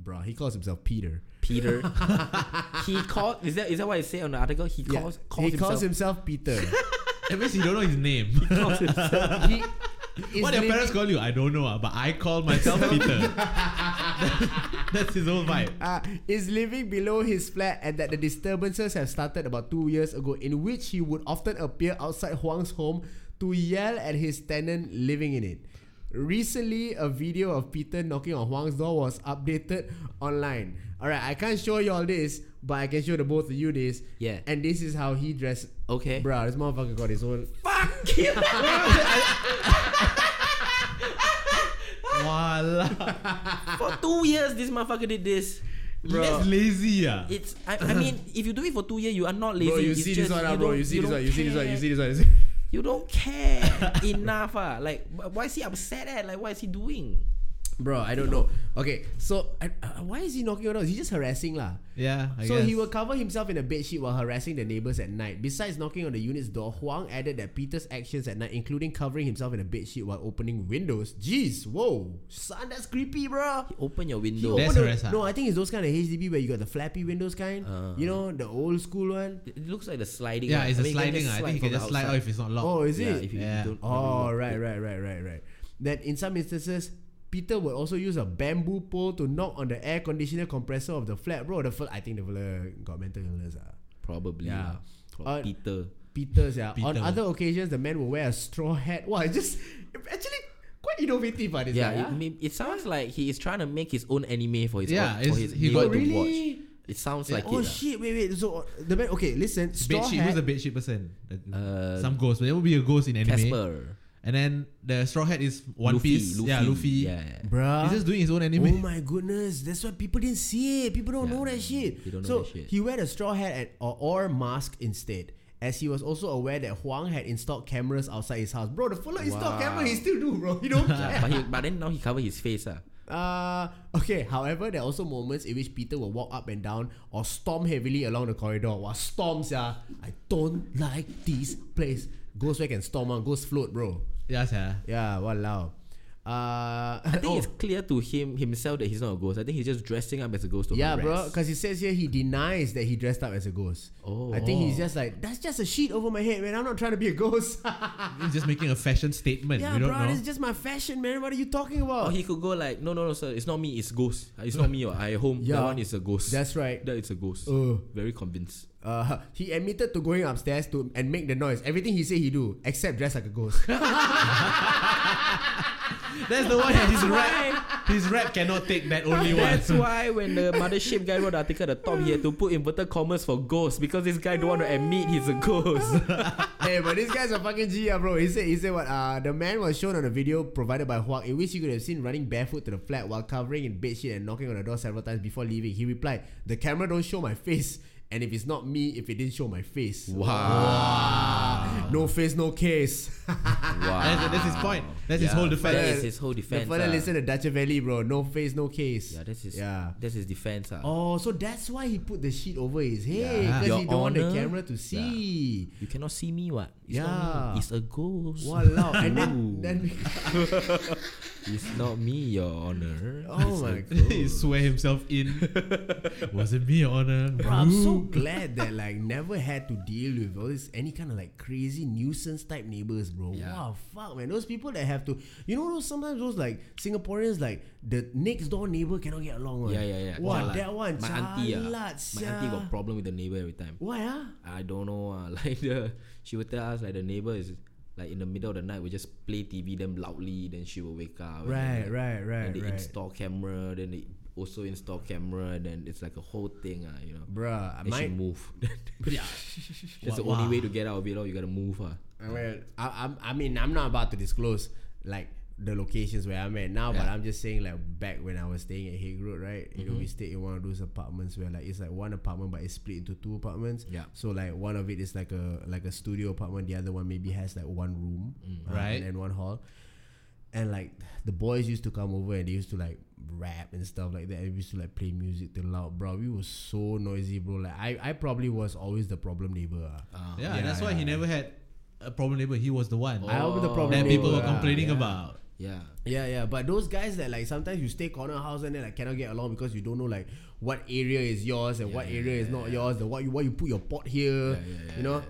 [SPEAKER 2] bruh, he calls himself Peter.
[SPEAKER 3] Peter. he called. Is that is that what I say on the article? He
[SPEAKER 2] Yeah,
[SPEAKER 3] calls. Calls
[SPEAKER 2] he
[SPEAKER 3] himself.
[SPEAKER 2] calls himself Peter.
[SPEAKER 4] that means you don't know his name.
[SPEAKER 3] calls himself.
[SPEAKER 2] he is
[SPEAKER 4] what your
[SPEAKER 2] living-
[SPEAKER 4] parents call you? I don't know. ah, But I call myself Peter. That's his own vibe.
[SPEAKER 2] uh, is living below his flat and that the disturbances have started about two years ago, in which he would often appear outside Huang's home to yell at his tenant living in it. Recently, a video of Peter knocking on Huang's door was updated online. Alright, I can't show y'all this, but I can show the both of you this.
[SPEAKER 3] Yeah.
[SPEAKER 2] And this is how he dressed.
[SPEAKER 3] Okay.
[SPEAKER 2] Bruh, this motherfucker got his own.
[SPEAKER 3] Fuck you.
[SPEAKER 4] Voila.
[SPEAKER 3] for two years, this motherfucker did this. Bro.
[SPEAKER 4] That's lazy. ah.
[SPEAKER 3] It's. I, I mean, if you do it for two years, you are not lazy.
[SPEAKER 2] Bro, you
[SPEAKER 3] It's
[SPEAKER 2] see this
[SPEAKER 3] just
[SPEAKER 2] one, ah,
[SPEAKER 3] you
[SPEAKER 2] bro.
[SPEAKER 3] don't-
[SPEAKER 2] You see this
[SPEAKER 3] don't
[SPEAKER 2] one. You see this one. You
[SPEAKER 3] care.
[SPEAKER 2] see this one. You see-
[SPEAKER 3] You don't care enough. Ah, like wh- why is he upset? At? Like what is he doing?
[SPEAKER 2] Bro, I don't know. Okay, so I, uh, why is he knocking on doors? He's just harassing, lah.
[SPEAKER 4] Yeah. I
[SPEAKER 2] so
[SPEAKER 4] guess.
[SPEAKER 2] he will cover himself in a bedsheet while harassing the neighbors at night. Besides knocking on the unit's door, Huang added that Peter's actions at night, including covering himself in a bedsheet while opening windows. Jeez, whoa, son, that's creepy, bro.
[SPEAKER 3] Open your
[SPEAKER 2] He
[SPEAKER 3] window.
[SPEAKER 2] opened
[SPEAKER 4] That's
[SPEAKER 2] the-
[SPEAKER 4] harass, ah.
[SPEAKER 2] no, I think it's those kind of HDB where you got the flappy windows kind. you know, the old school one.
[SPEAKER 3] It it looks like the sliding.
[SPEAKER 4] Yeah,
[SPEAKER 3] one.
[SPEAKER 4] it's
[SPEAKER 3] I
[SPEAKER 4] a
[SPEAKER 3] mean, you can
[SPEAKER 4] sliding.
[SPEAKER 3] just
[SPEAKER 4] ah. I think you
[SPEAKER 3] from
[SPEAKER 4] can just
[SPEAKER 3] the
[SPEAKER 4] slide off
[SPEAKER 3] outside.
[SPEAKER 4] if it's not locked.
[SPEAKER 2] Oh, is
[SPEAKER 3] Yeah,
[SPEAKER 2] it?
[SPEAKER 3] if you,
[SPEAKER 4] Yeah.
[SPEAKER 3] you don't.
[SPEAKER 2] Oh, right, right, right, right, right. That in some instances, Peter would also use a bamboo pole to knock on the air conditioner compressor of the flat. Bro, the fella, I think the fella got mental illness. Ah.
[SPEAKER 3] Probably.
[SPEAKER 2] Yeah.
[SPEAKER 3] Yeah.
[SPEAKER 2] Uh,
[SPEAKER 3] Peter.
[SPEAKER 2] Peter's, yeah. On
[SPEAKER 4] Peter.
[SPEAKER 2] other occasions, the man will wear a straw hat. Wow, it's just actually quite innovative. Ah, this
[SPEAKER 3] Yeah,
[SPEAKER 2] guy,
[SPEAKER 3] it,
[SPEAKER 2] ah.
[SPEAKER 3] may- it sounds like he is trying to make his own anime for his
[SPEAKER 4] Yeah,
[SPEAKER 3] own, for
[SPEAKER 4] it's-
[SPEAKER 3] his
[SPEAKER 4] he
[SPEAKER 3] neighbor
[SPEAKER 4] got-
[SPEAKER 3] to
[SPEAKER 2] Really?
[SPEAKER 3] watch. It sounds like
[SPEAKER 2] oh
[SPEAKER 3] it. ah.
[SPEAKER 2] shit! Wait, wait. So uh, the man, okay, listen. Straw
[SPEAKER 4] Bedsheet. Who's
[SPEAKER 2] hat.
[SPEAKER 4] the bedsheet person? The-
[SPEAKER 3] Uh,
[SPEAKER 4] Some ghost. There would be a ghost in anime.
[SPEAKER 3] Casper.
[SPEAKER 4] And then the straw hat is One
[SPEAKER 3] Luffy,
[SPEAKER 4] Piece. yeah, Luffy.
[SPEAKER 3] Yeah.
[SPEAKER 2] Bruh.
[SPEAKER 4] He's just doing his own anime.
[SPEAKER 2] Oh my goodness! That's why people didn't see it. People don't
[SPEAKER 3] Yeah,
[SPEAKER 2] know that shit.
[SPEAKER 3] they don't know
[SPEAKER 2] so
[SPEAKER 3] that shit.
[SPEAKER 2] he wear a straw hat and, or, or mask instead, as he was also aware that Huang had installed cameras outside his house. Bro, the full installed
[SPEAKER 3] Wow.
[SPEAKER 2] camera he still do, bro. He don't care.
[SPEAKER 3] Yeah, but, he, but then now he cover his face. Ah.
[SPEAKER 2] Uh, okay. However, there are also moments in which Peter will walk up and down or storm heavily along the corridor. Wow, storms, yeah. I don't like this place. Ghost where can storm on ghost float, ah, bro.
[SPEAKER 4] Yeah, sia.
[SPEAKER 2] Yeah, wow. Uh,
[SPEAKER 3] I think
[SPEAKER 2] oh,
[SPEAKER 3] it's clear to him himself that he's not a ghost. I think he's just dressing up as a ghost to
[SPEAKER 2] yeah, bro.
[SPEAKER 3] harass.
[SPEAKER 2] Because he says here he denies that he dressed up as a ghost.
[SPEAKER 3] Oh.
[SPEAKER 2] I think he's
[SPEAKER 3] Oh.
[SPEAKER 2] just like that's just a sheet over my head, man. I'm not trying to be a ghost.
[SPEAKER 4] He's just making a fashion statement.
[SPEAKER 2] yeah,
[SPEAKER 4] we
[SPEAKER 2] bro.
[SPEAKER 4] don't know.
[SPEAKER 2] It's just my fashion, man. What are you talking about?
[SPEAKER 3] Or Oh, he could go like, no, no, no, sir, it's not me, it's ghost. It's not me. Or I home.
[SPEAKER 2] Yeah.
[SPEAKER 3] That one is a ghost.
[SPEAKER 2] that's right.
[SPEAKER 3] that it's a ghost.
[SPEAKER 2] Uh.
[SPEAKER 3] Very convinced.
[SPEAKER 2] Uh, he admitted to going upstairs to and make the noise. Everything he said he do, except dress like a ghost.
[SPEAKER 4] That's the one that his rap his rap cannot take that only one.
[SPEAKER 3] That's why when the mothership guy wrote the article at the top, he had to put inverted commas for ghost because this guy don't want to admit he's a ghost.
[SPEAKER 2] hey, but this guy's a fucking G, ah, bro. He said, he said what? Uh, the man was shown on a video provided by Huang, in which you could have seen running barefoot to the flat while covering in bedsheet and knocking on the door several times before leaving. He replied, "The camera don't show my face, and if it's not me, if it didn't show my face, wow, no face, no case."
[SPEAKER 4] That's, that's his point. That's his
[SPEAKER 3] Yeah,
[SPEAKER 4] whole
[SPEAKER 3] That
[SPEAKER 4] defense.
[SPEAKER 3] is his whole defense,
[SPEAKER 2] The further
[SPEAKER 3] ah.
[SPEAKER 2] listen to Dacha Valley, bro. No face, no case.
[SPEAKER 3] yeah, that's his.
[SPEAKER 2] Yeah.
[SPEAKER 3] that's his defense. ah.
[SPEAKER 2] Oh, so that's why he put the sheet over his head
[SPEAKER 4] Yeah.
[SPEAKER 2] because
[SPEAKER 3] Your
[SPEAKER 2] he don't want the
[SPEAKER 3] Honor.
[SPEAKER 2] camera to see.
[SPEAKER 3] You cannot see me, what? It's
[SPEAKER 2] Yeah.
[SPEAKER 3] not me. It's a ghost.
[SPEAKER 2] Walao. and then,
[SPEAKER 3] Ooh.
[SPEAKER 2] then
[SPEAKER 3] It's not me, Your Honor.
[SPEAKER 2] oh
[SPEAKER 3] It's a
[SPEAKER 2] my god.
[SPEAKER 4] he swear himself in. Wasn't me, Your Honor.
[SPEAKER 2] Bro, I'm so
[SPEAKER 3] Hmm.
[SPEAKER 2] glad that like never had to deal with all this any kind of like crazy nuisance type neighbors, bro. Wow, fuck, man. Those people that have to, you know, those sometimes those like Singaporeans like the next door neighbor cannot get along. one.
[SPEAKER 3] Yeah, yeah, yeah.
[SPEAKER 2] Wow,
[SPEAKER 3] Jalan.
[SPEAKER 2] that one.
[SPEAKER 3] My auntie, ah,
[SPEAKER 2] jalat,
[SPEAKER 3] my auntie
[SPEAKER 2] sia.
[SPEAKER 3] got problem with the neighbor every time.
[SPEAKER 2] Why ah?
[SPEAKER 3] I don't know. ah. like the, she would tell us like the neighbor is like in the middle of the night we just play TV them loudly, then she will wake up. and then,
[SPEAKER 2] Right,
[SPEAKER 3] like,
[SPEAKER 2] right, right,
[SPEAKER 3] And they
[SPEAKER 2] right.
[SPEAKER 3] install camera, then they also install camera, then it's like a whole thing, uh, you know.
[SPEAKER 2] Bruh,
[SPEAKER 3] Then
[SPEAKER 2] my,
[SPEAKER 3] she move. That's the only way to get out of it. Or you gotta move, ah.
[SPEAKER 2] I mean, I, I'm, I mean, I'm not about to disclose like the locations where I'm at now, but
[SPEAKER 3] Yeah.
[SPEAKER 2] I'm just saying like back when I was staying at Hague Road, right? You
[SPEAKER 4] Mm-hmm.
[SPEAKER 2] know, we stayed in one of those apartments where like it's like one apartment, but it's split into two apartments.
[SPEAKER 3] Yeah.
[SPEAKER 2] So like one of it is like a like a studio apartment, the other one maybe has like one room, uh,
[SPEAKER 4] Mm. Right.
[SPEAKER 2] and, and one hall. And like the boys used to come over and they used to like rap and stuff like that. And we used to like play music till loud, bro. We were so noisy, bro. Like I, I probably was always the problem neighbor. ah.
[SPEAKER 4] Yeah,
[SPEAKER 2] Yeah,
[SPEAKER 4] that's why he
[SPEAKER 2] yeah. Oh,
[SPEAKER 4] never had a problem neighbor. He was the one
[SPEAKER 2] I was the problem.
[SPEAKER 4] that people
[SPEAKER 2] neighbor,
[SPEAKER 4] were
[SPEAKER 2] ah.
[SPEAKER 4] complaining about.
[SPEAKER 3] Yeah.
[SPEAKER 2] Yeah, yeah, but those guys that like sometimes you stay corner house and then like cannot get along because you don't know like what area is yours and what area is not yours, and what you what you put your pot here, you know.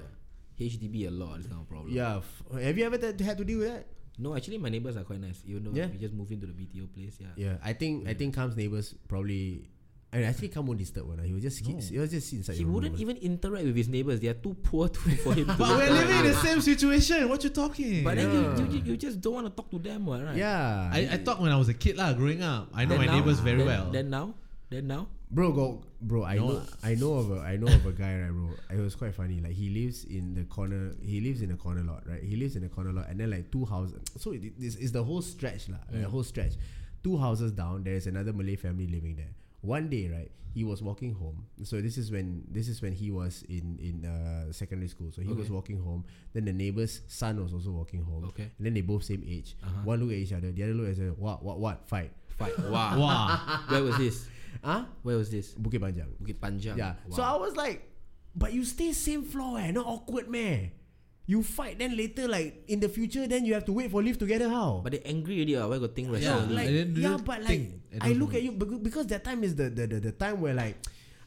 [SPEAKER 3] HDB a lot. This kind of problem.
[SPEAKER 2] Yeah, f- have you ever t- had to deal with that?
[SPEAKER 3] No, actually, my neighbors are quite nice. Even though
[SPEAKER 2] Yeah.
[SPEAKER 3] we just moved into the BTO place. Yeah.
[SPEAKER 2] Yeah, I think I think Cam's neighbors probably, and actually Cam won't disturb one. ah. He was just no. he was just sit inside.
[SPEAKER 3] He
[SPEAKER 2] your room,
[SPEAKER 3] wouldn't
[SPEAKER 2] ah.
[SPEAKER 3] even interact with his neighbors. They are too poor to, for him. to
[SPEAKER 4] But we're
[SPEAKER 3] interact
[SPEAKER 4] living in the
[SPEAKER 3] with.
[SPEAKER 4] same situation. What you talking?
[SPEAKER 3] But then you, you, you just don't want to talk to them, what, right?
[SPEAKER 2] Yeah,
[SPEAKER 4] I, I thought when I was a kid, lah, growing up, I know my neighbors very
[SPEAKER 3] then,
[SPEAKER 4] well.
[SPEAKER 3] Then now, then now,
[SPEAKER 2] bro, go, bro. I know, I know of a, I know of a guy, right, bro. It was quite funny. Like he lives in the corner. He lives in the corner lot, right? He lives in the corner lot, and then like two houses. So it, this is the whole stretch, lah. The whole stretch. Two houses down, there is another Malay family living there. One day, right, he was walking home. So this is when this is when he was in in uh, secondary school. So he was walking home. Then the neighbor's son was also walking home.
[SPEAKER 3] Okay. Uh-huh.
[SPEAKER 2] And then they both same age. One look at each other. The other look at each other. What what what? Fight.
[SPEAKER 3] fight. Wow.
[SPEAKER 4] wow.
[SPEAKER 3] Where was this?
[SPEAKER 2] Huh?
[SPEAKER 3] Where was this?
[SPEAKER 2] Bukit Panjang.
[SPEAKER 3] Bukit Panjang.
[SPEAKER 2] Yeah. So I was like, but you stay same floor eh, not awkward man. You fight then later like in the future then you have to wait for live together how?
[SPEAKER 3] but they angry already. Ah, where got thing right?
[SPEAKER 4] Yeah,
[SPEAKER 3] now?
[SPEAKER 2] like
[SPEAKER 4] I didn't-
[SPEAKER 2] yeah,
[SPEAKER 4] didn't
[SPEAKER 2] but like
[SPEAKER 4] think at
[SPEAKER 2] I
[SPEAKER 4] those
[SPEAKER 2] look at you becau- because that time is the the, the, the time where like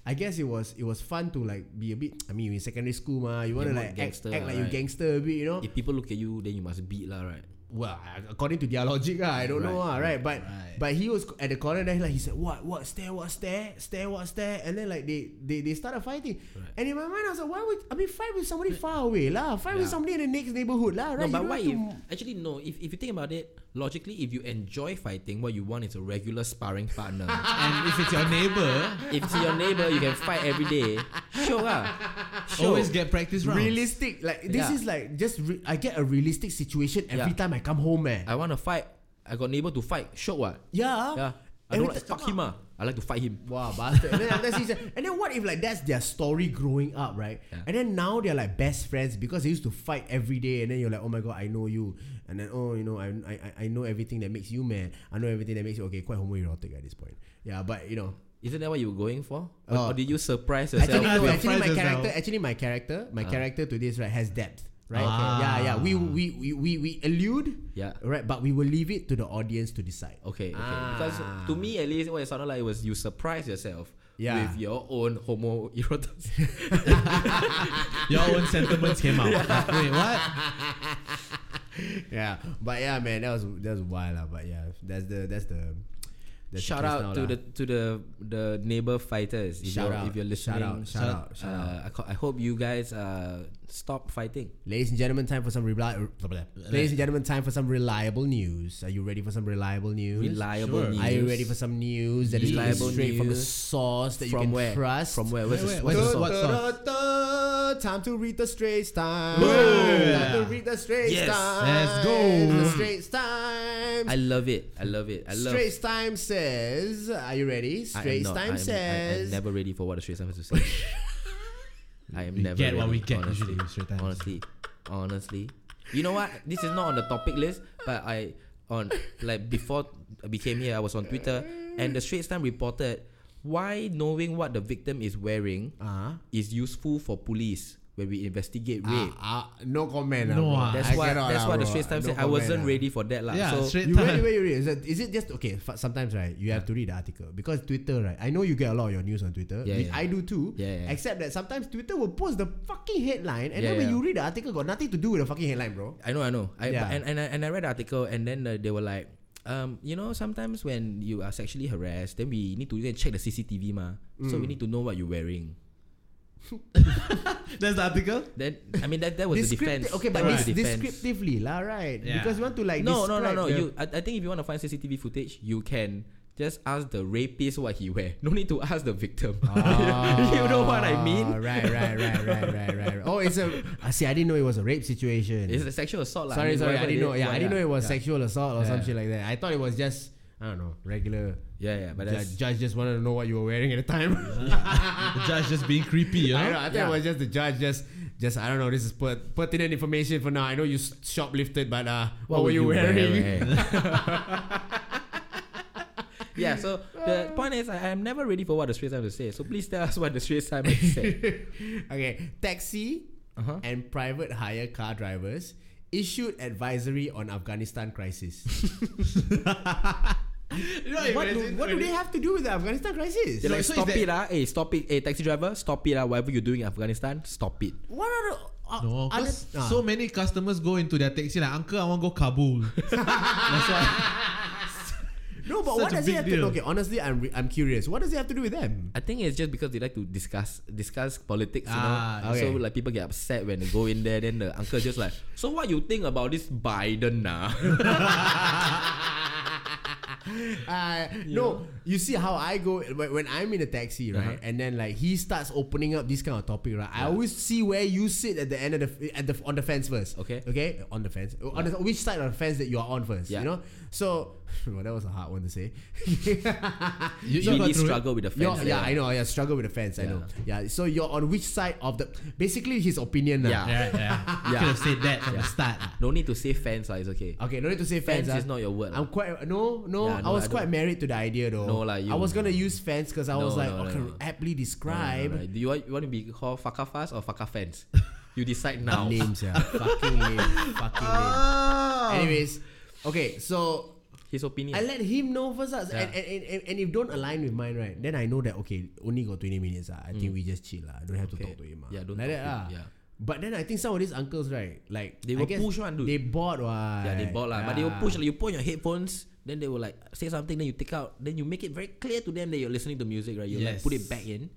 [SPEAKER 2] I guess it was it was fun to like be a bit. I mean, you in secondary school, ma, you wanna
[SPEAKER 3] more
[SPEAKER 2] like act,
[SPEAKER 3] gangster,
[SPEAKER 2] act like you
[SPEAKER 3] right?
[SPEAKER 2] gangster a bit, you know.
[SPEAKER 3] If people look at you, then you must beat lah, right?
[SPEAKER 2] well, according to their logic, ah, I don't know, ah, right? But
[SPEAKER 4] right.
[SPEAKER 2] but he was at the corner there, like he said, what, what, stare, what, stare, stare, what, stare, and then like they they, they started fighting. And in my mind, I was like, why would I mean fight with somebody far away, lah? Fight with
[SPEAKER 3] Yeah.
[SPEAKER 2] somebody in the next neighborhood, lah?
[SPEAKER 3] No,
[SPEAKER 2] Right?
[SPEAKER 3] but
[SPEAKER 2] You don't
[SPEAKER 3] why
[SPEAKER 2] have
[SPEAKER 3] if
[SPEAKER 2] to-
[SPEAKER 3] actually no? If, if you think about it logically, if you enjoy fighting, what you want is a regular sparring partner.
[SPEAKER 4] and if it's your neighbor,
[SPEAKER 3] if it's your neighbor, you can fight every day. Sure ah. lah. Sure.
[SPEAKER 4] always get practice rounds.
[SPEAKER 2] realistic? Like this
[SPEAKER 3] Yeah.
[SPEAKER 2] is like just re- I get a realistic situation every
[SPEAKER 3] Yeah.
[SPEAKER 2] time I come home, man.
[SPEAKER 3] I want to fight. I got neighbor to fight. Sure what?
[SPEAKER 2] yeah.
[SPEAKER 3] Yeah. I
[SPEAKER 2] Every
[SPEAKER 3] don't like
[SPEAKER 2] time-
[SPEAKER 3] fuck him ah. I like to fight him.
[SPEAKER 2] Wow, bastard. and, then after that, she said- and then what if like that's their story growing up, right? And then now they're like best friends because they used to fight every day. And then you're like, oh my god, I know you. And then oh, you know, I I, I- I know everything that makes you mad. I know everything that makes you okay. Quite homoerotic at this point. Yeah, but you know,
[SPEAKER 3] Isn't that what you were going for?
[SPEAKER 2] Oh.
[SPEAKER 3] Or, or did you surprise
[SPEAKER 2] actually,
[SPEAKER 3] yourself?
[SPEAKER 2] no,
[SPEAKER 3] with-
[SPEAKER 2] actually my
[SPEAKER 4] Surprise
[SPEAKER 2] character,
[SPEAKER 4] yourself.
[SPEAKER 3] Uh.
[SPEAKER 2] actually my character, my character to this right has depth. right?
[SPEAKER 4] Ah.
[SPEAKER 2] Yeah, yeah. We we we we, we allude,
[SPEAKER 3] Yeah. Oh.
[SPEAKER 2] right? But we will leave it to the audience to decide.
[SPEAKER 3] Okay, okay.
[SPEAKER 2] Ah.
[SPEAKER 3] Because to me, at least, what it sounded like was you surprise yourself
[SPEAKER 2] Yeah.
[SPEAKER 3] with your own homoerotism.
[SPEAKER 4] Your own sentiments came out. Wait, what?
[SPEAKER 2] Yeah, but yeah, man, that was that was wild, lah. But yeah, that's the that's the. that's the case
[SPEAKER 3] shout out
[SPEAKER 2] now
[SPEAKER 3] to
[SPEAKER 2] lah.
[SPEAKER 3] the to the the neighbor fighters. If
[SPEAKER 2] Shout
[SPEAKER 3] you're,
[SPEAKER 2] out,
[SPEAKER 3] if you're listening,
[SPEAKER 2] shout out, shout out, shout
[SPEAKER 3] uh, I, co- I hope you guys uh, stop fighting.
[SPEAKER 2] Ladies and gentlemen, time for some reliable. Ladies and gentlemen, time for some reliable news. Are you ready for some reliable news?
[SPEAKER 3] Reliable
[SPEAKER 4] Sure.
[SPEAKER 3] news.
[SPEAKER 2] Are you ready for some news that is coming
[SPEAKER 3] Reliable
[SPEAKER 2] straight from a
[SPEAKER 3] news.
[SPEAKER 2] source that you
[SPEAKER 3] From
[SPEAKER 2] can
[SPEAKER 3] where?
[SPEAKER 2] trust?
[SPEAKER 3] From where? Where's the,
[SPEAKER 4] Wait, wait,
[SPEAKER 3] where's the
[SPEAKER 4] wait, wait.
[SPEAKER 3] source?
[SPEAKER 2] Da-da-da-da, Time to read the straight time.
[SPEAKER 4] Yeah.
[SPEAKER 2] Time to read the straight
[SPEAKER 3] Yes.
[SPEAKER 2] time.
[SPEAKER 4] Let's go.
[SPEAKER 2] The straight time.
[SPEAKER 3] I love it. I love it. I love.
[SPEAKER 2] Straight time says, "Are you ready?"
[SPEAKER 3] I am
[SPEAKER 2] Straight
[SPEAKER 3] not- I
[SPEAKER 2] time
[SPEAKER 3] am- I-
[SPEAKER 2] says,
[SPEAKER 3] I'm never ready for what a straight time has to say. I am
[SPEAKER 4] We
[SPEAKER 3] never
[SPEAKER 4] get
[SPEAKER 3] ready,
[SPEAKER 4] what we get
[SPEAKER 3] honestly.
[SPEAKER 4] usually with straight times.
[SPEAKER 3] Honestly, honestly, you know what? This is not on the topic list, but I on like before I became here, I was on Twitter, and the Straits Time reported why knowing what the victim is wearing
[SPEAKER 2] Uh-huh.
[SPEAKER 3] is useful for police when we investigate rape.
[SPEAKER 2] Ah, ah, no comment. ah,
[SPEAKER 4] No,
[SPEAKER 2] bro.
[SPEAKER 4] ah.
[SPEAKER 3] that's
[SPEAKER 2] I
[SPEAKER 3] why.
[SPEAKER 2] cannot
[SPEAKER 3] That's
[SPEAKER 2] lah,
[SPEAKER 3] why
[SPEAKER 2] bro.
[SPEAKER 3] the Straits Time
[SPEAKER 2] No
[SPEAKER 3] said I
[SPEAKER 2] comment
[SPEAKER 3] wasn't
[SPEAKER 2] lah.
[SPEAKER 3] ready for that, lah.
[SPEAKER 4] Yeah,
[SPEAKER 3] so
[SPEAKER 4] straight
[SPEAKER 2] You wait,
[SPEAKER 4] time.
[SPEAKER 2] wait, wait. Is, that, is it just okay? f- Sometimes right, you have to read the article because Twitter, right? I know you get a lot of your news on Twitter.
[SPEAKER 3] Yeah,
[SPEAKER 2] which
[SPEAKER 3] yeah.
[SPEAKER 2] I do too.
[SPEAKER 3] Yeah, yeah.
[SPEAKER 2] Except that sometimes Twitter will post the fucking headline, and then
[SPEAKER 3] Yeah,
[SPEAKER 2] when
[SPEAKER 3] yeah.
[SPEAKER 2] you read the article, got nothing to do with the fucking headline, bro.
[SPEAKER 3] I know, I know. I,
[SPEAKER 2] Yeah.
[SPEAKER 3] but- and, and, I, and I read the article, and then uh, they were like, um, you know, sometimes when you are sexually harassed, then we need to go and check the CCTV, ma. So
[SPEAKER 2] Mm.
[SPEAKER 3] we need to know what you're wearing.
[SPEAKER 4] That's the article.
[SPEAKER 3] Then I mean that that was the
[SPEAKER 2] Descripti-
[SPEAKER 3] defense.
[SPEAKER 2] Okay, but
[SPEAKER 3] that
[SPEAKER 2] this,
[SPEAKER 3] was the defense.
[SPEAKER 2] descriptively, lah, right?
[SPEAKER 4] Yeah.
[SPEAKER 2] Because you want to like
[SPEAKER 3] no, no, no,
[SPEAKER 2] describe
[SPEAKER 3] no.
[SPEAKER 2] the-
[SPEAKER 3] You, I, I think if you want to find CCTV footage, you can just ask the rapist what he wear. No need to ask the victim. you know what I
[SPEAKER 2] Ah,
[SPEAKER 3] mean?
[SPEAKER 2] right, right, right, right, right, right. right. Oh, it's a. I see. I didn't know it was a rape situation.
[SPEAKER 3] It's a sexual assault, lah.
[SPEAKER 2] sorry,
[SPEAKER 3] mean,
[SPEAKER 2] sorry. I
[SPEAKER 3] whatever
[SPEAKER 2] didn't
[SPEAKER 3] it
[SPEAKER 2] know.
[SPEAKER 3] is,
[SPEAKER 2] Yeah, I didn't know it was
[SPEAKER 3] yeah.
[SPEAKER 2] sexual assault or some
[SPEAKER 4] Yeah.
[SPEAKER 2] shit like that. I thought it was just I don't know regular.
[SPEAKER 3] Yeah, yeah, but
[SPEAKER 2] Ju-
[SPEAKER 3] that's
[SPEAKER 2] judge just wanted to know what you were wearing at the time.
[SPEAKER 4] The judge just being creepy, you
[SPEAKER 2] I,
[SPEAKER 4] know.
[SPEAKER 2] don't know, I think
[SPEAKER 3] Yeah.
[SPEAKER 2] it was just the judge just just I don't know. This is per- pertinent information for now. I know you s- shoplifted, but uh, what, were you, wearing?
[SPEAKER 3] yeah, so the point is, I am never ready for what the straight time to say. So please tell us what the straight time has said.
[SPEAKER 2] okay, taxi
[SPEAKER 3] Uh-huh.
[SPEAKER 2] and private hire car drivers issued advisory on Afghanistan crisis.
[SPEAKER 4] You know,
[SPEAKER 2] what do,
[SPEAKER 4] imagine
[SPEAKER 2] what do
[SPEAKER 4] when
[SPEAKER 2] they have to do with the Afghanistan crisis?
[SPEAKER 3] They're like,
[SPEAKER 4] so is
[SPEAKER 3] stop
[SPEAKER 4] that-
[SPEAKER 3] it, ah. Hey, stop it. Hey, taxi driver, stop it, ah. Whatever you're doing in Afghanistan, stop it.
[SPEAKER 2] what are the uh,
[SPEAKER 4] No,
[SPEAKER 2] other-
[SPEAKER 4] cause
[SPEAKER 2] ah.
[SPEAKER 4] so many customers go into their taxi like, Uncle, I want to go Kabul. That's why.
[SPEAKER 2] no, but
[SPEAKER 4] such
[SPEAKER 2] what
[SPEAKER 4] a
[SPEAKER 2] does it
[SPEAKER 4] big
[SPEAKER 2] have to?
[SPEAKER 4] deal.
[SPEAKER 2] Okay, honestly, I'm re- I'm curious. What does it have to do with them?
[SPEAKER 3] I think it's just because they like to discuss discuss politics, you know.
[SPEAKER 4] Ah,
[SPEAKER 2] okay.
[SPEAKER 3] So like people get upset when they go in there. Then the uncle just like, so what you think about this Biden, nah?
[SPEAKER 2] Uh, no, you see how I go when, when I'm in a taxi,
[SPEAKER 3] Uh-huh.
[SPEAKER 2] right? And then like he starts opening up this kind of topic, right? I always see where you sit at the end of the at the on the fence first.
[SPEAKER 3] Okay.
[SPEAKER 2] okay, on the fence, on the, which side of the fence that you are on first, you
[SPEAKER 3] Yeah.
[SPEAKER 2] know. So, well, that was a hard one to say.
[SPEAKER 4] You,
[SPEAKER 3] you
[SPEAKER 4] you got
[SPEAKER 3] really
[SPEAKER 4] through it?
[SPEAKER 3] struggle with the
[SPEAKER 2] You're-
[SPEAKER 3] fence.
[SPEAKER 2] yeah,
[SPEAKER 3] there.
[SPEAKER 2] I know. Yeah, struggle with the fence. I know. Yeah, so you're on which side of the? Basically, his opinion. lah.
[SPEAKER 3] Yeah.
[SPEAKER 4] Yeah, yeah. You
[SPEAKER 3] Yeah.
[SPEAKER 4] could have said that from the start.
[SPEAKER 3] No need to say fence, ah. It's okay.
[SPEAKER 2] Okay, no need to say fence.
[SPEAKER 3] Fence is
[SPEAKER 2] ah.
[SPEAKER 3] not your word.
[SPEAKER 2] I'm
[SPEAKER 3] lah.
[SPEAKER 2] quite no no.
[SPEAKER 3] Yeah,
[SPEAKER 2] I
[SPEAKER 3] no,
[SPEAKER 2] was
[SPEAKER 3] I
[SPEAKER 2] quite married to the idea though.
[SPEAKER 3] No lah,
[SPEAKER 2] I
[SPEAKER 3] you-
[SPEAKER 2] was gonna use fence because I
[SPEAKER 3] No,
[SPEAKER 2] was like,
[SPEAKER 3] no, no,
[SPEAKER 2] okay,
[SPEAKER 3] no.
[SPEAKER 2] aptly
[SPEAKER 3] No, no,
[SPEAKER 2] describe
[SPEAKER 3] no, no. Do you want, you want to be called Faka Fast or Faka Fence? You decide now.
[SPEAKER 2] names, yeah, fucking name, fucking name.
[SPEAKER 3] Ah.
[SPEAKER 2] Anyways, okay, so
[SPEAKER 3] His opinion.
[SPEAKER 2] I let him know first, ah.
[SPEAKER 3] Yeah.
[SPEAKER 2] and, and, and, and, and if don't align with mine, right, then I know that okay, only got twenty minutes. Ah, I think we just chill. Ah, I don't have to
[SPEAKER 3] Mm. Okay.
[SPEAKER 2] talk to him. Ah.
[SPEAKER 3] Yeah, don't
[SPEAKER 2] like that.
[SPEAKER 3] talk to him,
[SPEAKER 2] ah.
[SPEAKER 3] yeah.
[SPEAKER 2] But then I think some of these uncles, right, like I
[SPEAKER 3] They will
[SPEAKER 2] guess
[SPEAKER 3] push one, dude.
[SPEAKER 2] They bought one.
[SPEAKER 3] yeah, they bought lah. But they will push. Like, you put on your headphones, then they will like say something, then you take out, then you make it very clear to them that you're listening to music, right? You like
[SPEAKER 4] Yes.
[SPEAKER 3] put it back in,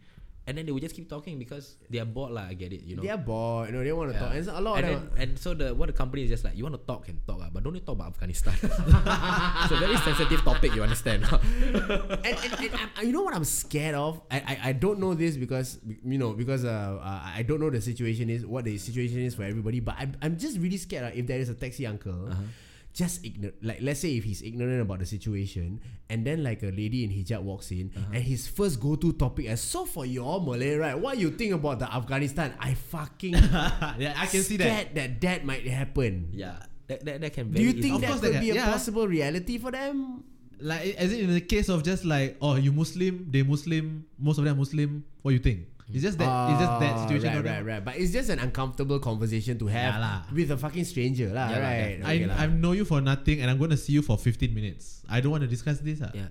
[SPEAKER 3] and then they will just keep talking because they are bored lah. I get it, you know.
[SPEAKER 2] They are bored. You know, they want to
[SPEAKER 3] Yeah.
[SPEAKER 2] talk. And so a lot of
[SPEAKER 3] and, then,
[SPEAKER 2] them.
[SPEAKER 3] and so the what the company is just like you want to talk and talk ah, but don't you talk about Afghanistan. it's a very sensitive topic, you understand?
[SPEAKER 2] and, and, and I'm, you know what I'm scared of? I, I, I don't know this because you know because uh, uh I don't know the situation is what the situation is for everybody. But I'm, I'm just really scared uh, if there is a taxi uncle.
[SPEAKER 4] Uh-huh.
[SPEAKER 2] Just ignorant, like let's say if he's ignorant about the situation, and then like a lady in hijab walks in,
[SPEAKER 4] Uh-huh.
[SPEAKER 2] and his first go-to topic is so for your Malay, right? What you think about the Afghanistan? I fucking
[SPEAKER 4] yeah, I can see that.
[SPEAKER 2] scared that that might happen.
[SPEAKER 3] yeah, that, that, that can.
[SPEAKER 2] Do you
[SPEAKER 3] very
[SPEAKER 2] think
[SPEAKER 3] easily-
[SPEAKER 2] that
[SPEAKER 4] course
[SPEAKER 2] could
[SPEAKER 4] that
[SPEAKER 2] be
[SPEAKER 4] can-
[SPEAKER 2] a
[SPEAKER 4] yeah.
[SPEAKER 2] possible reality for them?
[SPEAKER 4] Like, as in, in the case of just like, oh, you Muslim, they Muslim, most of them are Muslim, what you think? It's just that it's just that
[SPEAKER 2] Oh,
[SPEAKER 4] situation
[SPEAKER 2] right,
[SPEAKER 4] going
[SPEAKER 2] right,
[SPEAKER 4] on.
[SPEAKER 2] right. But it's just an uncomfortable conversation to have
[SPEAKER 4] Yeah lah.
[SPEAKER 2] with a fucking stranger, lah.
[SPEAKER 3] Yeah lah,
[SPEAKER 2] right?
[SPEAKER 3] definitely.
[SPEAKER 4] I
[SPEAKER 2] Okay lah.
[SPEAKER 4] I know you for nothing and I'm gonna see you for 15 minutes. I don't want to discuss this. ah.
[SPEAKER 3] Yeah.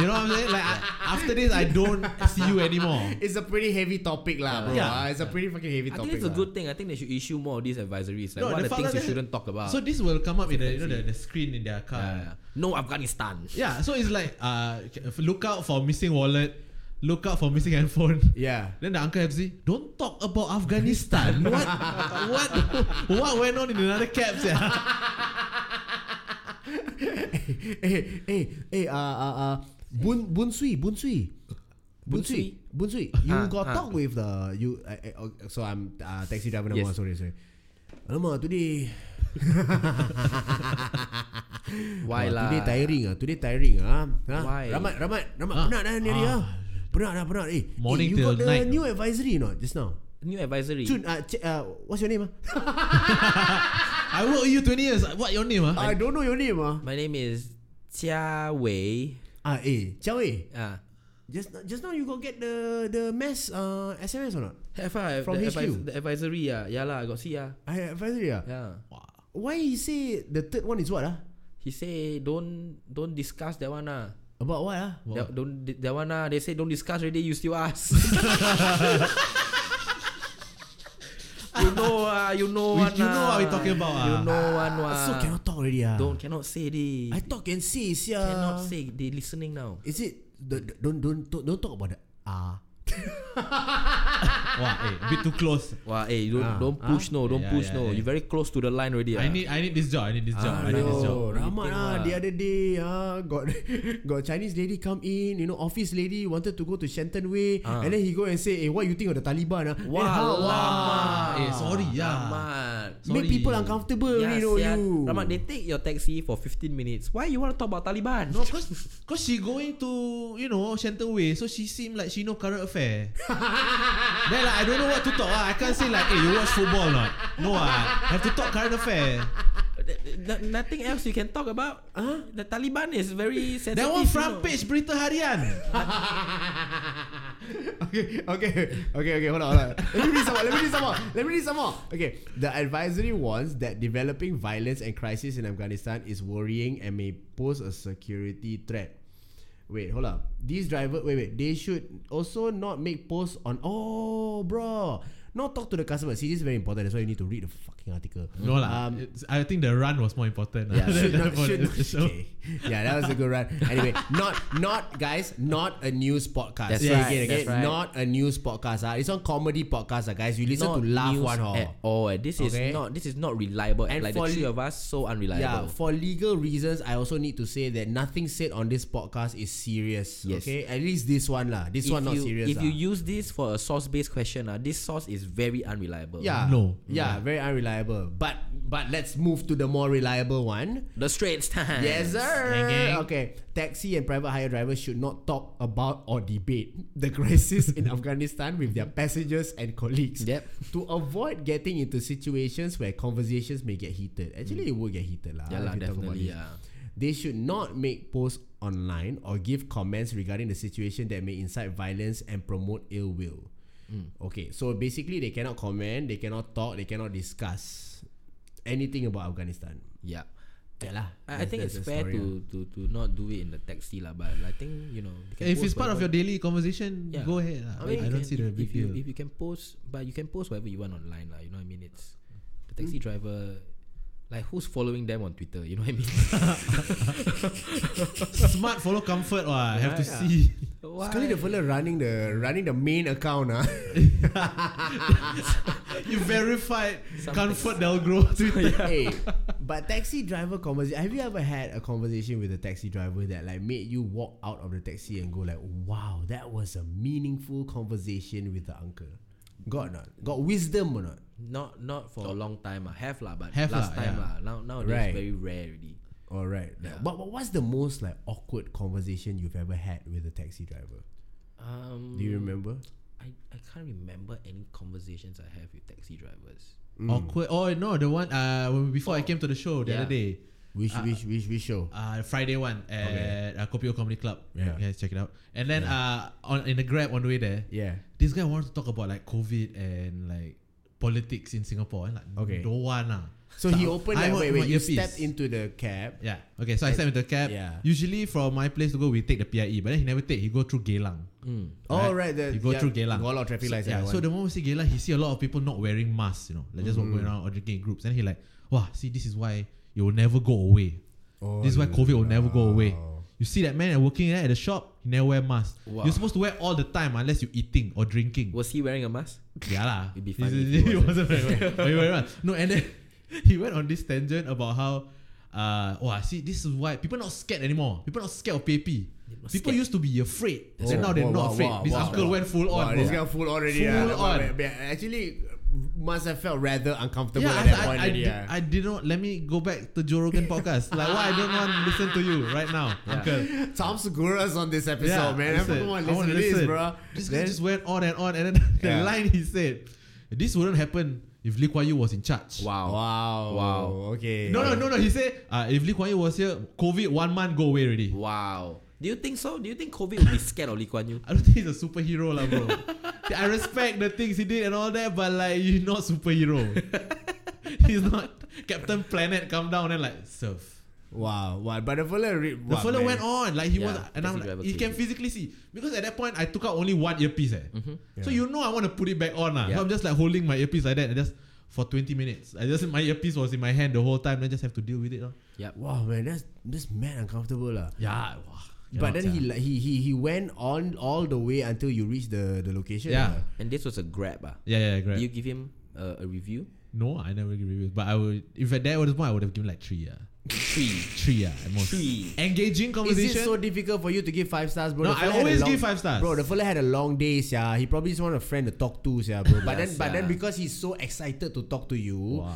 [SPEAKER 4] You know what I'm saying? Like I, after this, I don't see you anymore.
[SPEAKER 2] It's a pretty heavy topic, lah, bro.
[SPEAKER 4] Yeah.
[SPEAKER 2] ah. It's a pretty fucking heavy
[SPEAKER 3] I
[SPEAKER 2] topic.
[SPEAKER 3] think it's a
[SPEAKER 2] lah.
[SPEAKER 3] good thing. I think they should issue more of these advisories. Like
[SPEAKER 4] No,
[SPEAKER 3] what are the
[SPEAKER 4] the fuck
[SPEAKER 3] things you
[SPEAKER 4] like that-
[SPEAKER 3] shouldn't talk about.
[SPEAKER 4] So this will come up in the you know the, the screen in their car.
[SPEAKER 3] Yeah, yeah. no Afghanistan.
[SPEAKER 4] Yeah, so it's like uh, look out for missing wallet, look out for missing handphone.
[SPEAKER 2] Yeah.
[SPEAKER 4] Then the uncle FC, don't talk about Afghanistan. what? what? What went on in another cab? Yeah?
[SPEAKER 2] hey, hey, hey, uh, uh, uh, Bun Bun Sui, Bun Sui. Bun
[SPEAKER 3] Bun
[SPEAKER 2] Sui,
[SPEAKER 3] Sui.
[SPEAKER 2] Bun Sui, you
[SPEAKER 3] Ah,
[SPEAKER 2] got
[SPEAKER 3] ah.
[SPEAKER 2] talk with the you. Uh, uh, uh, so I'm uh, taxi driver number one.
[SPEAKER 3] Yes.
[SPEAKER 2] Sorry, sorry. Alamak, today. Wah,
[SPEAKER 3] Why lah?
[SPEAKER 2] Today tiring ah. Today tiring ah. Ha?
[SPEAKER 3] Why?
[SPEAKER 2] Ramat, Ramat, Ramat.
[SPEAKER 4] Ah.
[SPEAKER 2] Penat dah ni dia.
[SPEAKER 4] Ah.
[SPEAKER 2] Penat dah, penat. Eh,
[SPEAKER 4] Morning
[SPEAKER 2] eh, you
[SPEAKER 4] till
[SPEAKER 2] got the
[SPEAKER 4] night.
[SPEAKER 2] new advisory or not just now?
[SPEAKER 3] New advisory.
[SPEAKER 2] Chun, uh, ch- uh, what's your name ah?
[SPEAKER 4] I work with you 20 years. What your name? Ah?
[SPEAKER 2] I don't know your name ah.
[SPEAKER 3] My name is Jia Wei.
[SPEAKER 2] Ah, eh, Chow eh.
[SPEAKER 3] Ah,
[SPEAKER 2] Just now- just now you got get the the mass uh, SMS or not?
[SPEAKER 3] have I
[SPEAKER 2] From
[SPEAKER 3] the,
[SPEAKER 2] HQ?
[SPEAKER 3] advis- the advisory? Yeah, yeah lah. I got see ah.
[SPEAKER 2] I advisory ah.
[SPEAKER 3] Yeah.
[SPEAKER 2] Why he say the third one is what ah?
[SPEAKER 3] He say don't don't discuss that one ah.
[SPEAKER 2] About what ah?
[SPEAKER 3] That, don't that one ah. They say don't discuss already. You still ask. you know ah. You know
[SPEAKER 4] We-
[SPEAKER 3] one.
[SPEAKER 4] you know what we
[SPEAKER 3] ah.
[SPEAKER 4] talking about
[SPEAKER 3] You
[SPEAKER 4] ah.
[SPEAKER 3] know one one.
[SPEAKER 2] So cannot talk already ah.
[SPEAKER 3] Don't cannot say this.
[SPEAKER 2] I talk and see yeah.
[SPEAKER 3] cannot say. They listening now.
[SPEAKER 2] Is it the, the- don't don't don't don't talk about the ah.
[SPEAKER 4] Wow, eh, a bit too close.
[SPEAKER 3] Wow, hey, eh, don't,
[SPEAKER 2] Ah,
[SPEAKER 3] don't push no, don't
[SPEAKER 4] Yeah,
[SPEAKER 3] push
[SPEAKER 4] yeah,
[SPEAKER 3] no.
[SPEAKER 4] yeah.
[SPEAKER 3] You're very close to the line already.
[SPEAKER 4] I
[SPEAKER 3] ah.
[SPEAKER 4] need I need this job. I need this job. I need this
[SPEAKER 2] Yo,
[SPEAKER 4] job.
[SPEAKER 2] Rahmat
[SPEAKER 3] Meeting
[SPEAKER 2] ah,
[SPEAKER 3] lah.
[SPEAKER 2] the other day ah got got Chinese lady come in, you know, office lady wanted to go to Shenton Way,
[SPEAKER 4] Ah.
[SPEAKER 2] and then he go and say, "Hey, what you think of the Taliban ah?" Then
[SPEAKER 3] Wah,
[SPEAKER 2] how-
[SPEAKER 3] lama.
[SPEAKER 4] Ah, eh, sorry, yeah.
[SPEAKER 3] Rahmat.
[SPEAKER 2] make
[SPEAKER 4] sorry.
[SPEAKER 2] people uncomfortable,
[SPEAKER 3] Yeah,
[SPEAKER 2] you know
[SPEAKER 3] sia.
[SPEAKER 2] you.
[SPEAKER 3] Rahmat, they take your taxi for 15 minutes. Why you want to talk about Taliban?
[SPEAKER 4] No, cause, cause she going to you know Shenton Way, so she seem like she know current affair. then like, I don't know what to talk. Ah, I can't say like, hey, you watch football or not? No, ah, have to talk current affair.
[SPEAKER 3] Th- th- nothing else you can talk about. Huh? The Taliban is very sensitive.
[SPEAKER 4] That one
[SPEAKER 3] you know.
[SPEAKER 4] front page berita harian.
[SPEAKER 2] okay, okay, okay, okay. Hold on, hold on. Let me read some more. Let me read some more. Let me read some more. Okay, the advisory warns that developing violence and crisis in Afghanistan is worrying and may pose a security threat. Wait, hold up. These driver, wait, wait. They should also not make posts on. Oh, bro. Not talk to the customer. See, this is very important. That's why you need to read the fucking article. Um,
[SPEAKER 4] No lah. it's- I think the run was more important.
[SPEAKER 2] Yeah,
[SPEAKER 4] than-
[SPEAKER 2] should
[SPEAKER 4] than
[SPEAKER 2] not,
[SPEAKER 4] for
[SPEAKER 2] should
[SPEAKER 4] the-
[SPEAKER 2] not-
[SPEAKER 4] the show.
[SPEAKER 2] okay. Yeah, that was a good run. Anyway, not not guys, not a news podcast.
[SPEAKER 3] That's
[SPEAKER 2] Say
[SPEAKER 3] right,
[SPEAKER 2] again, again,
[SPEAKER 3] that's right.
[SPEAKER 2] Not a news podcast. Ah, it's on comedy podcast, ah, guys. You listen
[SPEAKER 3] Not
[SPEAKER 2] to laugh
[SPEAKER 3] news
[SPEAKER 2] one hor.
[SPEAKER 3] at all. This is
[SPEAKER 2] Okay.
[SPEAKER 3] not this is not reliable.
[SPEAKER 2] And
[SPEAKER 3] like
[SPEAKER 2] for
[SPEAKER 3] the three
[SPEAKER 2] li-
[SPEAKER 3] of us, so
[SPEAKER 2] Yeah,
[SPEAKER 3] unreliable.
[SPEAKER 2] for legal reasons, I also need to say that nothing said on this podcast is serious.
[SPEAKER 3] Yes.
[SPEAKER 2] Okay, at least this one lah. This
[SPEAKER 3] if
[SPEAKER 2] one not
[SPEAKER 3] you,
[SPEAKER 2] serious.
[SPEAKER 3] If you
[SPEAKER 2] ah.
[SPEAKER 3] use this for a source-based question, uh, this source is very unreliable.
[SPEAKER 2] yeah,
[SPEAKER 4] No.
[SPEAKER 2] yeah, very unreliable. But but let's move to the more reliable one.
[SPEAKER 3] The Straits Times.
[SPEAKER 2] Yes, sir.
[SPEAKER 4] Gang, gang.
[SPEAKER 2] Okay. Taxi and private hire drivers should not talk about or debate the crisis in Afghanistan with their passengers and colleagues.
[SPEAKER 3] Yep.
[SPEAKER 2] To avoid getting into situations where conversations may get heated. Actually, it will get heated. lah. if
[SPEAKER 3] Yeah, lah,
[SPEAKER 2] you talk about this.
[SPEAKER 3] definitely. Yeah.
[SPEAKER 2] They should not make posts online or give comments regarding the situation that may incite violence and promote ill will.
[SPEAKER 3] Hmm.
[SPEAKER 2] Okay, so basically, they cannot comment, they cannot talk, they cannot discuss anything about Afghanistan.
[SPEAKER 3] Yeah.
[SPEAKER 2] Yeah, lah. That's-
[SPEAKER 3] I, I think
[SPEAKER 2] that's the
[SPEAKER 3] it's fair
[SPEAKER 2] story,
[SPEAKER 3] to,
[SPEAKER 2] ah.
[SPEAKER 3] to to not do it in the taxi lah, but I think you know you can post
[SPEAKER 4] If it's part of your
[SPEAKER 3] whatever-
[SPEAKER 4] daily conversation,
[SPEAKER 3] Yeah.
[SPEAKER 4] go ahead. lah.
[SPEAKER 3] you
[SPEAKER 4] I, don't
[SPEAKER 3] can-
[SPEAKER 4] see the
[SPEAKER 3] if,
[SPEAKER 4] big
[SPEAKER 3] if you
[SPEAKER 4] deal.
[SPEAKER 3] if you can post, but you can post whatever you want online lah. You know what I mean? It's the
[SPEAKER 2] Mm.
[SPEAKER 3] taxi driver. Like who's following them on Twitter? You know what I mean?
[SPEAKER 4] Smart follow comfort. Wah, have to see.
[SPEAKER 3] Why?
[SPEAKER 2] Sekali the fella running the running the main account ah.
[SPEAKER 4] you verified comfort they'll grow. Twitter.
[SPEAKER 2] hey, but taxi driver conversation. Have you ever had a conversation with a taxi driver that like made you walk out of the taxi and go like, "Wow, that was a meaningful conversation with the uncle." Got or not? Got wisdom or not?
[SPEAKER 3] Not not for a long time. I have lah, but
[SPEAKER 4] Have
[SPEAKER 3] last
[SPEAKER 4] lah,
[SPEAKER 3] time
[SPEAKER 4] yeah.
[SPEAKER 3] lah. Now nowadays
[SPEAKER 2] Right.
[SPEAKER 3] very rare already.
[SPEAKER 2] All right. But, but what's the most like awkward conversation you've ever had with a taxi driver?
[SPEAKER 3] Um,
[SPEAKER 2] Do you
[SPEAKER 4] Mm.
[SPEAKER 2] remember?
[SPEAKER 3] I, I can't remember any conversations I have with taxi drivers.
[SPEAKER 2] Mm.
[SPEAKER 4] Awkward. Oh no, the one uh when- before I came to the show the
[SPEAKER 3] Yeah.
[SPEAKER 4] other day.
[SPEAKER 2] Which which which which show?
[SPEAKER 4] uh, Friday one at uh, Kopio Comedy Club.
[SPEAKER 2] Yeah.
[SPEAKER 4] You guys check it out. And then uh, on in the grab on the way there,
[SPEAKER 2] Yeah.
[SPEAKER 4] this guy wanted to talk about like COVID and like politics in Singapore. And like,
[SPEAKER 2] Okay.
[SPEAKER 4] don't wanna.
[SPEAKER 2] So he opened. Like,
[SPEAKER 4] I want
[SPEAKER 2] wait, wait.
[SPEAKER 4] my
[SPEAKER 2] You
[SPEAKER 4] earpiece.
[SPEAKER 2] stepped into the cab.
[SPEAKER 4] Yeah. Okay. So I stepped into the cab.
[SPEAKER 2] yeah.
[SPEAKER 4] Usually from my place to go, we take the PIE, but then he never take. He go through Geylang.
[SPEAKER 2] Oh, right, the-
[SPEAKER 4] you go
[SPEAKER 2] yeah,
[SPEAKER 4] through Geylang.
[SPEAKER 2] go a lot of traffic
[SPEAKER 4] so,
[SPEAKER 2] lights,
[SPEAKER 4] Yeah.
[SPEAKER 2] that
[SPEAKER 4] So
[SPEAKER 2] one.
[SPEAKER 4] the moment we see Geylang, he see a lot of people not wearing masks. You know, like just
[SPEAKER 2] Mm.
[SPEAKER 4] walking around or drinking in groups. And he like, wow, see, this is why it will never go away.
[SPEAKER 2] Oh,
[SPEAKER 4] this is why COVID will never go away.
[SPEAKER 2] wow.
[SPEAKER 4] You see that man working there at the shop, he never wear mask.
[SPEAKER 3] Wow.
[SPEAKER 4] You're supposed to wear all the time unless you eating or drinking.
[SPEAKER 3] Was he wearing a mask?
[SPEAKER 4] Yeah lah.
[SPEAKER 3] It'd be
[SPEAKER 4] This
[SPEAKER 3] funny
[SPEAKER 4] is-
[SPEAKER 3] if he
[SPEAKER 4] he wasn't very well. But he went around. No, and then he went on this tangent about how, uh, oh, see, this is why people not scared anymore. People not scared of papi. People
[SPEAKER 3] scared.
[SPEAKER 4] used to be afraid,
[SPEAKER 2] Oh,
[SPEAKER 4] and now they're
[SPEAKER 2] wow,
[SPEAKER 4] not
[SPEAKER 2] wow,
[SPEAKER 4] afraid.
[SPEAKER 2] wow,
[SPEAKER 4] this
[SPEAKER 2] wow,
[SPEAKER 4] uncle
[SPEAKER 2] wow.
[SPEAKER 4] went full
[SPEAKER 2] Wow,
[SPEAKER 4] on.
[SPEAKER 2] This
[SPEAKER 4] bro.
[SPEAKER 2] guy full on already.
[SPEAKER 4] Full
[SPEAKER 2] yeah. Wow,
[SPEAKER 4] on.
[SPEAKER 2] man, man, Actually, must have felt rather uncomfortable
[SPEAKER 4] Yeah,
[SPEAKER 2] at
[SPEAKER 4] I,
[SPEAKER 2] that
[SPEAKER 4] I,
[SPEAKER 2] point
[SPEAKER 4] I,
[SPEAKER 2] already.
[SPEAKER 4] did,
[SPEAKER 2] yeah.
[SPEAKER 4] I did not. Let me go back to Joe Rogan podcast. Like, why I don't want to listen to you right now, uncle.
[SPEAKER 2] Tom Segura's on this episode, man.
[SPEAKER 4] listen,
[SPEAKER 2] Everyone
[SPEAKER 4] I
[SPEAKER 2] listen
[SPEAKER 4] wanna
[SPEAKER 2] to this, bro.
[SPEAKER 4] This guy
[SPEAKER 2] Then-
[SPEAKER 4] just went on and on, and then the
[SPEAKER 2] Yeah.
[SPEAKER 4] line he said, "This wouldn't happen if Lee Kuan Yew was in charge."
[SPEAKER 2] Wow. Wow.
[SPEAKER 3] Wow.
[SPEAKER 2] Okay.
[SPEAKER 4] No, no, no, no. He said, uh, "If Lee Kuan Yew was here, COVID one month go away already."
[SPEAKER 3] Wow. Do you think so? Do you think COVID will be scared of Lee Kuan Yew?
[SPEAKER 4] I don't think he's a superhero, lah, bro. I respect the things he did and all that, but like, you're not superhero. he's not Captain Planet. Come down and like surf.
[SPEAKER 2] Wow. Wow. But the fella, re-
[SPEAKER 4] The
[SPEAKER 2] wow,
[SPEAKER 4] fella
[SPEAKER 2] man.
[SPEAKER 4] went on like he
[SPEAKER 3] Yeah,
[SPEAKER 4] was, and I'm
[SPEAKER 3] taxi driver
[SPEAKER 4] like, you
[SPEAKER 3] crazy.
[SPEAKER 4] can physically see because at that point I took out only one earpiece, eh. so
[SPEAKER 2] Yeah.
[SPEAKER 4] you know I want to put it back on, ah.
[SPEAKER 3] Yeah.
[SPEAKER 4] So I'm just like holding my earpiece like that, and just for 20 minutes, I just my earpiece was in my hand the whole time. Then just have to deal with it, ah. lah.
[SPEAKER 3] Yep.
[SPEAKER 2] Wow, man. That's this man uncomfortable, lah.
[SPEAKER 4] Yeah, wah,
[SPEAKER 2] But
[SPEAKER 4] cannot
[SPEAKER 2] then he,
[SPEAKER 4] sia.
[SPEAKER 2] like, he he he went on all the way until you reached the the location.
[SPEAKER 4] Yeah.
[SPEAKER 2] lah.
[SPEAKER 3] And this was a grab. Ah.
[SPEAKER 4] yeah, yeah,
[SPEAKER 3] Do
[SPEAKER 4] great.
[SPEAKER 3] you give him uh, a review?
[SPEAKER 4] no, I never give reviews, but I would. If at that was the point, I would have given like three, yeah,
[SPEAKER 3] Three.
[SPEAKER 4] three, yeah, at most.
[SPEAKER 3] Three.
[SPEAKER 4] Engaging
[SPEAKER 2] Is
[SPEAKER 4] conversation.
[SPEAKER 2] it so difficult for you to give five stars, bro? The
[SPEAKER 4] No,
[SPEAKER 2] fella
[SPEAKER 4] I
[SPEAKER 2] had a
[SPEAKER 4] always
[SPEAKER 2] long-
[SPEAKER 4] give five stars.
[SPEAKER 2] Bro, the fella had a long day, yeah. He probably just want a friend to talk to, yeah, bro. But then,
[SPEAKER 3] Yes,
[SPEAKER 2] but then
[SPEAKER 3] yeah.
[SPEAKER 2] because he's so excited to talk to you,
[SPEAKER 4] Wah.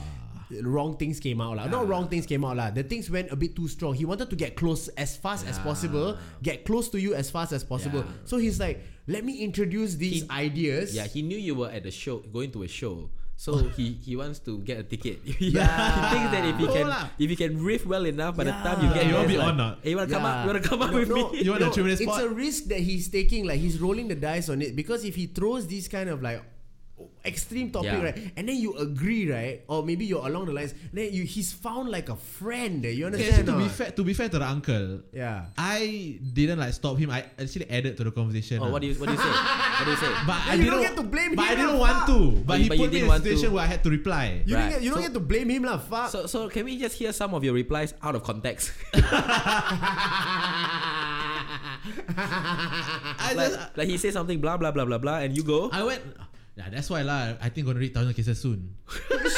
[SPEAKER 2] wrong things came out, lah. Not wrong things came out, lah. The things went a bit too strong. He wanted to get close as fast as possible, get close to you as fast as possible.
[SPEAKER 3] Yeah.
[SPEAKER 2] So he's like, let me introduce these
[SPEAKER 3] He-
[SPEAKER 2] ideas.
[SPEAKER 3] Yeah, he knew you were at the show, going to a show. So he, he wants to get a ticket. yeah. he thinks that if he
[SPEAKER 4] No
[SPEAKER 3] can
[SPEAKER 4] lah.
[SPEAKER 3] if he can riff well enough, by the time you get
[SPEAKER 4] You
[SPEAKER 3] there,
[SPEAKER 4] wanna be
[SPEAKER 3] it's like,
[SPEAKER 4] on or not?
[SPEAKER 3] Hey, you wanna come
[SPEAKER 2] Yeah.
[SPEAKER 3] up? You wanna come up
[SPEAKER 2] No,
[SPEAKER 3] with
[SPEAKER 2] no,
[SPEAKER 3] me? Oh,
[SPEAKER 4] You want a tremendous
[SPEAKER 2] It's
[SPEAKER 4] spot?
[SPEAKER 2] a risk that he's taking. Like he's rolling the dice on it because if he throws these kind of like extreme topic,
[SPEAKER 3] Yeah.
[SPEAKER 2] right, and then you agree, right, or maybe you're along the lines, then you he's found like a friend. eh, You
[SPEAKER 4] Okay,
[SPEAKER 2] understand?
[SPEAKER 4] actually, to
[SPEAKER 2] or
[SPEAKER 4] be
[SPEAKER 2] not?
[SPEAKER 4] fair, to be fair to the uncle,
[SPEAKER 2] yeah.
[SPEAKER 4] I didn't like stop him. I actually added to the conversation.
[SPEAKER 3] Oh,
[SPEAKER 4] ah.
[SPEAKER 3] what do you what do you say? What do you say?
[SPEAKER 4] But I
[SPEAKER 2] you
[SPEAKER 4] didn't,
[SPEAKER 2] don't get to blame
[SPEAKER 4] but
[SPEAKER 2] him
[SPEAKER 4] I didn't
[SPEAKER 2] lah,
[SPEAKER 4] want
[SPEAKER 2] fuck.
[SPEAKER 4] to. But,
[SPEAKER 3] But-
[SPEAKER 4] he
[SPEAKER 3] but you
[SPEAKER 4] put me
[SPEAKER 3] didn't
[SPEAKER 4] in a
[SPEAKER 3] want
[SPEAKER 4] situation
[SPEAKER 3] to.
[SPEAKER 4] where I had to reply.
[SPEAKER 2] You don't
[SPEAKER 3] Right.
[SPEAKER 2] get you don't
[SPEAKER 3] So-
[SPEAKER 2] get to blame him lah. Fuck.
[SPEAKER 3] so so can we just hear some of your replies out of context?
[SPEAKER 4] I
[SPEAKER 3] like,
[SPEAKER 4] just
[SPEAKER 3] like he says something blah blah blah blah blah and you go
[SPEAKER 4] I went. Yeah, that's why lah. I think gonna read thousand cases soon.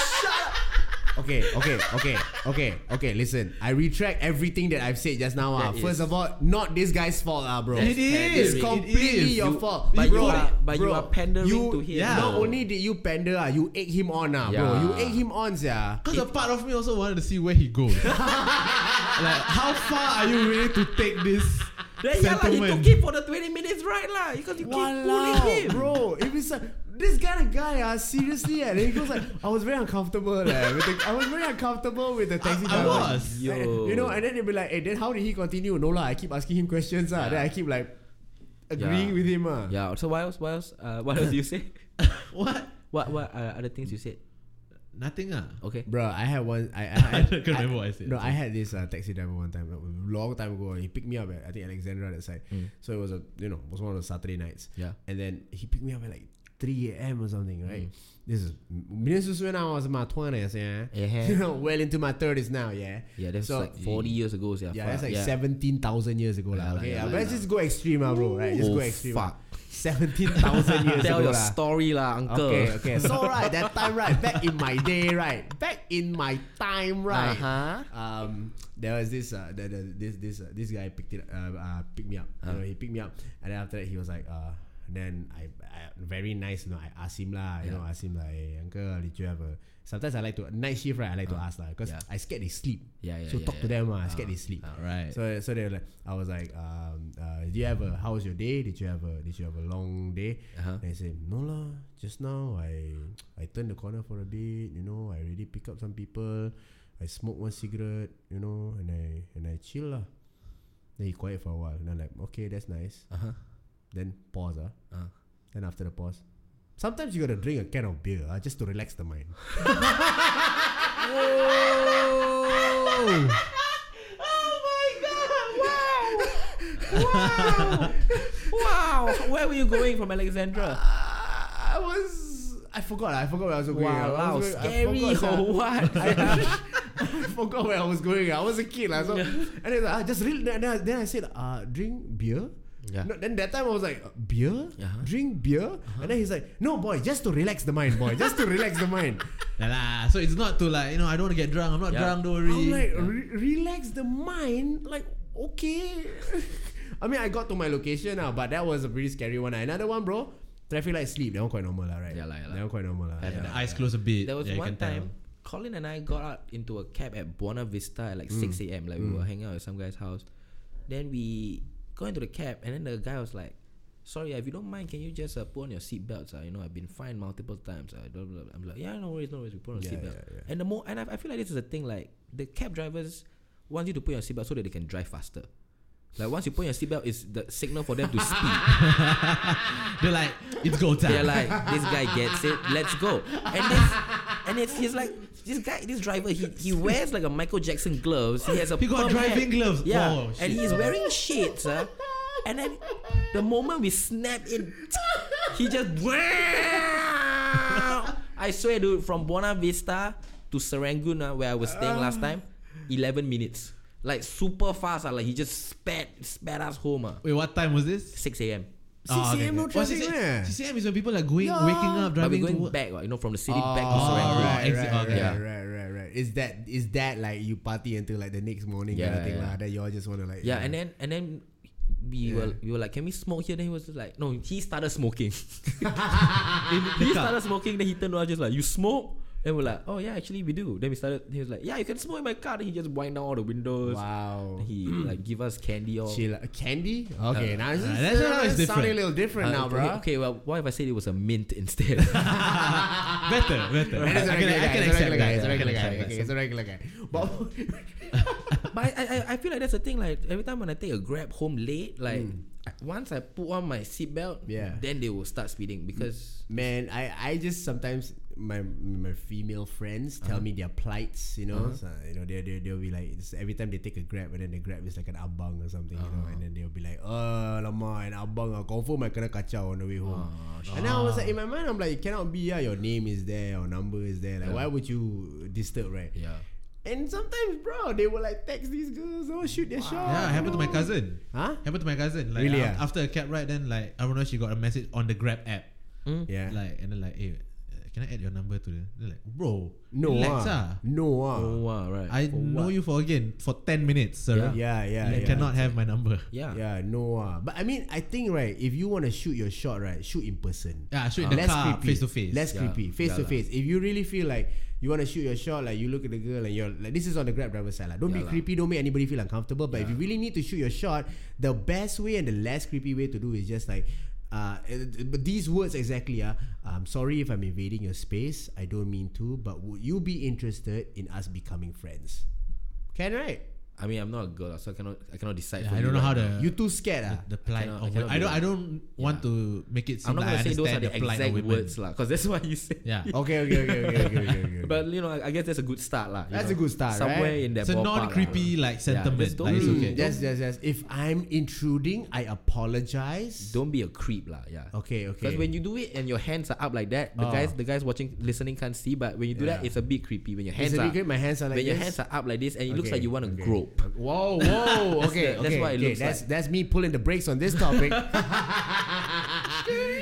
[SPEAKER 2] Okay, okay, okay, okay, okay. Listen, I retract everything that I've said just now. Ah,
[SPEAKER 3] That
[SPEAKER 2] first
[SPEAKER 3] is-
[SPEAKER 2] of all, not this guy's fault, ah, bro.
[SPEAKER 4] It is.
[SPEAKER 2] It's
[SPEAKER 4] It
[SPEAKER 2] completely
[SPEAKER 4] is.
[SPEAKER 2] your
[SPEAKER 4] You-
[SPEAKER 2] fault,
[SPEAKER 3] but you
[SPEAKER 2] Bro,
[SPEAKER 3] are- but you
[SPEAKER 2] bro,
[SPEAKER 3] are pandering
[SPEAKER 2] you-
[SPEAKER 3] to him.
[SPEAKER 4] Yeah.
[SPEAKER 2] Not only did you pander, ah, you egg him on, ah, bro.
[SPEAKER 3] Yeah.
[SPEAKER 2] You egg him on, yeah.
[SPEAKER 4] Cause a part of me also wanted to see where he goes. like, how far are you willing to take this
[SPEAKER 3] Then yeah, lah, he
[SPEAKER 4] sentiment?
[SPEAKER 3] took it for the 20 minutes right lah because you keep pulling him.
[SPEAKER 2] bro. If it's a, this kind of guy, ah, seriously, ah, then he goes like, I was very uncomfortable, eh, with the, I was very uncomfortable with the taxi
[SPEAKER 4] I
[SPEAKER 2] driver.
[SPEAKER 4] was.
[SPEAKER 2] Like,
[SPEAKER 3] Yo.
[SPEAKER 2] you know, and then they'll be like, hey, then how did he continue? No lah, I keep asking him questions, ah, then I keep like agreeing
[SPEAKER 3] Yeah.
[SPEAKER 2] with him, ah.
[SPEAKER 3] Yeah, so what else what else uh, what else do you say?
[SPEAKER 4] What?
[SPEAKER 3] What what uh, other things you said?
[SPEAKER 4] Nothing ah.
[SPEAKER 3] Okay.
[SPEAKER 2] Bro, I had one. I I,
[SPEAKER 4] I can't remember what I said.
[SPEAKER 2] No, I had this uh, taxi driver one time, a long time ago. He picked me up at I think Alexandra that side.
[SPEAKER 3] Mm.
[SPEAKER 2] So it was a you know was one of the Saturday nights.
[SPEAKER 3] Yeah.
[SPEAKER 2] And then he picked me up at like three a.m. or something,
[SPEAKER 3] Mm.
[SPEAKER 2] right? This is this is when I was in my twenties, yeah.
[SPEAKER 3] Yeah.
[SPEAKER 2] You know, well into my thirties now, yeah.
[SPEAKER 3] Yeah, that's
[SPEAKER 2] So-
[SPEAKER 3] like 40 years ago. Yeah,
[SPEAKER 2] Yeah,
[SPEAKER 3] fuck,
[SPEAKER 2] that's like
[SPEAKER 3] yeah.
[SPEAKER 2] seventeen thousand years ago, lah.
[SPEAKER 3] Yeah,
[SPEAKER 2] Okay,
[SPEAKER 3] yeah,
[SPEAKER 2] yeah,
[SPEAKER 3] yeah,
[SPEAKER 2] but let's just go extreme, ah, bro. Right, just go
[SPEAKER 3] Oh,
[SPEAKER 2] extreme.
[SPEAKER 3] fuck.
[SPEAKER 2] Seventeen thousand years
[SPEAKER 3] Tell
[SPEAKER 2] ago,
[SPEAKER 3] your
[SPEAKER 2] lah.
[SPEAKER 3] story lah, uncle.
[SPEAKER 2] Okay, okay. So right, that time right, back in my day, right, back in my time, right.
[SPEAKER 3] Uh-huh.
[SPEAKER 2] Um, there was this, uh, the, the, this, this, uh, this guy picked it, uh, uh picked me up. You know, he picked me up, and then after that, he was like, uh, then I, I very nice, you know, I asked him lah, you know, asked him like, hey, uncle, did you have a? Sometimes I like to night shift, right? I like to ask lah, because
[SPEAKER 3] Uh-huh. yeah.
[SPEAKER 2] I scared they sleep.
[SPEAKER 3] Yeah, yeah,
[SPEAKER 2] So
[SPEAKER 3] yeah,
[SPEAKER 2] talk to
[SPEAKER 3] yeah. Uh-huh.
[SPEAKER 2] them, ah, I scared they sleep.
[SPEAKER 4] right.
[SPEAKER 2] So so they were like, I was like, um, uh, do you have a how was your day? Did you have a did you have a long day?
[SPEAKER 3] Uh-huh.
[SPEAKER 2] And I said no lah. Just now I I turned the corner for a bit. You know I already pick up some people. I smoke one cigarette, you know, and I and I chill lah. Then he quiet for a while, and I'm like, okay, that's nice.
[SPEAKER 3] Uh huh.
[SPEAKER 2] Then pause ah.
[SPEAKER 3] Uh.
[SPEAKER 2] Then after the pause, sometimes you gotta drink a can of beer ah, just to relax the mind.
[SPEAKER 3] Oh Wow, where were you going from Alexandra?
[SPEAKER 2] Ah, I was. I forgot. I forgot where I was going. I
[SPEAKER 3] wow,
[SPEAKER 2] was going- I
[SPEAKER 3] scary
[SPEAKER 2] forgot, sia.
[SPEAKER 3] or what?
[SPEAKER 2] I, I forgot where I was going. I was a kid, lah. So, and then I ah, just read. Then, I- then I said, uh, drink beer.
[SPEAKER 3] Yeah.
[SPEAKER 2] No, then that time I was like, uh, beer,
[SPEAKER 3] Uh-huh.
[SPEAKER 2] drink beer, and then he's like, no, boy, just to relax the mind, boy, just to relax the mind.
[SPEAKER 4] Nah, lah. So it's not to like you know I don't want to get drunk. I'm not
[SPEAKER 3] Yeah.
[SPEAKER 4] drunk. Don't worry.
[SPEAKER 2] I'm like, re- relax the mind, like okay. I mean, I got to my location now, but that was a pretty scary one. ah. Another one, bro. Traffic light sleep. That one quite normal, lah, right?
[SPEAKER 3] Yeah lah, yeah lah.
[SPEAKER 2] That one quite normal, lah.
[SPEAKER 4] And
[SPEAKER 2] Yeah.
[SPEAKER 4] the eyes closed a bit.
[SPEAKER 3] There was
[SPEAKER 4] Yeah, you
[SPEAKER 3] one
[SPEAKER 4] can tell.
[SPEAKER 3] time Colin and I got out into a cab at Buona Vista at like
[SPEAKER 4] Mm.
[SPEAKER 3] 6 a.m. Like we were hanging out at some guy's house. Then we go into the cab and then the guy was like, Sorry, if you don't mind, can you just uh, put on your seatbelts? Uh, you know, I've been fined multiple times. Uh, blah, blah, blah." I'm like, yeah, no worries, no worries. We put on
[SPEAKER 2] Yeah,
[SPEAKER 3] seatbelt.
[SPEAKER 2] yeah, yeah.
[SPEAKER 3] And the more, and I, I feel like this is a thing. Like the cab drivers want you to put your seatbelt so that they can drive faster. Like once you put your seatbelt, it's the signal for them to speed.
[SPEAKER 4] They're like, it's go time.
[SPEAKER 3] They're like, this guy gets it. Let's go. And this, and it's he's like, this guy, this driver, he he wears like a Michael Jackson gloves. He has a
[SPEAKER 4] He got
[SPEAKER 3] perm hat.
[SPEAKER 4] driving gloves.
[SPEAKER 3] Yeah,
[SPEAKER 4] Oh, shit.
[SPEAKER 3] and he's wearing shades. Uh, and then the moment we snap in, he just. I swear, dude, from Buena Vista to Serangoon, uh, where I was staying last time, eleven minutes. Like super fast, uh, like he just sped sped us home. Uh,
[SPEAKER 4] Wait, what time was this?
[SPEAKER 3] six a.m.
[SPEAKER 2] 6 a.m. no
[SPEAKER 4] Oh, 6
[SPEAKER 2] traffic,
[SPEAKER 4] a.m.
[SPEAKER 2] meh.
[SPEAKER 4] 6 a.m. is when people are going,
[SPEAKER 2] Yeah.
[SPEAKER 4] waking up,
[SPEAKER 3] But we're
[SPEAKER 4] driving to
[SPEAKER 3] going
[SPEAKER 4] work.
[SPEAKER 3] back, uh, you know, from the city
[SPEAKER 2] Oh,
[SPEAKER 3] back to Serangoon.
[SPEAKER 4] right,
[SPEAKER 2] right,
[SPEAKER 4] exit,
[SPEAKER 2] right,
[SPEAKER 4] okay.
[SPEAKER 2] right, right, right, right. Is that is that like you party until like the next morning
[SPEAKER 3] Yeah,
[SPEAKER 2] kind of thing
[SPEAKER 3] yeah.
[SPEAKER 2] lah? That y'all just want to like
[SPEAKER 3] Yeah, and then and then we were we were like, can we smoke here? Then he was just like, no, he started smoking.
[SPEAKER 4] In
[SPEAKER 3] he
[SPEAKER 4] the car.
[SPEAKER 3] started smoking. Then he turned around just like, you smoke? Then we're like, oh yeah, actually we do. Then we started. He was like, yeah, you can smoke in my car. Then he just wind down all the windows.
[SPEAKER 2] wow.
[SPEAKER 3] Then he like give us candy all.
[SPEAKER 2] Chill, candy? Okay, now it's,
[SPEAKER 4] that's
[SPEAKER 2] uh,
[SPEAKER 4] now it's
[SPEAKER 2] it's sounding
[SPEAKER 4] different.
[SPEAKER 2] a little different
[SPEAKER 3] Uh,
[SPEAKER 2] now,
[SPEAKER 3] okay,
[SPEAKER 2] bro.
[SPEAKER 3] Okay, well, what if I said it was a mint instead?
[SPEAKER 4] better, better.
[SPEAKER 2] And it's a
[SPEAKER 4] I can,
[SPEAKER 2] regular
[SPEAKER 4] I
[SPEAKER 2] guy,
[SPEAKER 4] can
[SPEAKER 2] it's a
[SPEAKER 4] accept
[SPEAKER 2] regular guy,
[SPEAKER 4] that.
[SPEAKER 2] it's a
[SPEAKER 4] I can
[SPEAKER 2] regular guy,
[SPEAKER 4] accept
[SPEAKER 2] okay,
[SPEAKER 4] that.
[SPEAKER 2] it's a regular guy. But
[SPEAKER 3] But I, I, I feel like that's the thing. Like every time when I take a grab home late, like I- once I put on my seatbelt,
[SPEAKER 2] Hmm. Yeah.
[SPEAKER 3] then they will start speeding because
[SPEAKER 2] Man, I, I just sometimes my my female friends tell me their plights, you know. So, you know, they they they'll be like it's every time they take a grab and then the grab is like an abang or something, you know, and then they'll be like, Oh lama an abang ah, confirm I kena kacau on the way home. and then I was like in my mind I'm like, it cannot be yeah, your name is there, your number is there. Like why would you disturb, right?
[SPEAKER 3] yeah.
[SPEAKER 2] And sometimes bro, they will like text these girls, oh shoot their shot. you
[SPEAKER 4] Yeah, happened to my
[SPEAKER 2] know.
[SPEAKER 4] cousin.
[SPEAKER 2] Huh?
[SPEAKER 4] Happened to my cousin. Like
[SPEAKER 2] Really,
[SPEAKER 4] af-
[SPEAKER 2] ah?
[SPEAKER 4] after a cab ride, then like I don't know, she got a message on the Grab app.
[SPEAKER 2] Yeah.
[SPEAKER 4] Like and then like, hey, uh, can I add your number to the? They're like, bro,
[SPEAKER 2] no
[SPEAKER 4] relax ah.
[SPEAKER 2] ah. No ah.
[SPEAKER 3] Oh, wow, right.
[SPEAKER 4] I know you for again for ten minutes, sir.
[SPEAKER 2] Yeah, yeah,
[SPEAKER 4] You
[SPEAKER 2] yeah.
[SPEAKER 4] cannot have my number.
[SPEAKER 3] yeah.
[SPEAKER 2] Yeah, no ah. But I mean, I think right, if you want to shoot your shot right, shoot in person. Ah.
[SPEAKER 4] Yeah, shoot in the car, face to face.
[SPEAKER 2] Less
[SPEAKER 3] Yeah.
[SPEAKER 2] creepy, face
[SPEAKER 3] Yeah
[SPEAKER 2] to
[SPEAKER 3] lah.
[SPEAKER 2] face. If you really feel like you want to shoot your shot, like you look at the girl and you're like, this is on the grab driver side. Like, don't be
[SPEAKER 3] Yeah lah.
[SPEAKER 2] creepy, don't make anybody feel uncomfortable. But if you really need to shoot your shot, the best way and the less creepy way to do is just like. Uh, it- it- but these words exactly are I'm sorry if I'm invading your space. I don't mean to, but would you be interested in us becoming friends? Can right?
[SPEAKER 3] I mean, I'm not a girl, so I cannot I cannot decide.
[SPEAKER 4] Yeah,
[SPEAKER 3] for
[SPEAKER 4] I
[SPEAKER 3] you
[SPEAKER 4] don't know how
[SPEAKER 3] right
[SPEAKER 4] the
[SPEAKER 2] you too scared ah?
[SPEAKER 4] the plight
[SPEAKER 3] cannot- I
[SPEAKER 4] of
[SPEAKER 3] cannot
[SPEAKER 4] women. I
[SPEAKER 3] do
[SPEAKER 4] don't.
[SPEAKER 3] that.
[SPEAKER 4] I don't want to make it
[SPEAKER 3] now. I'm not
[SPEAKER 4] seem like
[SPEAKER 3] gonna
[SPEAKER 4] I
[SPEAKER 3] say those are
[SPEAKER 4] understand
[SPEAKER 3] the,
[SPEAKER 4] the plight
[SPEAKER 3] exact
[SPEAKER 4] of women.
[SPEAKER 3] words lah, because that's what you said.
[SPEAKER 4] Yeah. oh,
[SPEAKER 2] Okay, okay, okay, okay, okay, okay, okay.
[SPEAKER 3] But you know, I, I guess that's a good start lah. you
[SPEAKER 2] That's a
[SPEAKER 3] know.
[SPEAKER 2] good start,
[SPEAKER 3] Somewhere
[SPEAKER 2] right?
[SPEAKER 3] in that
[SPEAKER 4] It's a
[SPEAKER 3] ballpark lah.
[SPEAKER 4] non-creepy like sentiment.
[SPEAKER 3] just
[SPEAKER 4] like, it's
[SPEAKER 3] mm, don't-
[SPEAKER 4] okay.
[SPEAKER 2] Yes, yes, yes. If I'm intruding, I apologize.
[SPEAKER 3] Don't be a creep lah. Yeah.
[SPEAKER 2] Okay, okay.
[SPEAKER 3] Because when you do it and your hands are up like that,
[SPEAKER 2] Ah.
[SPEAKER 3] the guys the guys watching listening can't see. But when you do that,
[SPEAKER 2] Yeah.
[SPEAKER 3] it's a bit creepy. When your
[SPEAKER 2] It's
[SPEAKER 3] hands
[SPEAKER 2] a
[SPEAKER 3] are
[SPEAKER 2] bit creepy. My hands are like
[SPEAKER 3] when your
[SPEAKER 2] this.
[SPEAKER 3] hands are up like this, and it looks
[SPEAKER 2] Okay,
[SPEAKER 3] like you want to
[SPEAKER 2] okay.
[SPEAKER 3] grope.
[SPEAKER 2] Whoa, whoa.
[SPEAKER 3] That's
[SPEAKER 2] okay,
[SPEAKER 3] the- that's
[SPEAKER 2] okay,
[SPEAKER 3] what it
[SPEAKER 2] okay.
[SPEAKER 3] looks
[SPEAKER 2] that's
[SPEAKER 3] like.
[SPEAKER 2] that's me pulling the brakes on this topic.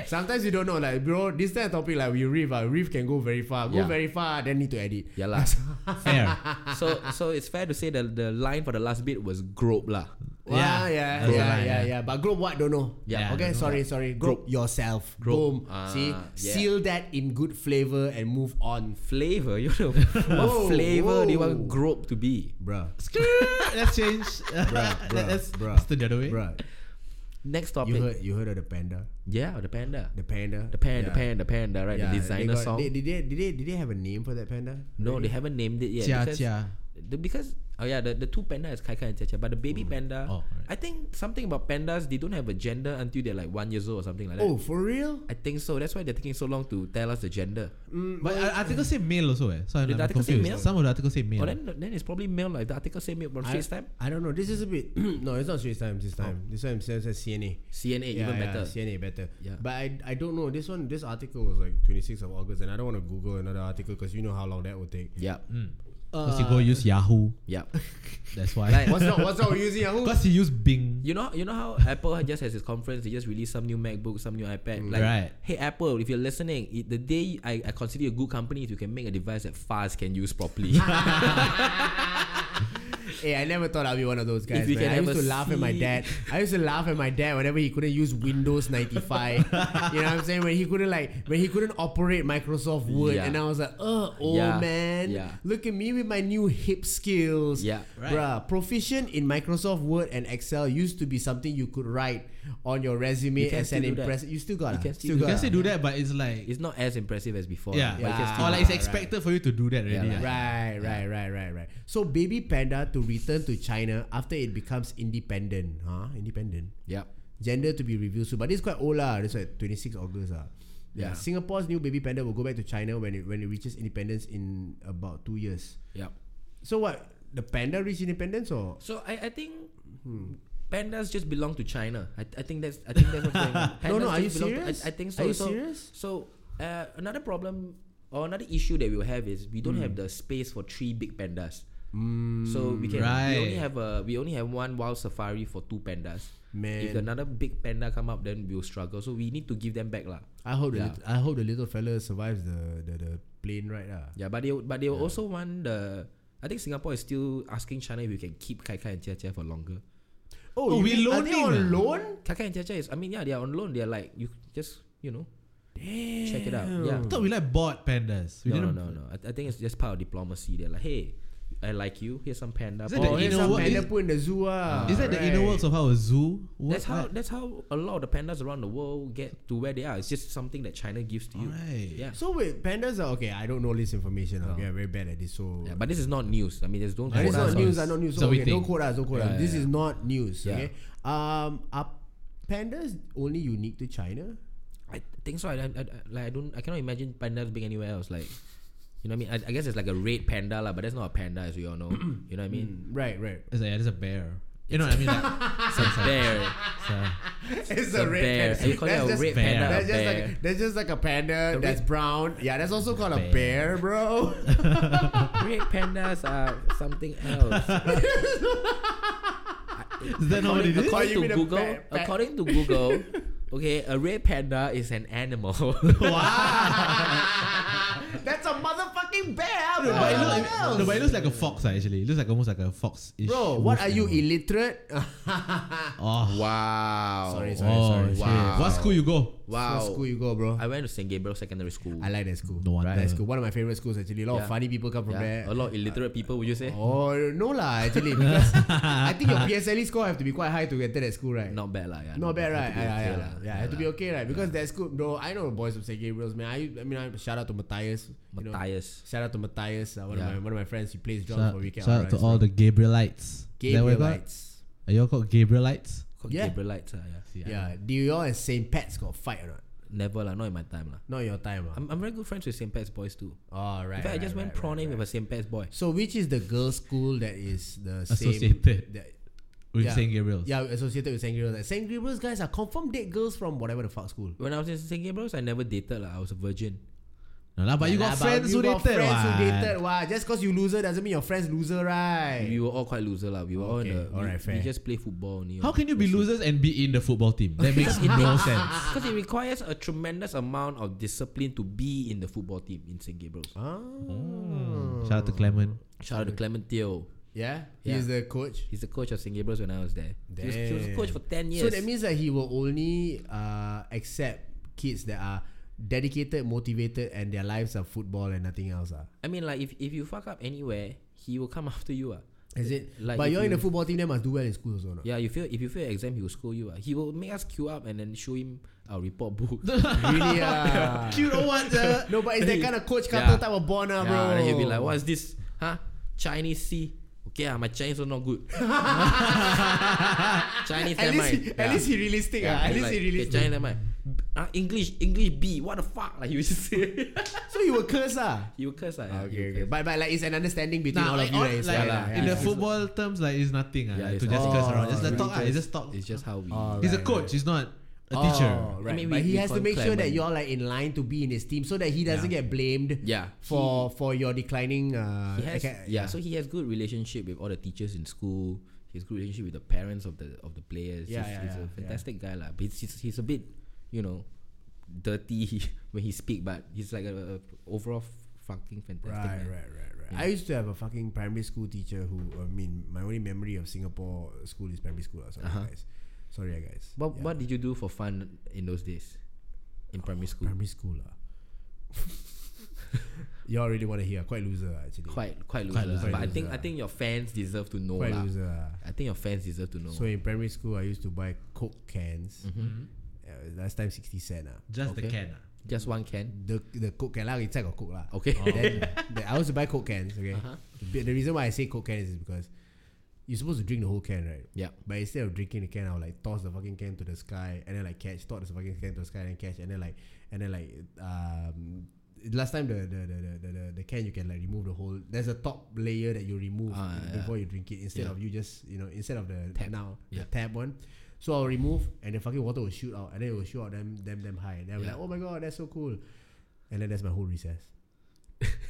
[SPEAKER 2] Sometimes you don't know, like bro, this kind of topic like we riff, uh, riff can go very far, go
[SPEAKER 3] Yeah.
[SPEAKER 2] very far, then need to edit.
[SPEAKER 3] Yeah lah.
[SPEAKER 4] Fair.
[SPEAKER 3] so so it's fair to say that the line for the last bit was grope lah.
[SPEAKER 2] Wow,
[SPEAKER 4] Yeah,
[SPEAKER 2] yeah, Ah, yeah,
[SPEAKER 4] that's
[SPEAKER 2] yeah,
[SPEAKER 4] right,
[SPEAKER 2] yeah,
[SPEAKER 4] yeah.
[SPEAKER 2] But group what don't know.
[SPEAKER 3] Yeah,
[SPEAKER 2] okay,
[SPEAKER 4] don't know.
[SPEAKER 2] sorry, sorry. Group yourself. Boom.
[SPEAKER 3] Group. Ah,
[SPEAKER 2] See,
[SPEAKER 3] yeah.
[SPEAKER 2] seal that in good flavor and move on,
[SPEAKER 3] Flavor, you know, what
[SPEAKER 2] Whoa,
[SPEAKER 3] flavor do you want
[SPEAKER 2] whoa.
[SPEAKER 3] grope to be?
[SPEAKER 2] bruh.
[SPEAKER 4] Let's change. Let-
[SPEAKER 2] bruh,
[SPEAKER 4] Let's
[SPEAKER 2] bruh,
[SPEAKER 4] let's do the other way.
[SPEAKER 2] Bruh,
[SPEAKER 3] Next
[SPEAKER 2] you
[SPEAKER 3] topic.
[SPEAKER 2] heard you heard of the panda?
[SPEAKER 3] yeah, the panda.
[SPEAKER 2] The panda.
[SPEAKER 3] The panda,
[SPEAKER 2] Yeah.
[SPEAKER 3] panda, panda, right?
[SPEAKER 2] Yeah,
[SPEAKER 3] the
[SPEAKER 2] they
[SPEAKER 3] designer
[SPEAKER 2] got-
[SPEAKER 3] song.
[SPEAKER 2] They, did they did they did they have a name for that panda?
[SPEAKER 3] no, they haven't named it yet.
[SPEAKER 4] Chia
[SPEAKER 3] because
[SPEAKER 4] chia.
[SPEAKER 3] the, because oh yeah, the, the two panda is Kai Kai and Tia Tia, but the baby panda,
[SPEAKER 4] Oh, alright.
[SPEAKER 3] I think something about pandas, they don't have a gender until they're like one years old or something like that.
[SPEAKER 2] Oh, for real?
[SPEAKER 3] I think so. That's why they're taking so long to tell us the gender.
[SPEAKER 4] But ar- article say male also eh. So I'm,
[SPEAKER 3] Did mm, the
[SPEAKER 4] I'm
[SPEAKER 3] article say
[SPEAKER 4] confused.
[SPEAKER 3] male?
[SPEAKER 4] Some of the article say male.
[SPEAKER 3] Oh, then then it's probably male. Like the article say male from
[SPEAKER 2] I,
[SPEAKER 3] Straits Time.
[SPEAKER 2] I don't know. This is a bit. no, it's not Straits Times this time. This time it says as CNA.
[SPEAKER 3] CNA
[SPEAKER 2] yeah,
[SPEAKER 3] Oh. even
[SPEAKER 2] yeah,
[SPEAKER 3] better.
[SPEAKER 2] CNA better.
[SPEAKER 3] Yeah.
[SPEAKER 2] But I, I don't know. This one, this article was like 26th of August, and I don't want to Google another article because you know how long that would take.
[SPEAKER 3] Yeah,
[SPEAKER 2] Hmm.
[SPEAKER 4] Because he go use Yahoo.
[SPEAKER 3] yeah.
[SPEAKER 4] That's
[SPEAKER 3] Uh,
[SPEAKER 4] why.
[SPEAKER 3] Like-
[SPEAKER 2] What's up? What's up with using Yahoo?
[SPEAKER 4] Because he use Bing.
[SPEAKER 3] You know, you know how Apple just has its conference. They just release some new MacBook, some new
[SPEAKER 2] Mm.
[SPEAKER 3] iPad. Like,
[SPEAKER 4] Right.
[SPEAKER 3] hey Apple, if you're listening, it, the day I, I consider you a good company if you can make a device that fast can use properly.
[SPEAKER 2] Hey, I never thought I'd be one of those guys.
[SPEAKER 3] you
[SPEAKER 2] man.
[SPEAKER 3] can
[SPEAKER 2] I
[SPEAKER 3] have
[SPEAKER 2] used to
[SPEAKER 3] a
[SPEAKER 2] laugh at my
[SPEAKER 3] seat.
[SPEAKER 2] dad. I used to laugh at my dad whenever he couldn't use Windows 95. you know what I'm saying? When he couldn't like when he couldn't operate Microsoft Word,
[SPEAKER 3] Yeah.
[SPEAKER 2] and I was like, uh, old
[SPEAKER 3] Yeah.
[SPEAKER 2] man,
[SPEAKER 3] Yeah.
[SPEAKER 2] look at me with my new hip skills.
[SPEAKER 3] Yeah.
[SPEAKER 4] Right.
[SPEAKER 2] Bruh, proficient in Microsoft Word and Excel used to be something you could write on your resume
[SPEAKER 3] You can
[SPEAKER 2] as an
[SPEAKER 3] still do that.
[SPEAKER 2] impress. You still got
[SPEAKER 3] You
[SPEAKER 2] it.
[SPEAKER 3] can still
[SPEAKER 2] got
[SPEAKER 4] You can
[SPEAKER 2] it.
[SPEAKER 4] say do that, but it's like
[SPEAKER 3] it's not as impressive as before.
[SPEAKER 4] yeah,
[SPEAKER 3] but you can
[SPEAKER 2] Yeah.
[SPEAKER 3] still
[SPEAKER 4] or
[SPEAKER 3] do
[SPEAKER 4] like it's
[SPEAKER 3] that.
[SPEAKER 4] expected for you to do that already.
[SPEAKER 3] Yeah,
[SPEAKER 4] Yeah,
[SPEAKER 2] Right, right, right, right, right. So baby panda to return to China after it becomes independent, huh? Independent.
[SPEAKER 3] Yeah.
[SPEAKER 2] Gender to be revealed soon, but it's quite old lah. It's like 26 August lah. Yeah.
[SPEAKER 3] Yeah.
[SPEAKER 2] Singapore's new baby panda will go back to China when it when it reaches independence in about two years.
[SPEAKER 3] Yeah.
[SPEAKER 2] So what? The panda reach independence or?
[SPEAKER 3] So I, I think pandas just belong to China. I, I think that's I think that's what's going on.
[SPEAKER 2] No, no,
[SPEAKER 3] Pandas
[SPEAKER 2] are
[SPEAKER 3] just
[SPEAKER 2] you
[SPEAKER 3] belong to-
[SPEAKER 2] serious?
[SPEAKER 3] I, I think so.
[SPEAKER 2] Are you
[SPEAKER 3] so,
[SPEAKER 2] serious?
[SPEAKER 3] So uh, another problem or another issue that we will have is we don't have the space for three big pandas. so we can we only
[SPEAKER 4] Right.
[SPEAKER 3] have a we only have one wild safari for two pandas.
[SPEAKER 2] Man.
[SPEAKER 3] If another big panda come up, then we'll struggle. So we need to give them back lah.
[SPEAKER 2] I hope the
[SPEAKER 3] Yeah.
[SPEAKER 2] lit- I hope the little fella survives the the, the plane ride lah.
[SPEAKER 3] Yeah, but they but they also want the. I think Singapore is still asking China if we can keep Kai Kai and Tia Tia for longer.
[SPEAKER 4] Oh,
[SPEAKER 2] you
[SPEAKER 4] we
[SPEAKER 2] mean- are they
[SPEAKER 4] loaning
[SPEAKER 2] on
[SPEAKER 4] ah?
[SPEAKER 2] loan?
[SPEAKER 3] Kai Kai and Tia Tia is. I mean, yeah, they are on loan. They are like you just you know, check it out. Yeah.
[SPEAKER 4] I thought we like bought pandas. We
[SPEAKER 3] no, no,
[SPEAKER 4] didn't.
[SPEAKER 3] no, no. I, I think it's just part of diplomacy. They're like, hey, I like you. Here's some panda.
[SPEAKER 4] that
[SPEAKER 3] Oh,
[SPEAKER 4] the
[SPEAKER 2] There's
[SPEAKER 4] inner
[SPEAKER 2] some
[SPEAKER 4] world-
[SPEAKER 2] panda
[SPEAKER 4] is-
[SPEAKER 2] put in the zoo ah.
[SPEAKER 4] Is that the inner
[SPEAKER 2] Right.
[SPEAKER 4] worlds of how a zoo? What,
[SPEAKER 3] that's how that's how a lot of the pandas around the world get to where they are. It's just something that China gives to you.
[SPEAKER 4] Alright.
[SPEAKER 3] Yeah.
[SPEAKER 2] So wait, pandas are okay. I don't know this information. Okay, I'm very bad at this. So
[SPEAKER 3] yeah. But this is not news. I mean, there's don't.
[SPEAKER 2] Uh, it's not
[SPEAKER 4] Quotas,
[SPEAKER 2] news.
[SPEAKER 4] so
[SPEAKER 2] I not news.
[SPEAKER 4] it's a
[SPEAKER 2] okay,
[SPEAKER 4] waiting.
[SPEAKER 2] don't quote us. Don't quote us.
[SPEAKER 3] Yeah,
[SPEAKER 2] This
[SPEAKER 3] yeah,
[SPEAKER 2] is not news.
[SPEAKER 3] Yeah.
[SPEAKER 2] Okay. Um, are pandas only unique to China?
[SPEAKER 3] I think so. I, I, I like I don't. I cannot imagine pandas being anywhere else. Like, you know what I mean? I, I guess it's like a red panda lah, but that's not a panda as we all know. you know what I mean?
[SPEAKER 2] Right, right.
[SPEAKER 4] It's like, yeah, there's a bear. You know what I mean?
[SPEAKER 2] Mm.
[SPEAKER 4] Like, some- some-
[SPEAKER 3] Bear.
[SPEAKER 4] some-
[SPEAKER 2] It's,
[SPEAKER 3] a bear. You call it a red
[SPEAKER 4] Bear.
[SPEAKER 3] panda.
[SPEAKER 2] That's
[SPEAKER 3] a
[SPEAKER 2] just,
[SPEAKER 3] bear.
[SPEAKER 2] like, that's just like a panda
[SPEAKER 3] A
[SPEAKER 2] that's
[SPEAKER 3] red-
[SPEAKER 2] brown. Yeah, that's also called a bear,
[SPEAKER 4] Bear.
[SPEAKER 2] bro.
[SPEAKER 3] Red pandas are something else.
[SPEAKER 4] Is that not what it is?
[SPEAKER 2] Oh,
[SPEAKER 3] according
[SPEAKER 2] you
[SPEAKER 3] to
[SPEAKER 2] mean a
[SPEAKER 3] Google,
[SPEAKER 2] pa- pa-
[SPEAKER 3] according to Google, okay, a red panda is an animal.
[SPEAKER 2] that's a motherfucking bear, bro.
[SPEAKER 4] But it,
[SPEAKER 2] What
[SPEAKER 4] looks,
[SPEAKER 2] else?
[SPEAKER 4] no, but it looks like a fox ah, actually. It looks like almost like a fox.
[SPEAKER 2] Bro, what are you illiterate?
[SPEAKER 4] Oh,
[SPEAKER 3] wow.
[SPEAKER 2] sorry, sorry,
[SPEAKER 4] oh
[SPEAKER 2] sorry.
[SPEAKER 4] shit.
[SPEAKER 3] Wow.
[SPEAKER 4] What school you go?
[SPEAKER 3] Wow.
[SPEAKER 2] What school you go, bro?
[SPEAKER 3] I went to St. Gabriel Secondary School.
[SPEAKER 2] I like that school.
[SPEAKER 4] No
[SPEAKER 2] right?
[SPEAKER 4] wonder.
[SPEAKER 2] That school. One of my favorite schools actually. A lot of
[SPEAKER 3] Yeah.
[SPEAKER 2] funny people come from there.
[SPEAKER 3] yeah. Oh, A lot of illiterate people, would you say?
[SPEAKER 2] Uh, Oh no lah, actually because I think your PSLE E score have to be quite high to enter that school, right?
[SPEAKER 3] Not bad lah. Yeah,
[SPEAKER 2] Not bad, right?
[SPEAKER 3] Have
[SPEAKER 2] Yeah,
[SPEAKER 3] to be okay
[SPEAKER 2] yeah,
[SPEAKER 3] lah.
[SPEAKER 2] yeah. yeah, have to be okay, right? Because that school, bro. I know boys from St. Gabriel's, man. I, I mean, I shout out to Matthias. you know.
[SPEAKER 3] Matthias.
[SPEAKER 2] Shout out to Matthias, uh, one
[SPEAKER 3] Yeah.
[SPEAKER 2] of my one of my friends. He plays drums
[SPEAKER 4] Shout,
[SPEAKER 2] for weekend.
[SPEAKER 4] shout out to all the Gabrielites. Is that what you call it?
[SPEAKER 2] Gabrielites.
[SPEAKER 4] Are you all called Gabrielites?
[SPEAKER 3] Called
[SPEAKER 2] Yeah.
[SPEAKER 3] Gabrielites, ah, yeah.
[SPEAKER 2] Yeah, do you all and St. Pat's got fight or not?
[SPEAKER 3] Never lah, not in my time lah.
[SPEAKER 2] Not your time, ah.
[SPEAKER 3] I'm, I'm very good friends with St. Pat's boys too.
[SPEAKER 2] All right.
[SPEAKER 3] in fact, I
[SPEAKER 2] right,
[SPEAKER 3] just went
[SPEAKER 2] right, right,
[SPEAKER 3] prawning
[SPEAKER 2] right.
[SPEAKER 3] with a St. Pat's boy.
[SPEAKER 2] So which is the girls' school that is the same?
[SPEAKER 4] Associated.
[SPEAKER 2] That,
[SPEAKER 4] With
[SPEAKER 2] Yeah.
[SPEAKER 4] St. Gabriel's.
[SPEAKER 2] yeah, associated with St. Gabriel's. Like, St. Gabriel's guys are confirmed date girls from whatever the fuck school.
[SPEAKER 3] When I was in St. Gabriel's, I never dated lah. I was a virgin.
[SPEAKER 4] No, lah, but you
[SPEAKER 2] Yeah
[SPEAKER 4] got
[SPEAKER 2] lah, but
[SPEAKER 4] friends
[SPEAKER 2] you
[SPEAKER 4] who
[SPEAKER 2] got
[SPEAKER 4] dated.
[SPEAKER 2] friends who
[SPEAKER 4] what?
[SPEAKER 2] dated, wah. Just cause you loser doesn't mean your friends loser, right?
[SPEAKER 3] We were all quite loser lah. We were all in
[SPEAKER 2] Okay,
[SPEAKER 3] the. we-
[SPEAKER 2] alright, fair.
[SPEAKER 3] We just play football only.
[SPEAKER 4] How
[SPEAKER 3] lah.
[SPEAKER 4] can you be losers and be in the football team? That makes no sense.
[SPEAKER 3] Because it requires a tremendous amount of discipline to be in the football team in St. Gabriel's.
[SPEAKER 2] Hmm.
[SPEAKER 4] Shout out to Clement.
[SPEAKER 3] Shout out to Clement Teo.
[SPEAKER 2] Yeah,
[SPEAKER 3] Yeah.
[SPEAKER 2] he's the coach.
[SPEAKER 3] He's the coach of St. Gabriel's when I was there. He was, he was
[SPEAKER 2] Damn.
[SPEAKER 3] coach for 10 years.
[SPEAKER 2] So that means that he will only uh, accept kids that are dedicated, motivated, and their lives are football and nothing else. Ah,
[SPEAKER 3] I mean, like, if, if you fuck up anywhere, he will come after you. Uh.
[SPEAKER 2] is it?
[SPEAKER 3] Like
[SPEAKER 2] but
[SPEAKER 3] if
[SPEAKER 2] you're in
[SPEAKER 3] you-
[SPEAKER 2] the football team, then must do well in school, also, no?
[SPEAKER 3] Yeah, you fail, if you fail an exam, he will scold you. Uh. He will make us queue up and then show him our report book.
[SPEAKER 2] Really, ah.
[SPEAKER 4] Cute or what?
[SPEAKER 2] no, but it's that kind of coach
[SPEAKER 3] Yeah.
[SPEAKER 2] Carter type of born, ah,
[SPEAKER 3] Yeah,
[SPEAKER 2] bro.
[SPEAKER 3] and then he'll be like, what's this? Huh? Chinese Sea. Okay, ah, my Chinese was not good. Chinese
[SPEAKER 2] At
[SPEAKER 3] never
[SPEAKER 2] least,
[SPEAKER 3] mind.
[SPEAKER 2] he, at
[SPEAKER 3] Yeah.
[SPEAKER 2] least he realistic.
[SPEAKER 3] Yeah,
[SPEAKER 2] ah. At
[SPEAKER 3] he's
[SPEAKER 2] least
[SPEAKER 3] like,
[SPEAKER 2] he
[SPEAKER 3] okay,
[SPEAKER 2] realistic.
[SPEAKER 3] Chinese never mind. B- ah, English, English B. What the fuck? Like you just say,
[SPEAKER 2] so you will curse ah.
[SPEAKER 3] you curse like. yeah,
[SPEAKER 2] Okay,
[SPEAKER 3] you
[SPEAKER 2] okay.
[SPEAKER 3] curse.
[SPEAKER 2] But, but like it's an understanding between
[SPEAKER 4] Nah,
[SPEAKER 2] all of
[SPEAKER 4] like,
[SPEAKER 2] you.
[SPEAKER 4] on-
[SPEAKER 2] right? It's
[SPEAKER 4] like,
[SPEAKER 2] like,
[SPEAKER 3] yeah,
[SPEAKER 2] yeah,
[SPEAKER 4] in the
[SPEAKER 2] yeah.
[SPEAKER 4] football terms, like it's nothing. ah,
[SPEAKER 3] Yeah,
[SPEAKER 4] like,
[SPEAKER 3] it's
[SPEAKER 4] to just
[SPEAKER 3] not-
[SPEAKER 4] curse
[SPEAKER 2] Oh,
[SPEAKER 4] around, just like
[SPEAKER 2] really
[SPEAKER 4] talk. ah,
[SPEAKER 2] just- Ah,
[SPEAKER 4] It's just talk.
[SPEAKER 3] It's just how we.
[SPEAKER 2] All
[SPEAKER 4] He's a
[SPEAKER 2] right,
[SPEAKER 4] coach. He's not a teacher.
[SPEAKER 2] Oh, right.
[SPEAKER 3] I mean,
[SPEAKER 2] but
[SPEAKER 3] we-
[SPEAKER 2] he
[SPEAKER 3] we
[SPEAKER 2] has to
[SPEAKER 3] call
[SPEAKER 2] make sure that
[SPEAKER 3] Clement.
[SPEAKER 2] you're like in line to be in his team, so that he doesn't
[SPEAKER 3] Yeah.
[SPEAKER 2] get blamed.
[SPEAKER 3] Yeah.
[SPEAKER 2] For for your declining. Uh,
[SPEAKER 3] He has,
[SPEAKER 2] aca-
[SPEAKER 3] yeah. So he has good relationship with all the teachers in school. He has good relationship with the parents of the of the players.
[SPEAKER 2] Yeah,
[SPEAKER 3] he's,
[SPEAKER 2] yeah,
[SPEAKER 3] he's
[SPEAKER 2] yeah,
[SPEAKER 3] a
[SPEAKER 2] yeah.
[SPEAKER 3] fantastic guy, lah. But he's, he's he's a bit, you know, dirty when he speak, but he's like a, a overall fucking fantastic
[SPEAKER 2] Right,
[SPEAKER 3] man.
[SPEAKER 2] right, right, right. I used to have a fucking primary school teacher who, I mean, my only memory of Singapore school is primary school. ah, Sorry,
[SPEAKER 3] Uh-huh.
[SPEAKER 2] guys. Sorry, ah, guys.
[SPEAKER 3] What
[SPEAKER 2] Yeah.
[SPEAKER 3] what did you do for fun in those days, in primary school?
[SPEAKER 2] Primary school. lah. Y'all really want to hear. Quite loser, ah, actually.
[SPEAKER 3] Quite quite loser,
[SPEAKER 2] Quite loser.
[SPEAKER 3] but I
[SPEAKER 2] Quite
[SPEAKER 3] think
[SPEAKER 2] loser,
[SPEAKER 3] I
[SPEAKER 2] ah.
[SPEAKER 3] think your fans deserve to know,
[SPEAKER 2] Quite
[SPEAKER 3] lah.
[SPEAKER 2] loser. ah.
[SPEAKER 3] I think your fans deserve to know.
[SPEAKER 2] So in primary school, I used to buy Coke cans.
[SPEAKER 3] Mm-hmm.
[SPEAKER 2] Uh, last time, 60 cent. ah.
[SPEAKER 4] Just the
[SPEAKER 3] Okay.
[SPEAKER 4] can. ah.
[SPEAKER 3] Just one can.
[SPEAKER 2] the the coke can lah inside got coke lah.
[SPEAKER 3] Okay. Uh-huh.
[SPEAKER 2] Then the, I was to buy coke cans. Okay. The, the reason why I say coke cans is because you're supposed to drink the whole can, right?
[SPEAKER 3] Yeah.
[SPEAKER 2] But instead of drinking the can, I would like toss the fucking can to the sky and then like catch, toss the fucking can to the sky and then catch, and then like and then like um. Last time the the, the, the, the, the the can you can like remove the whole there's a top layer that you remove
[SPEAKER 3] Ah, yeah.
[SPEAKER 2] before you drink it instead
[SPEAKER 3] Yeah.
[SPEAKER 2] of you just you know instead of the
[SPEAKER 3] Tap.
[SPEAKER 2] now
[SPEAKER 3] Yeah.
[SPEAKER 2] the tap one so I'll remove and the fucking water will shoot out and then it will shoot out them them them high and then I'm
[SPEAKER 3] Yeah.
[SPEAKER 2] like oh my god that's so cool and then that's my whole recess.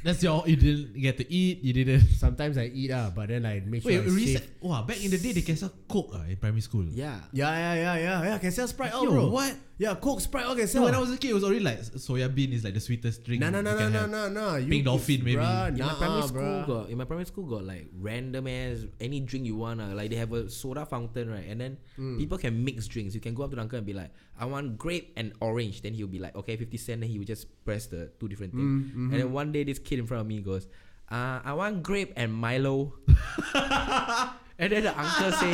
[SPEAKER 4] That's your. You didn't get to eat. You didn't.
[SPEAKER 2] Sometimes I eat ah, but then I make sure
[SPEAKER 4] Wait,
[SPEAKER 2] I
[SPEAKER 4] recess.
[SPEAKER 2] save.
[SPEAKER 4] Wow, back in the day they can sell coke ah, in primary
[SPEAKER 2] Mm.
[SPEAKER 4] school.
[SPEAKER 3] Yeah.
[SPEAKER 2] Yeah, yeah, yeah, yeah, yeah. Can sell Sprite, out,
[SPEAKER 4] Yo,
[SPEAKER 2] bro.
[SPEAKER 4] what?
[SPEAKER 2] Yeah, Coke Sprite, all can
[SPEAKER 4] So
[SPEAKER 2] sell.
[SPEAKER 4] when I was a kid, it was already like soya bean is like the sweetest drink.
[SPEAKER 2] no, no, no,
[SPEAKER 4] you
[SPEAKER 2] no,
[SPEAKER 4] can
[SPEAKER 2] no,
[SPEAKER 4] have.
[SPEAKER 2] no, no. You-
[SPEAKER 4] Pink dolphin, maybe.
[SPEAKER 2] Bruh,
[SPEAKER 3] In my
[SPEAKER 2] nah,
[SPEAKER 3] primary school
[SPEAKER 2] bruh.
[SPEAKER 3] got in my primary school got like random ass any drink you want uh, like they have a soda fountain right and then
[SPEAKER 2] Hmm.
[SPEAKER 3] people can mix drinks you can go up to the uncle and be like I want grape and orange then he'll be like okay 50 cent then he would just press the two different things
[SPEAKER 2] Mm, mm-hmm.
[SPEAKER 3] and then one day this kid in front of me goes uh, I want grape and Milo and then the uncle say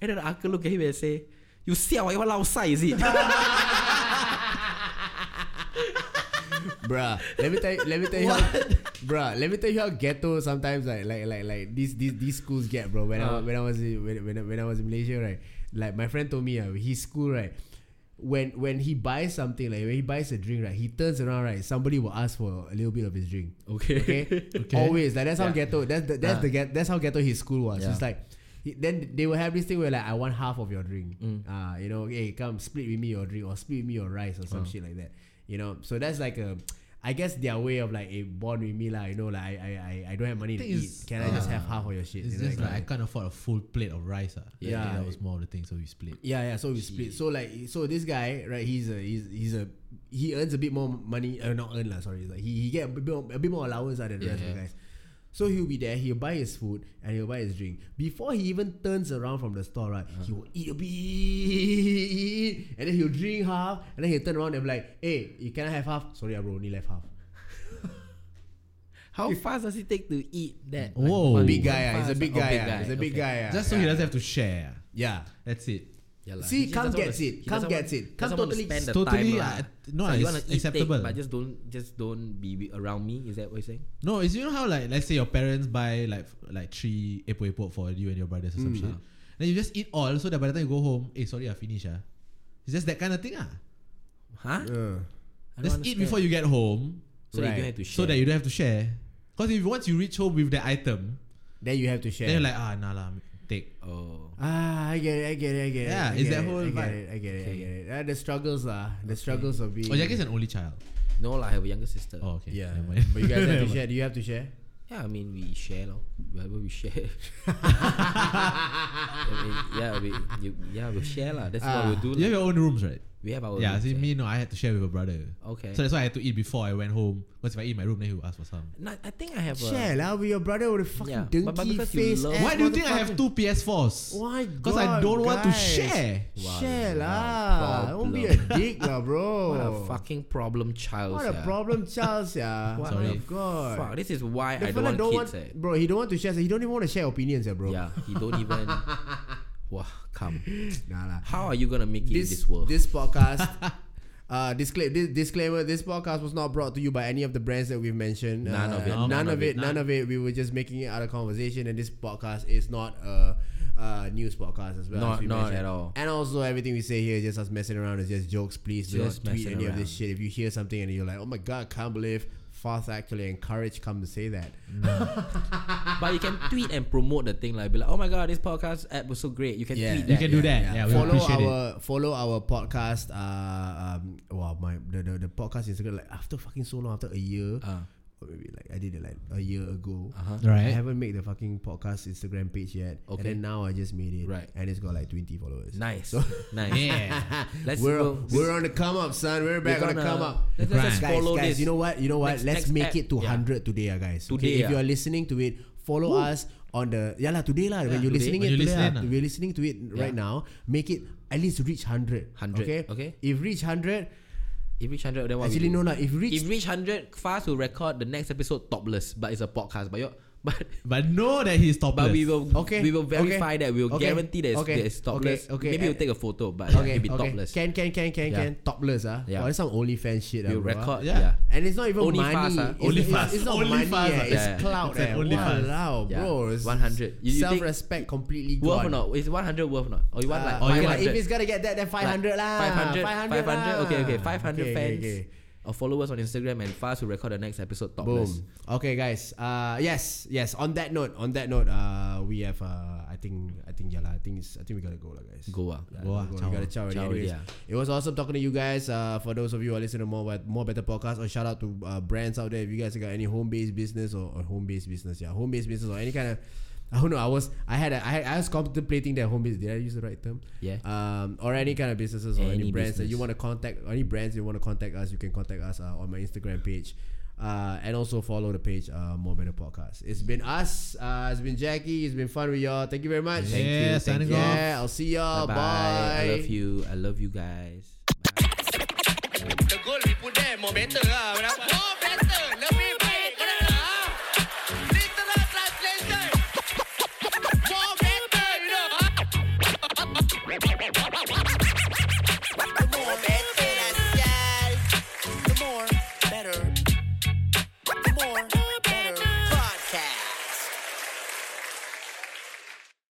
[SPEAKER 3] and then the uncle look at him and say you see how I want lao sai is it
[SPEAKER 2] bruh. Let me tell you, let me tell you how, bruh. Let me tell you how ghetto sometimes like like like like these these these schools get, bro. When I
[SPEAKER 3] Uh.
[SPEAKER 2] when I was in, when, when I- when I was in Malaysia, right? Like my friend told me, uh, his school, right. When when he buys something like when he buys a drink right, he turns around right. Somebody will ask for a little bit of his drink.
[SPEAKER 3] Okay.
[SPEAKER 2] Okay.
[SPEAKER 4] Okay.
[SPEAKER 2] Always like that's how
[SPEAKER 3] Yeah.
[SPEAKER 2] ghetto. That's the, that's
[SPEAKER 3] Ah.
[SPEAKER 2] the get, that's how ghetto his school was. So
[SPEAKER 3] Yeah.
[SPEAKER 2] it's like. he- Then they will have this thing where like I want half of your drink, ah, you know, hey, come split with me your drink or split with me your rice or some shit like that, you know. So that's like a, I guess their way of like a bond with me lah, you know, like I I, I- I don't have money to
[SPEAKER 4] Thing
[SPEAKER 2] eat,
[SPEAKER 4] is,
[SPEAKER 2] can I just have half of your shit? You
[SPEAKER 4] It's
[SPEAKER 2] know,
[SPEAKER 4] just
[SPEAKER 2] that
[SPEAKER 4] like I can't afford a full plate of rice. ah.
[SPEAKER 2] Yeah.
[SPEAKER 4] I think that was more of the thing. So we split.
[SPEAKER 2] Yeah, yeah. So we split. So like, so this guy, right? He's a he's he's a he earns a bit more money. Uh, not earn lah. Sorry, like he he get a bit more, a bit more allowance other than the
[SPEAKER 3] Yeah,
[SPEAKER 2] rest of the
[SPEAKER 3] yeah.
[SPEAKER 2] guys. So he'll be there. He'll buy his food and he'll buy his drink. Before he even turns around from the store, right? He will eat a bit, and then he'll drink half, and then he'll turn around and be like, "Hey, you can I have half? Sorry, I only left half."
[SPEAKER 3] how fast does it take to eat that
[SPEAKER 4] Whoa.
[SPEAKER 3] one-
[SPEAKER 2] big
[SPEAKER 3] one
[SPEAKER 2] guy, ah, he's a
[SPEAKER 3] fast-
[SPEAKER 2] big
[SPEAKER 3] oh,
[SPEAKER 2] guy, ah, he's a big
[SPEAKER 3] okay.
[SPEAKER 2] guy. ah.
[SPEAKER 4] Just so he
[SPEAKER 2] Yeah.
[SPEAKER 4] doesn't have to share. ah.
[SPEAKER 2] Yeah.
[SPEAKER 4] That's it.
[SPEAKER 3] Yeah lah.
[SPEAKER 2] See,
[SPEAKER 3] He just
[SPEAKER 2] Kam
[SPEAKER 3] doesn't wanna-
[SPEAKER 2] gets it.
[SPEAKER 3] he
[SPEAKER 2] Kam
[SPEAKER 3] doesn't wanna-
[SPEAKER 2] gets it.
[SPEAKER 3] he
[SPEAKER 2] Kam
[SPEAKER 3] doesn't wanna
[SPEAKER 2] totally-
[SPEAKER 3] spend the
[SPEAKER 4] totally,
[SPEAKER 3] time lah.
[SPEAKER 4] uh, no,
[SPEAKER 3] So you
[SPEAKER 4] it's
[SPEAKER 3] wanna eat
[SPEAKER 4] acceptable.
[SPEAKER 3] thing, but just don't, just don't be be around me. Is that what you're saying?
[SPEAKER 4] No, it's you know how like let's say your parents buy like f- like three epo epo for you and your brothers or some shit. Then you just eat all so that by the time you go home, eh sorry I finish ah. It's just that kind of thing ah.
[SPEAKER 3] Huh?
[SPEAKER 2] Uh.
[SPEAKER 4] Just eat before you get home,
[SPEAKER 3] So that you
[SPEAKER 2] Right.
[SPEAKER 3] don't have to share.
[SPEAKER 4] so that you don't have to share. Because if once you reach home with the item,
[SPEAKER 2] Then you have to share.
[SPEAKER 4] then you're like ah nah lah take.
[SPEAKER 3] Oh.
[SPEAKER 2] Ah, I get it, I get it, I get it.
[SPEAKER 4] Yeah,
[SPEAKER 2] I
[SPEAKER 4] it's
[SPEAKER 2] get
[SPEAKER 4] that
[SPEAKER 2] it,
[SPEAKER 4] whole
[SPEAKER 2] I get
[SPEAKER 4] vibe.
[SPEAKER 2] it, I get it, I get it. Ah, the struggles lah, the struggles of being.
[SPEAKER 4] Oh, Jack is an only child.
[SPEAKER 3] No lah, I have a younger sister.
[SPEAKER 4] Oh okay.
[SPEAKER 2] yeah,
[SPEAKER 4] never mind.
[SPEAKER 2] but you guys have
[SPEAKER 4] Never
[SPEAKER 2] to
[SPEAKER 4] mind.
[SPEAKER 2] share. Do you have to share?
[SPEAKER 3] Yeah, I mean we share lor. Whatever we share. I mean, yeah, we you, yeah we share lah. That's
[SPEAKER 2] Ah.
[SPEAKER 3] what we do.
[SPEAKER 4] You have
[SPEAKER 3] lah.
[SPEAKER 4] your own rooms, right?
[SPEAKER 3] We
[SPEAKER 2] Oh,
[SPEAKER 3] have our
[SPEAKER 4] yeah,
[SPEAKER 3] rooms,
[SPEAKER 4] see me no, I had to share with a brother.
[SPEAKER 3] Okay.
[SPEAKER 4] So that's why I had to eat before I went home. Because if I eat in my room, then he would ask for some.
[SPEAKER 3] No, I think I have
[SPEAKER 2] Share
[SPEAKER 3] a.
[SPEAKER 2] lah with your brother with a fucking
[SPEAKER 3] Yeah,
[SPEAKER 2] dinky
[SPEAKER 3] but- but because you
[SPEAKER 2] face.
[SPEAKER 3] love-
[SPEAKER 2] ass
[SPEAKER 4] Why do you think I have
[SPEAKER 2] motherfucker.
[SPEAKER 4] two PS4s?
[SPEAKER 2] Why?
[SPEAKER 4] Because I don't want to share.
[SPEAKER 2] Share
[SPEAKER 3] Wow,
[SPEAKER 2] lah.
[SPEAKER 3] problem.
[SPEAKER 2] Don't be a dick lah, bro.
[SPEAKER 3] What
[SPEAKER 4] Oh.
[SPEAKER 3] a fucking problem child.
[SPEAKER 2] What a
[SPEAKER 3] sia.
[SPEAKER 2] problem, Charles. Yeah.
[SPEAKER 3] What the
[SPEAKER 4] Sorry.
[SPEAKER 2] Oh, God.
[SPEAKER 3] Fuck, this is why
[SPEAKER 2] The
[SPEAKER 3] I don't
[SPEAKER 2] fella
[SPEAKER 3] want
[SPEAKER 2] don't
[SPEAKER 3] kids.
[SPEAKER 2] want,
[SPEAKER 3] eh.
[SPEAKER 2] bro. He don't want to share. So he don't even want to share opinions, eh, bro.
[SPEAKER 3] Yeah, he don't even. Wah, come.
[SPEAKER 2] Nah lah.
[SPEAKER 3] How are you gonna make it
[SPEAKER 2] this
[SPEAKER 3] in this world?
[SPEAKER 2] this podcast Uh, disclaimer, this, disclaimer: This podcast was not brought to you by any of the brands that we've mentioned.
[SPEAKER 3] None
[SPEAKER 2] Uh,
[SPEAKER 3] of it.
[SPEAKER 2] None, of it. None of it. We were just making it out of conversation, and this podcast is not a, a news podcast as well.
[SPEAKER 3] Not-
[SPEAKER 2] as we
[SPEAKER 3] not
[SPEAKER 2] mentioned.
[SPEAKER 3] at all.
[SPEAKER 2] And also, everything we say here is just us messing around. It's just jokes. Please do not
[SPEAKER 3] Just
[SPEAKER 2] tweet
[SPEAKER 3] messing
[SPEAKER 2] any of this
[SPEAKER 3] around.
[SPEAKER 2] shit. If you hear something and you're like, "Oh my god, can't believe." Fast actually encouraged come to say that.
[SPEAKER 3] but you can tweet and promote the thing like be like, oh my god, this podcast app was so great. You can tweet
[SPEAKER 4] You
[SPEAKER 3] that.
[SPEAKER 4] can do that. Yeah, we
[SPEAKER 2] follow
[SPEAKER 4] appreciate
[SPEAKER 2] our follow our podcast. Uh, um, wow, my the, the, the podcast Instagram like after fucking so long, after a year,
[SPEAKER 3] Ah.
[SPEAKER 2] or maybe like I did it like a year ago.
[SPEAKER 3] Uh-huh.
[SPEAKER 4] Uh. Right.
[SPEAKER 2] I haven't made the fucking podcast Instagram page yet, and
[SPEAKER 3] Okay.
[SPEAKER 2] then now I just made it,
[SPEAKER 3] Right.
[SPEAKER 2] And it's got like twenty followers.
[SPEAKER 3] Nice, nice.
[SPEAKER 4] Yeah.
[SPEAKER 3] Let's
[SPEAKER 2] we're
[SPEAKER 3] go.
[SPEAKER 2] we're on the come up, son. We're
[SPEAKER 3] We're
[SPEAKER 2] back on the
[SPEAKER 3] gonna-
[SPEAKER 2] come up.
[SPEAKER 3] Let's, let's just
[SPEAKER 4] Grind.
[SPEAKER 2] Guys,
[SPEAKER 3] follow
[SPEAKER 2] guys,
[SPEAKER 3] this.
[SPEAKER 2] you know what? You know what?
[SPEAKER 3] Next-
[SPEAKER 2] Let's
[SPEAKER 3] next
[SPEAKER 2] make
[SPEAKER 3] app.
[SPEAKER 2] it to
[SPEAKER 3] Yeah.
[SPEAKER 2] 100 today, ah, guys.
[SPEAKER 3] Today,
[SPEAKER 2] okay, if
[SPEAKER 3] ah.
[SPEAKER 2] you are listening to it, follow us on the yeah lah today lah. when
[SPEAKER 3] Yeah,
[SPEAKER 2] you're
[SPEAKER 3] today.
[SPEAKER 2] listening
[SPEAKER 4] When
[SPEAKER 2] it
[SPEAKER 4] you're
[SPEAKER 2] today,
[SPEAKER 4] listening,
[SPEAKER 2] ah,
[SPEAKER 4] ah.
[SPEAKER 2] we're listening to it right now. Make it at least reach 100.
[SPEAKER 3] 100,
[SPEAKER 2] Okay.
[SPEAKER 3] okay.
[SPEAKER 2] If reach 100,
[SPEAKER 3] If reach hundred, then what? we
[SPEAKER 2] actually
[SPEAKER 3] do?
[SPEAKER 2] no lah. If reach
[SPEAKER 3] If reach hundred, Fast will record the next episode topless, but it's a podcast. But you but
[SPEAKER 4] But know that he's topless.
[SPEAKER 3] but we will
[SPEAKER 2] Okay,
[SPEAKER 3] we will
[SPEAKER 2] okay,
[SPEAKER 3] verify that we will
[SPEAKER 2] okay,
[SPEAKER 3] guarantee that it's,
[SPEAKER 2] okay,
[SPEAKER 3] that it's topless.
[SPEAKER 2] okay, okay,
[SPEAKER 3] Maybe we'll
[SPEAKER 2] and-
[SPEAKER 3] take a photo, but
[SPEAKER 2] okay,
[SPEAKER 3] it'll be
[SPEAKER 2] okay.
[SPEAKER 3] topless.
[SPEAKER 2] Can can can can
[SPEAKER 3] Yeah.
[SPEAKER 2] can topless ah.
[SPEAKER 3] Yeah.
[SPEAKER 2] Yeah. Wow, that's some OnlyFans shit. ah,
[SPEAKER 3] we'll
[SPEAKER 2] bro, ah.
[SPEAKER 3] record.
[SPEAKER 4] Yeah.
[SPEAKER 3] Yeah.
[SPEAKER 2] And it's not even
[SPEAKER 3] Only
[SPEAKER 2] money.
[SPEAKER 3] fast, ah.
[SPEAKER 2] It's-
[SPEAKER 4] Only
[SPEAKER 2] it's,
[SPEAKER 4] fast.
[SPEAKER 2] It's, not
[SPEAKER 4] Only
[SPEAKER 2] money. eh.
[SPEAKER 4] fast, ah.
[SPEAKER 2] It's
[SPEAKER 3] Yeah, yeah.
[SPEAKER 2] clout.
[SPEAKER 4] It's an
[SPEAKER 2] eh.
[SPEAKER 4] only fast.
[SPEAKER 2] Wow,
[SPEAKER 3] Yeah.
[SPEAKER 2] bro. It's
[SPEAKER 3] 100. You- you think-
[SPEAKER 2] Self-respect completely
[SPEAKER 3] Worth
[SPEAKER 2] gone.
[SPEAKER 3] or not? Is one hundred worth or not? Or you want like
[SPEAKER 2] Ah,
[SPEAKER 4] Uh, or you
[SPEAKER 2] okay
[SPEAKER 4] want
[SPEAKER 2] lah, if
[SPEAKER 3] 500?
[SPEAKER 2] it's gonna get that, then 500 lah.
[SPEAKER 3] 500,
[SPEAKER 2] 500
[SPEAKER 3] 500,
[SPEAKER 2] lah.
[SPEAKER 3] okay, okay, 500
[SPEAKER 2] Okay,
[SPEAKER 3] fans
[SPEAKER 2] okay, okay.
[SPEAKER 3] or followers on Instagram and fast will record the next episode
[SPEAKER 2] Boom.
[SPEAKER 3] topless.
[SPEAKER 2] Okay, guys. Uh, yes, yes. On that note, on that note, uh, we have. Uh, I think, I think, yeah, lah, I think, it's, I think we gotta go, lah, guys.
[SPEAKER 3] Go ah.
[SPEAKER 2] Yeah,
[SPEAKER 4] Go ah,
[SPEAKER 2] we
[SPEAKER 4] ciao
[SPEAKER 2] gotta
[SPEAKER 4] ah.
[SPEAKER 2] ciao already.
[SPEAKER 3] Ciao
[SPEAKER 2] Anyways,
[SPEAKER 3] already,
[SPEAKER 2] it was awesome talking to you guys. Uh, for those of you who are listening to more Wet- more better podcasts, or shout out to uh, brands out there. If you guys got any home based business or, or home based business, yeah, home based business or any kind of. I don't know. I was I had a, I, had, I was contemplating that home based. Did I use the right term?
[SPEAKER 3] Yeah.
[SPEAKER 2] Um, or any kind of businesses or any,
[SPEAKER 3] Any
[SPEAKER 2] brands that you
[SPEAKER 3] business.
[SPEAKER 2] want to contact, any brands you want to contact us, you can contact us uh, on my Instagram page. Uh, and also follow the page uh, More Better Podcast. It's been us. Uh, it's been Jackie. It's been fun with y'all. Thank you very much.
[SPEAKER 4] Thank you, Yeah, thank signing you. off.
[SPEAKER 2] Yeah, I'll see y'all. Oh,
[SPEAKER 3] Bye-bye.
[SPEAKER 2] Bye.
[SPEAKER 3] I love you. I love you guys.
[SPEAKER 1] The goal we put there, more better lah. Berapa?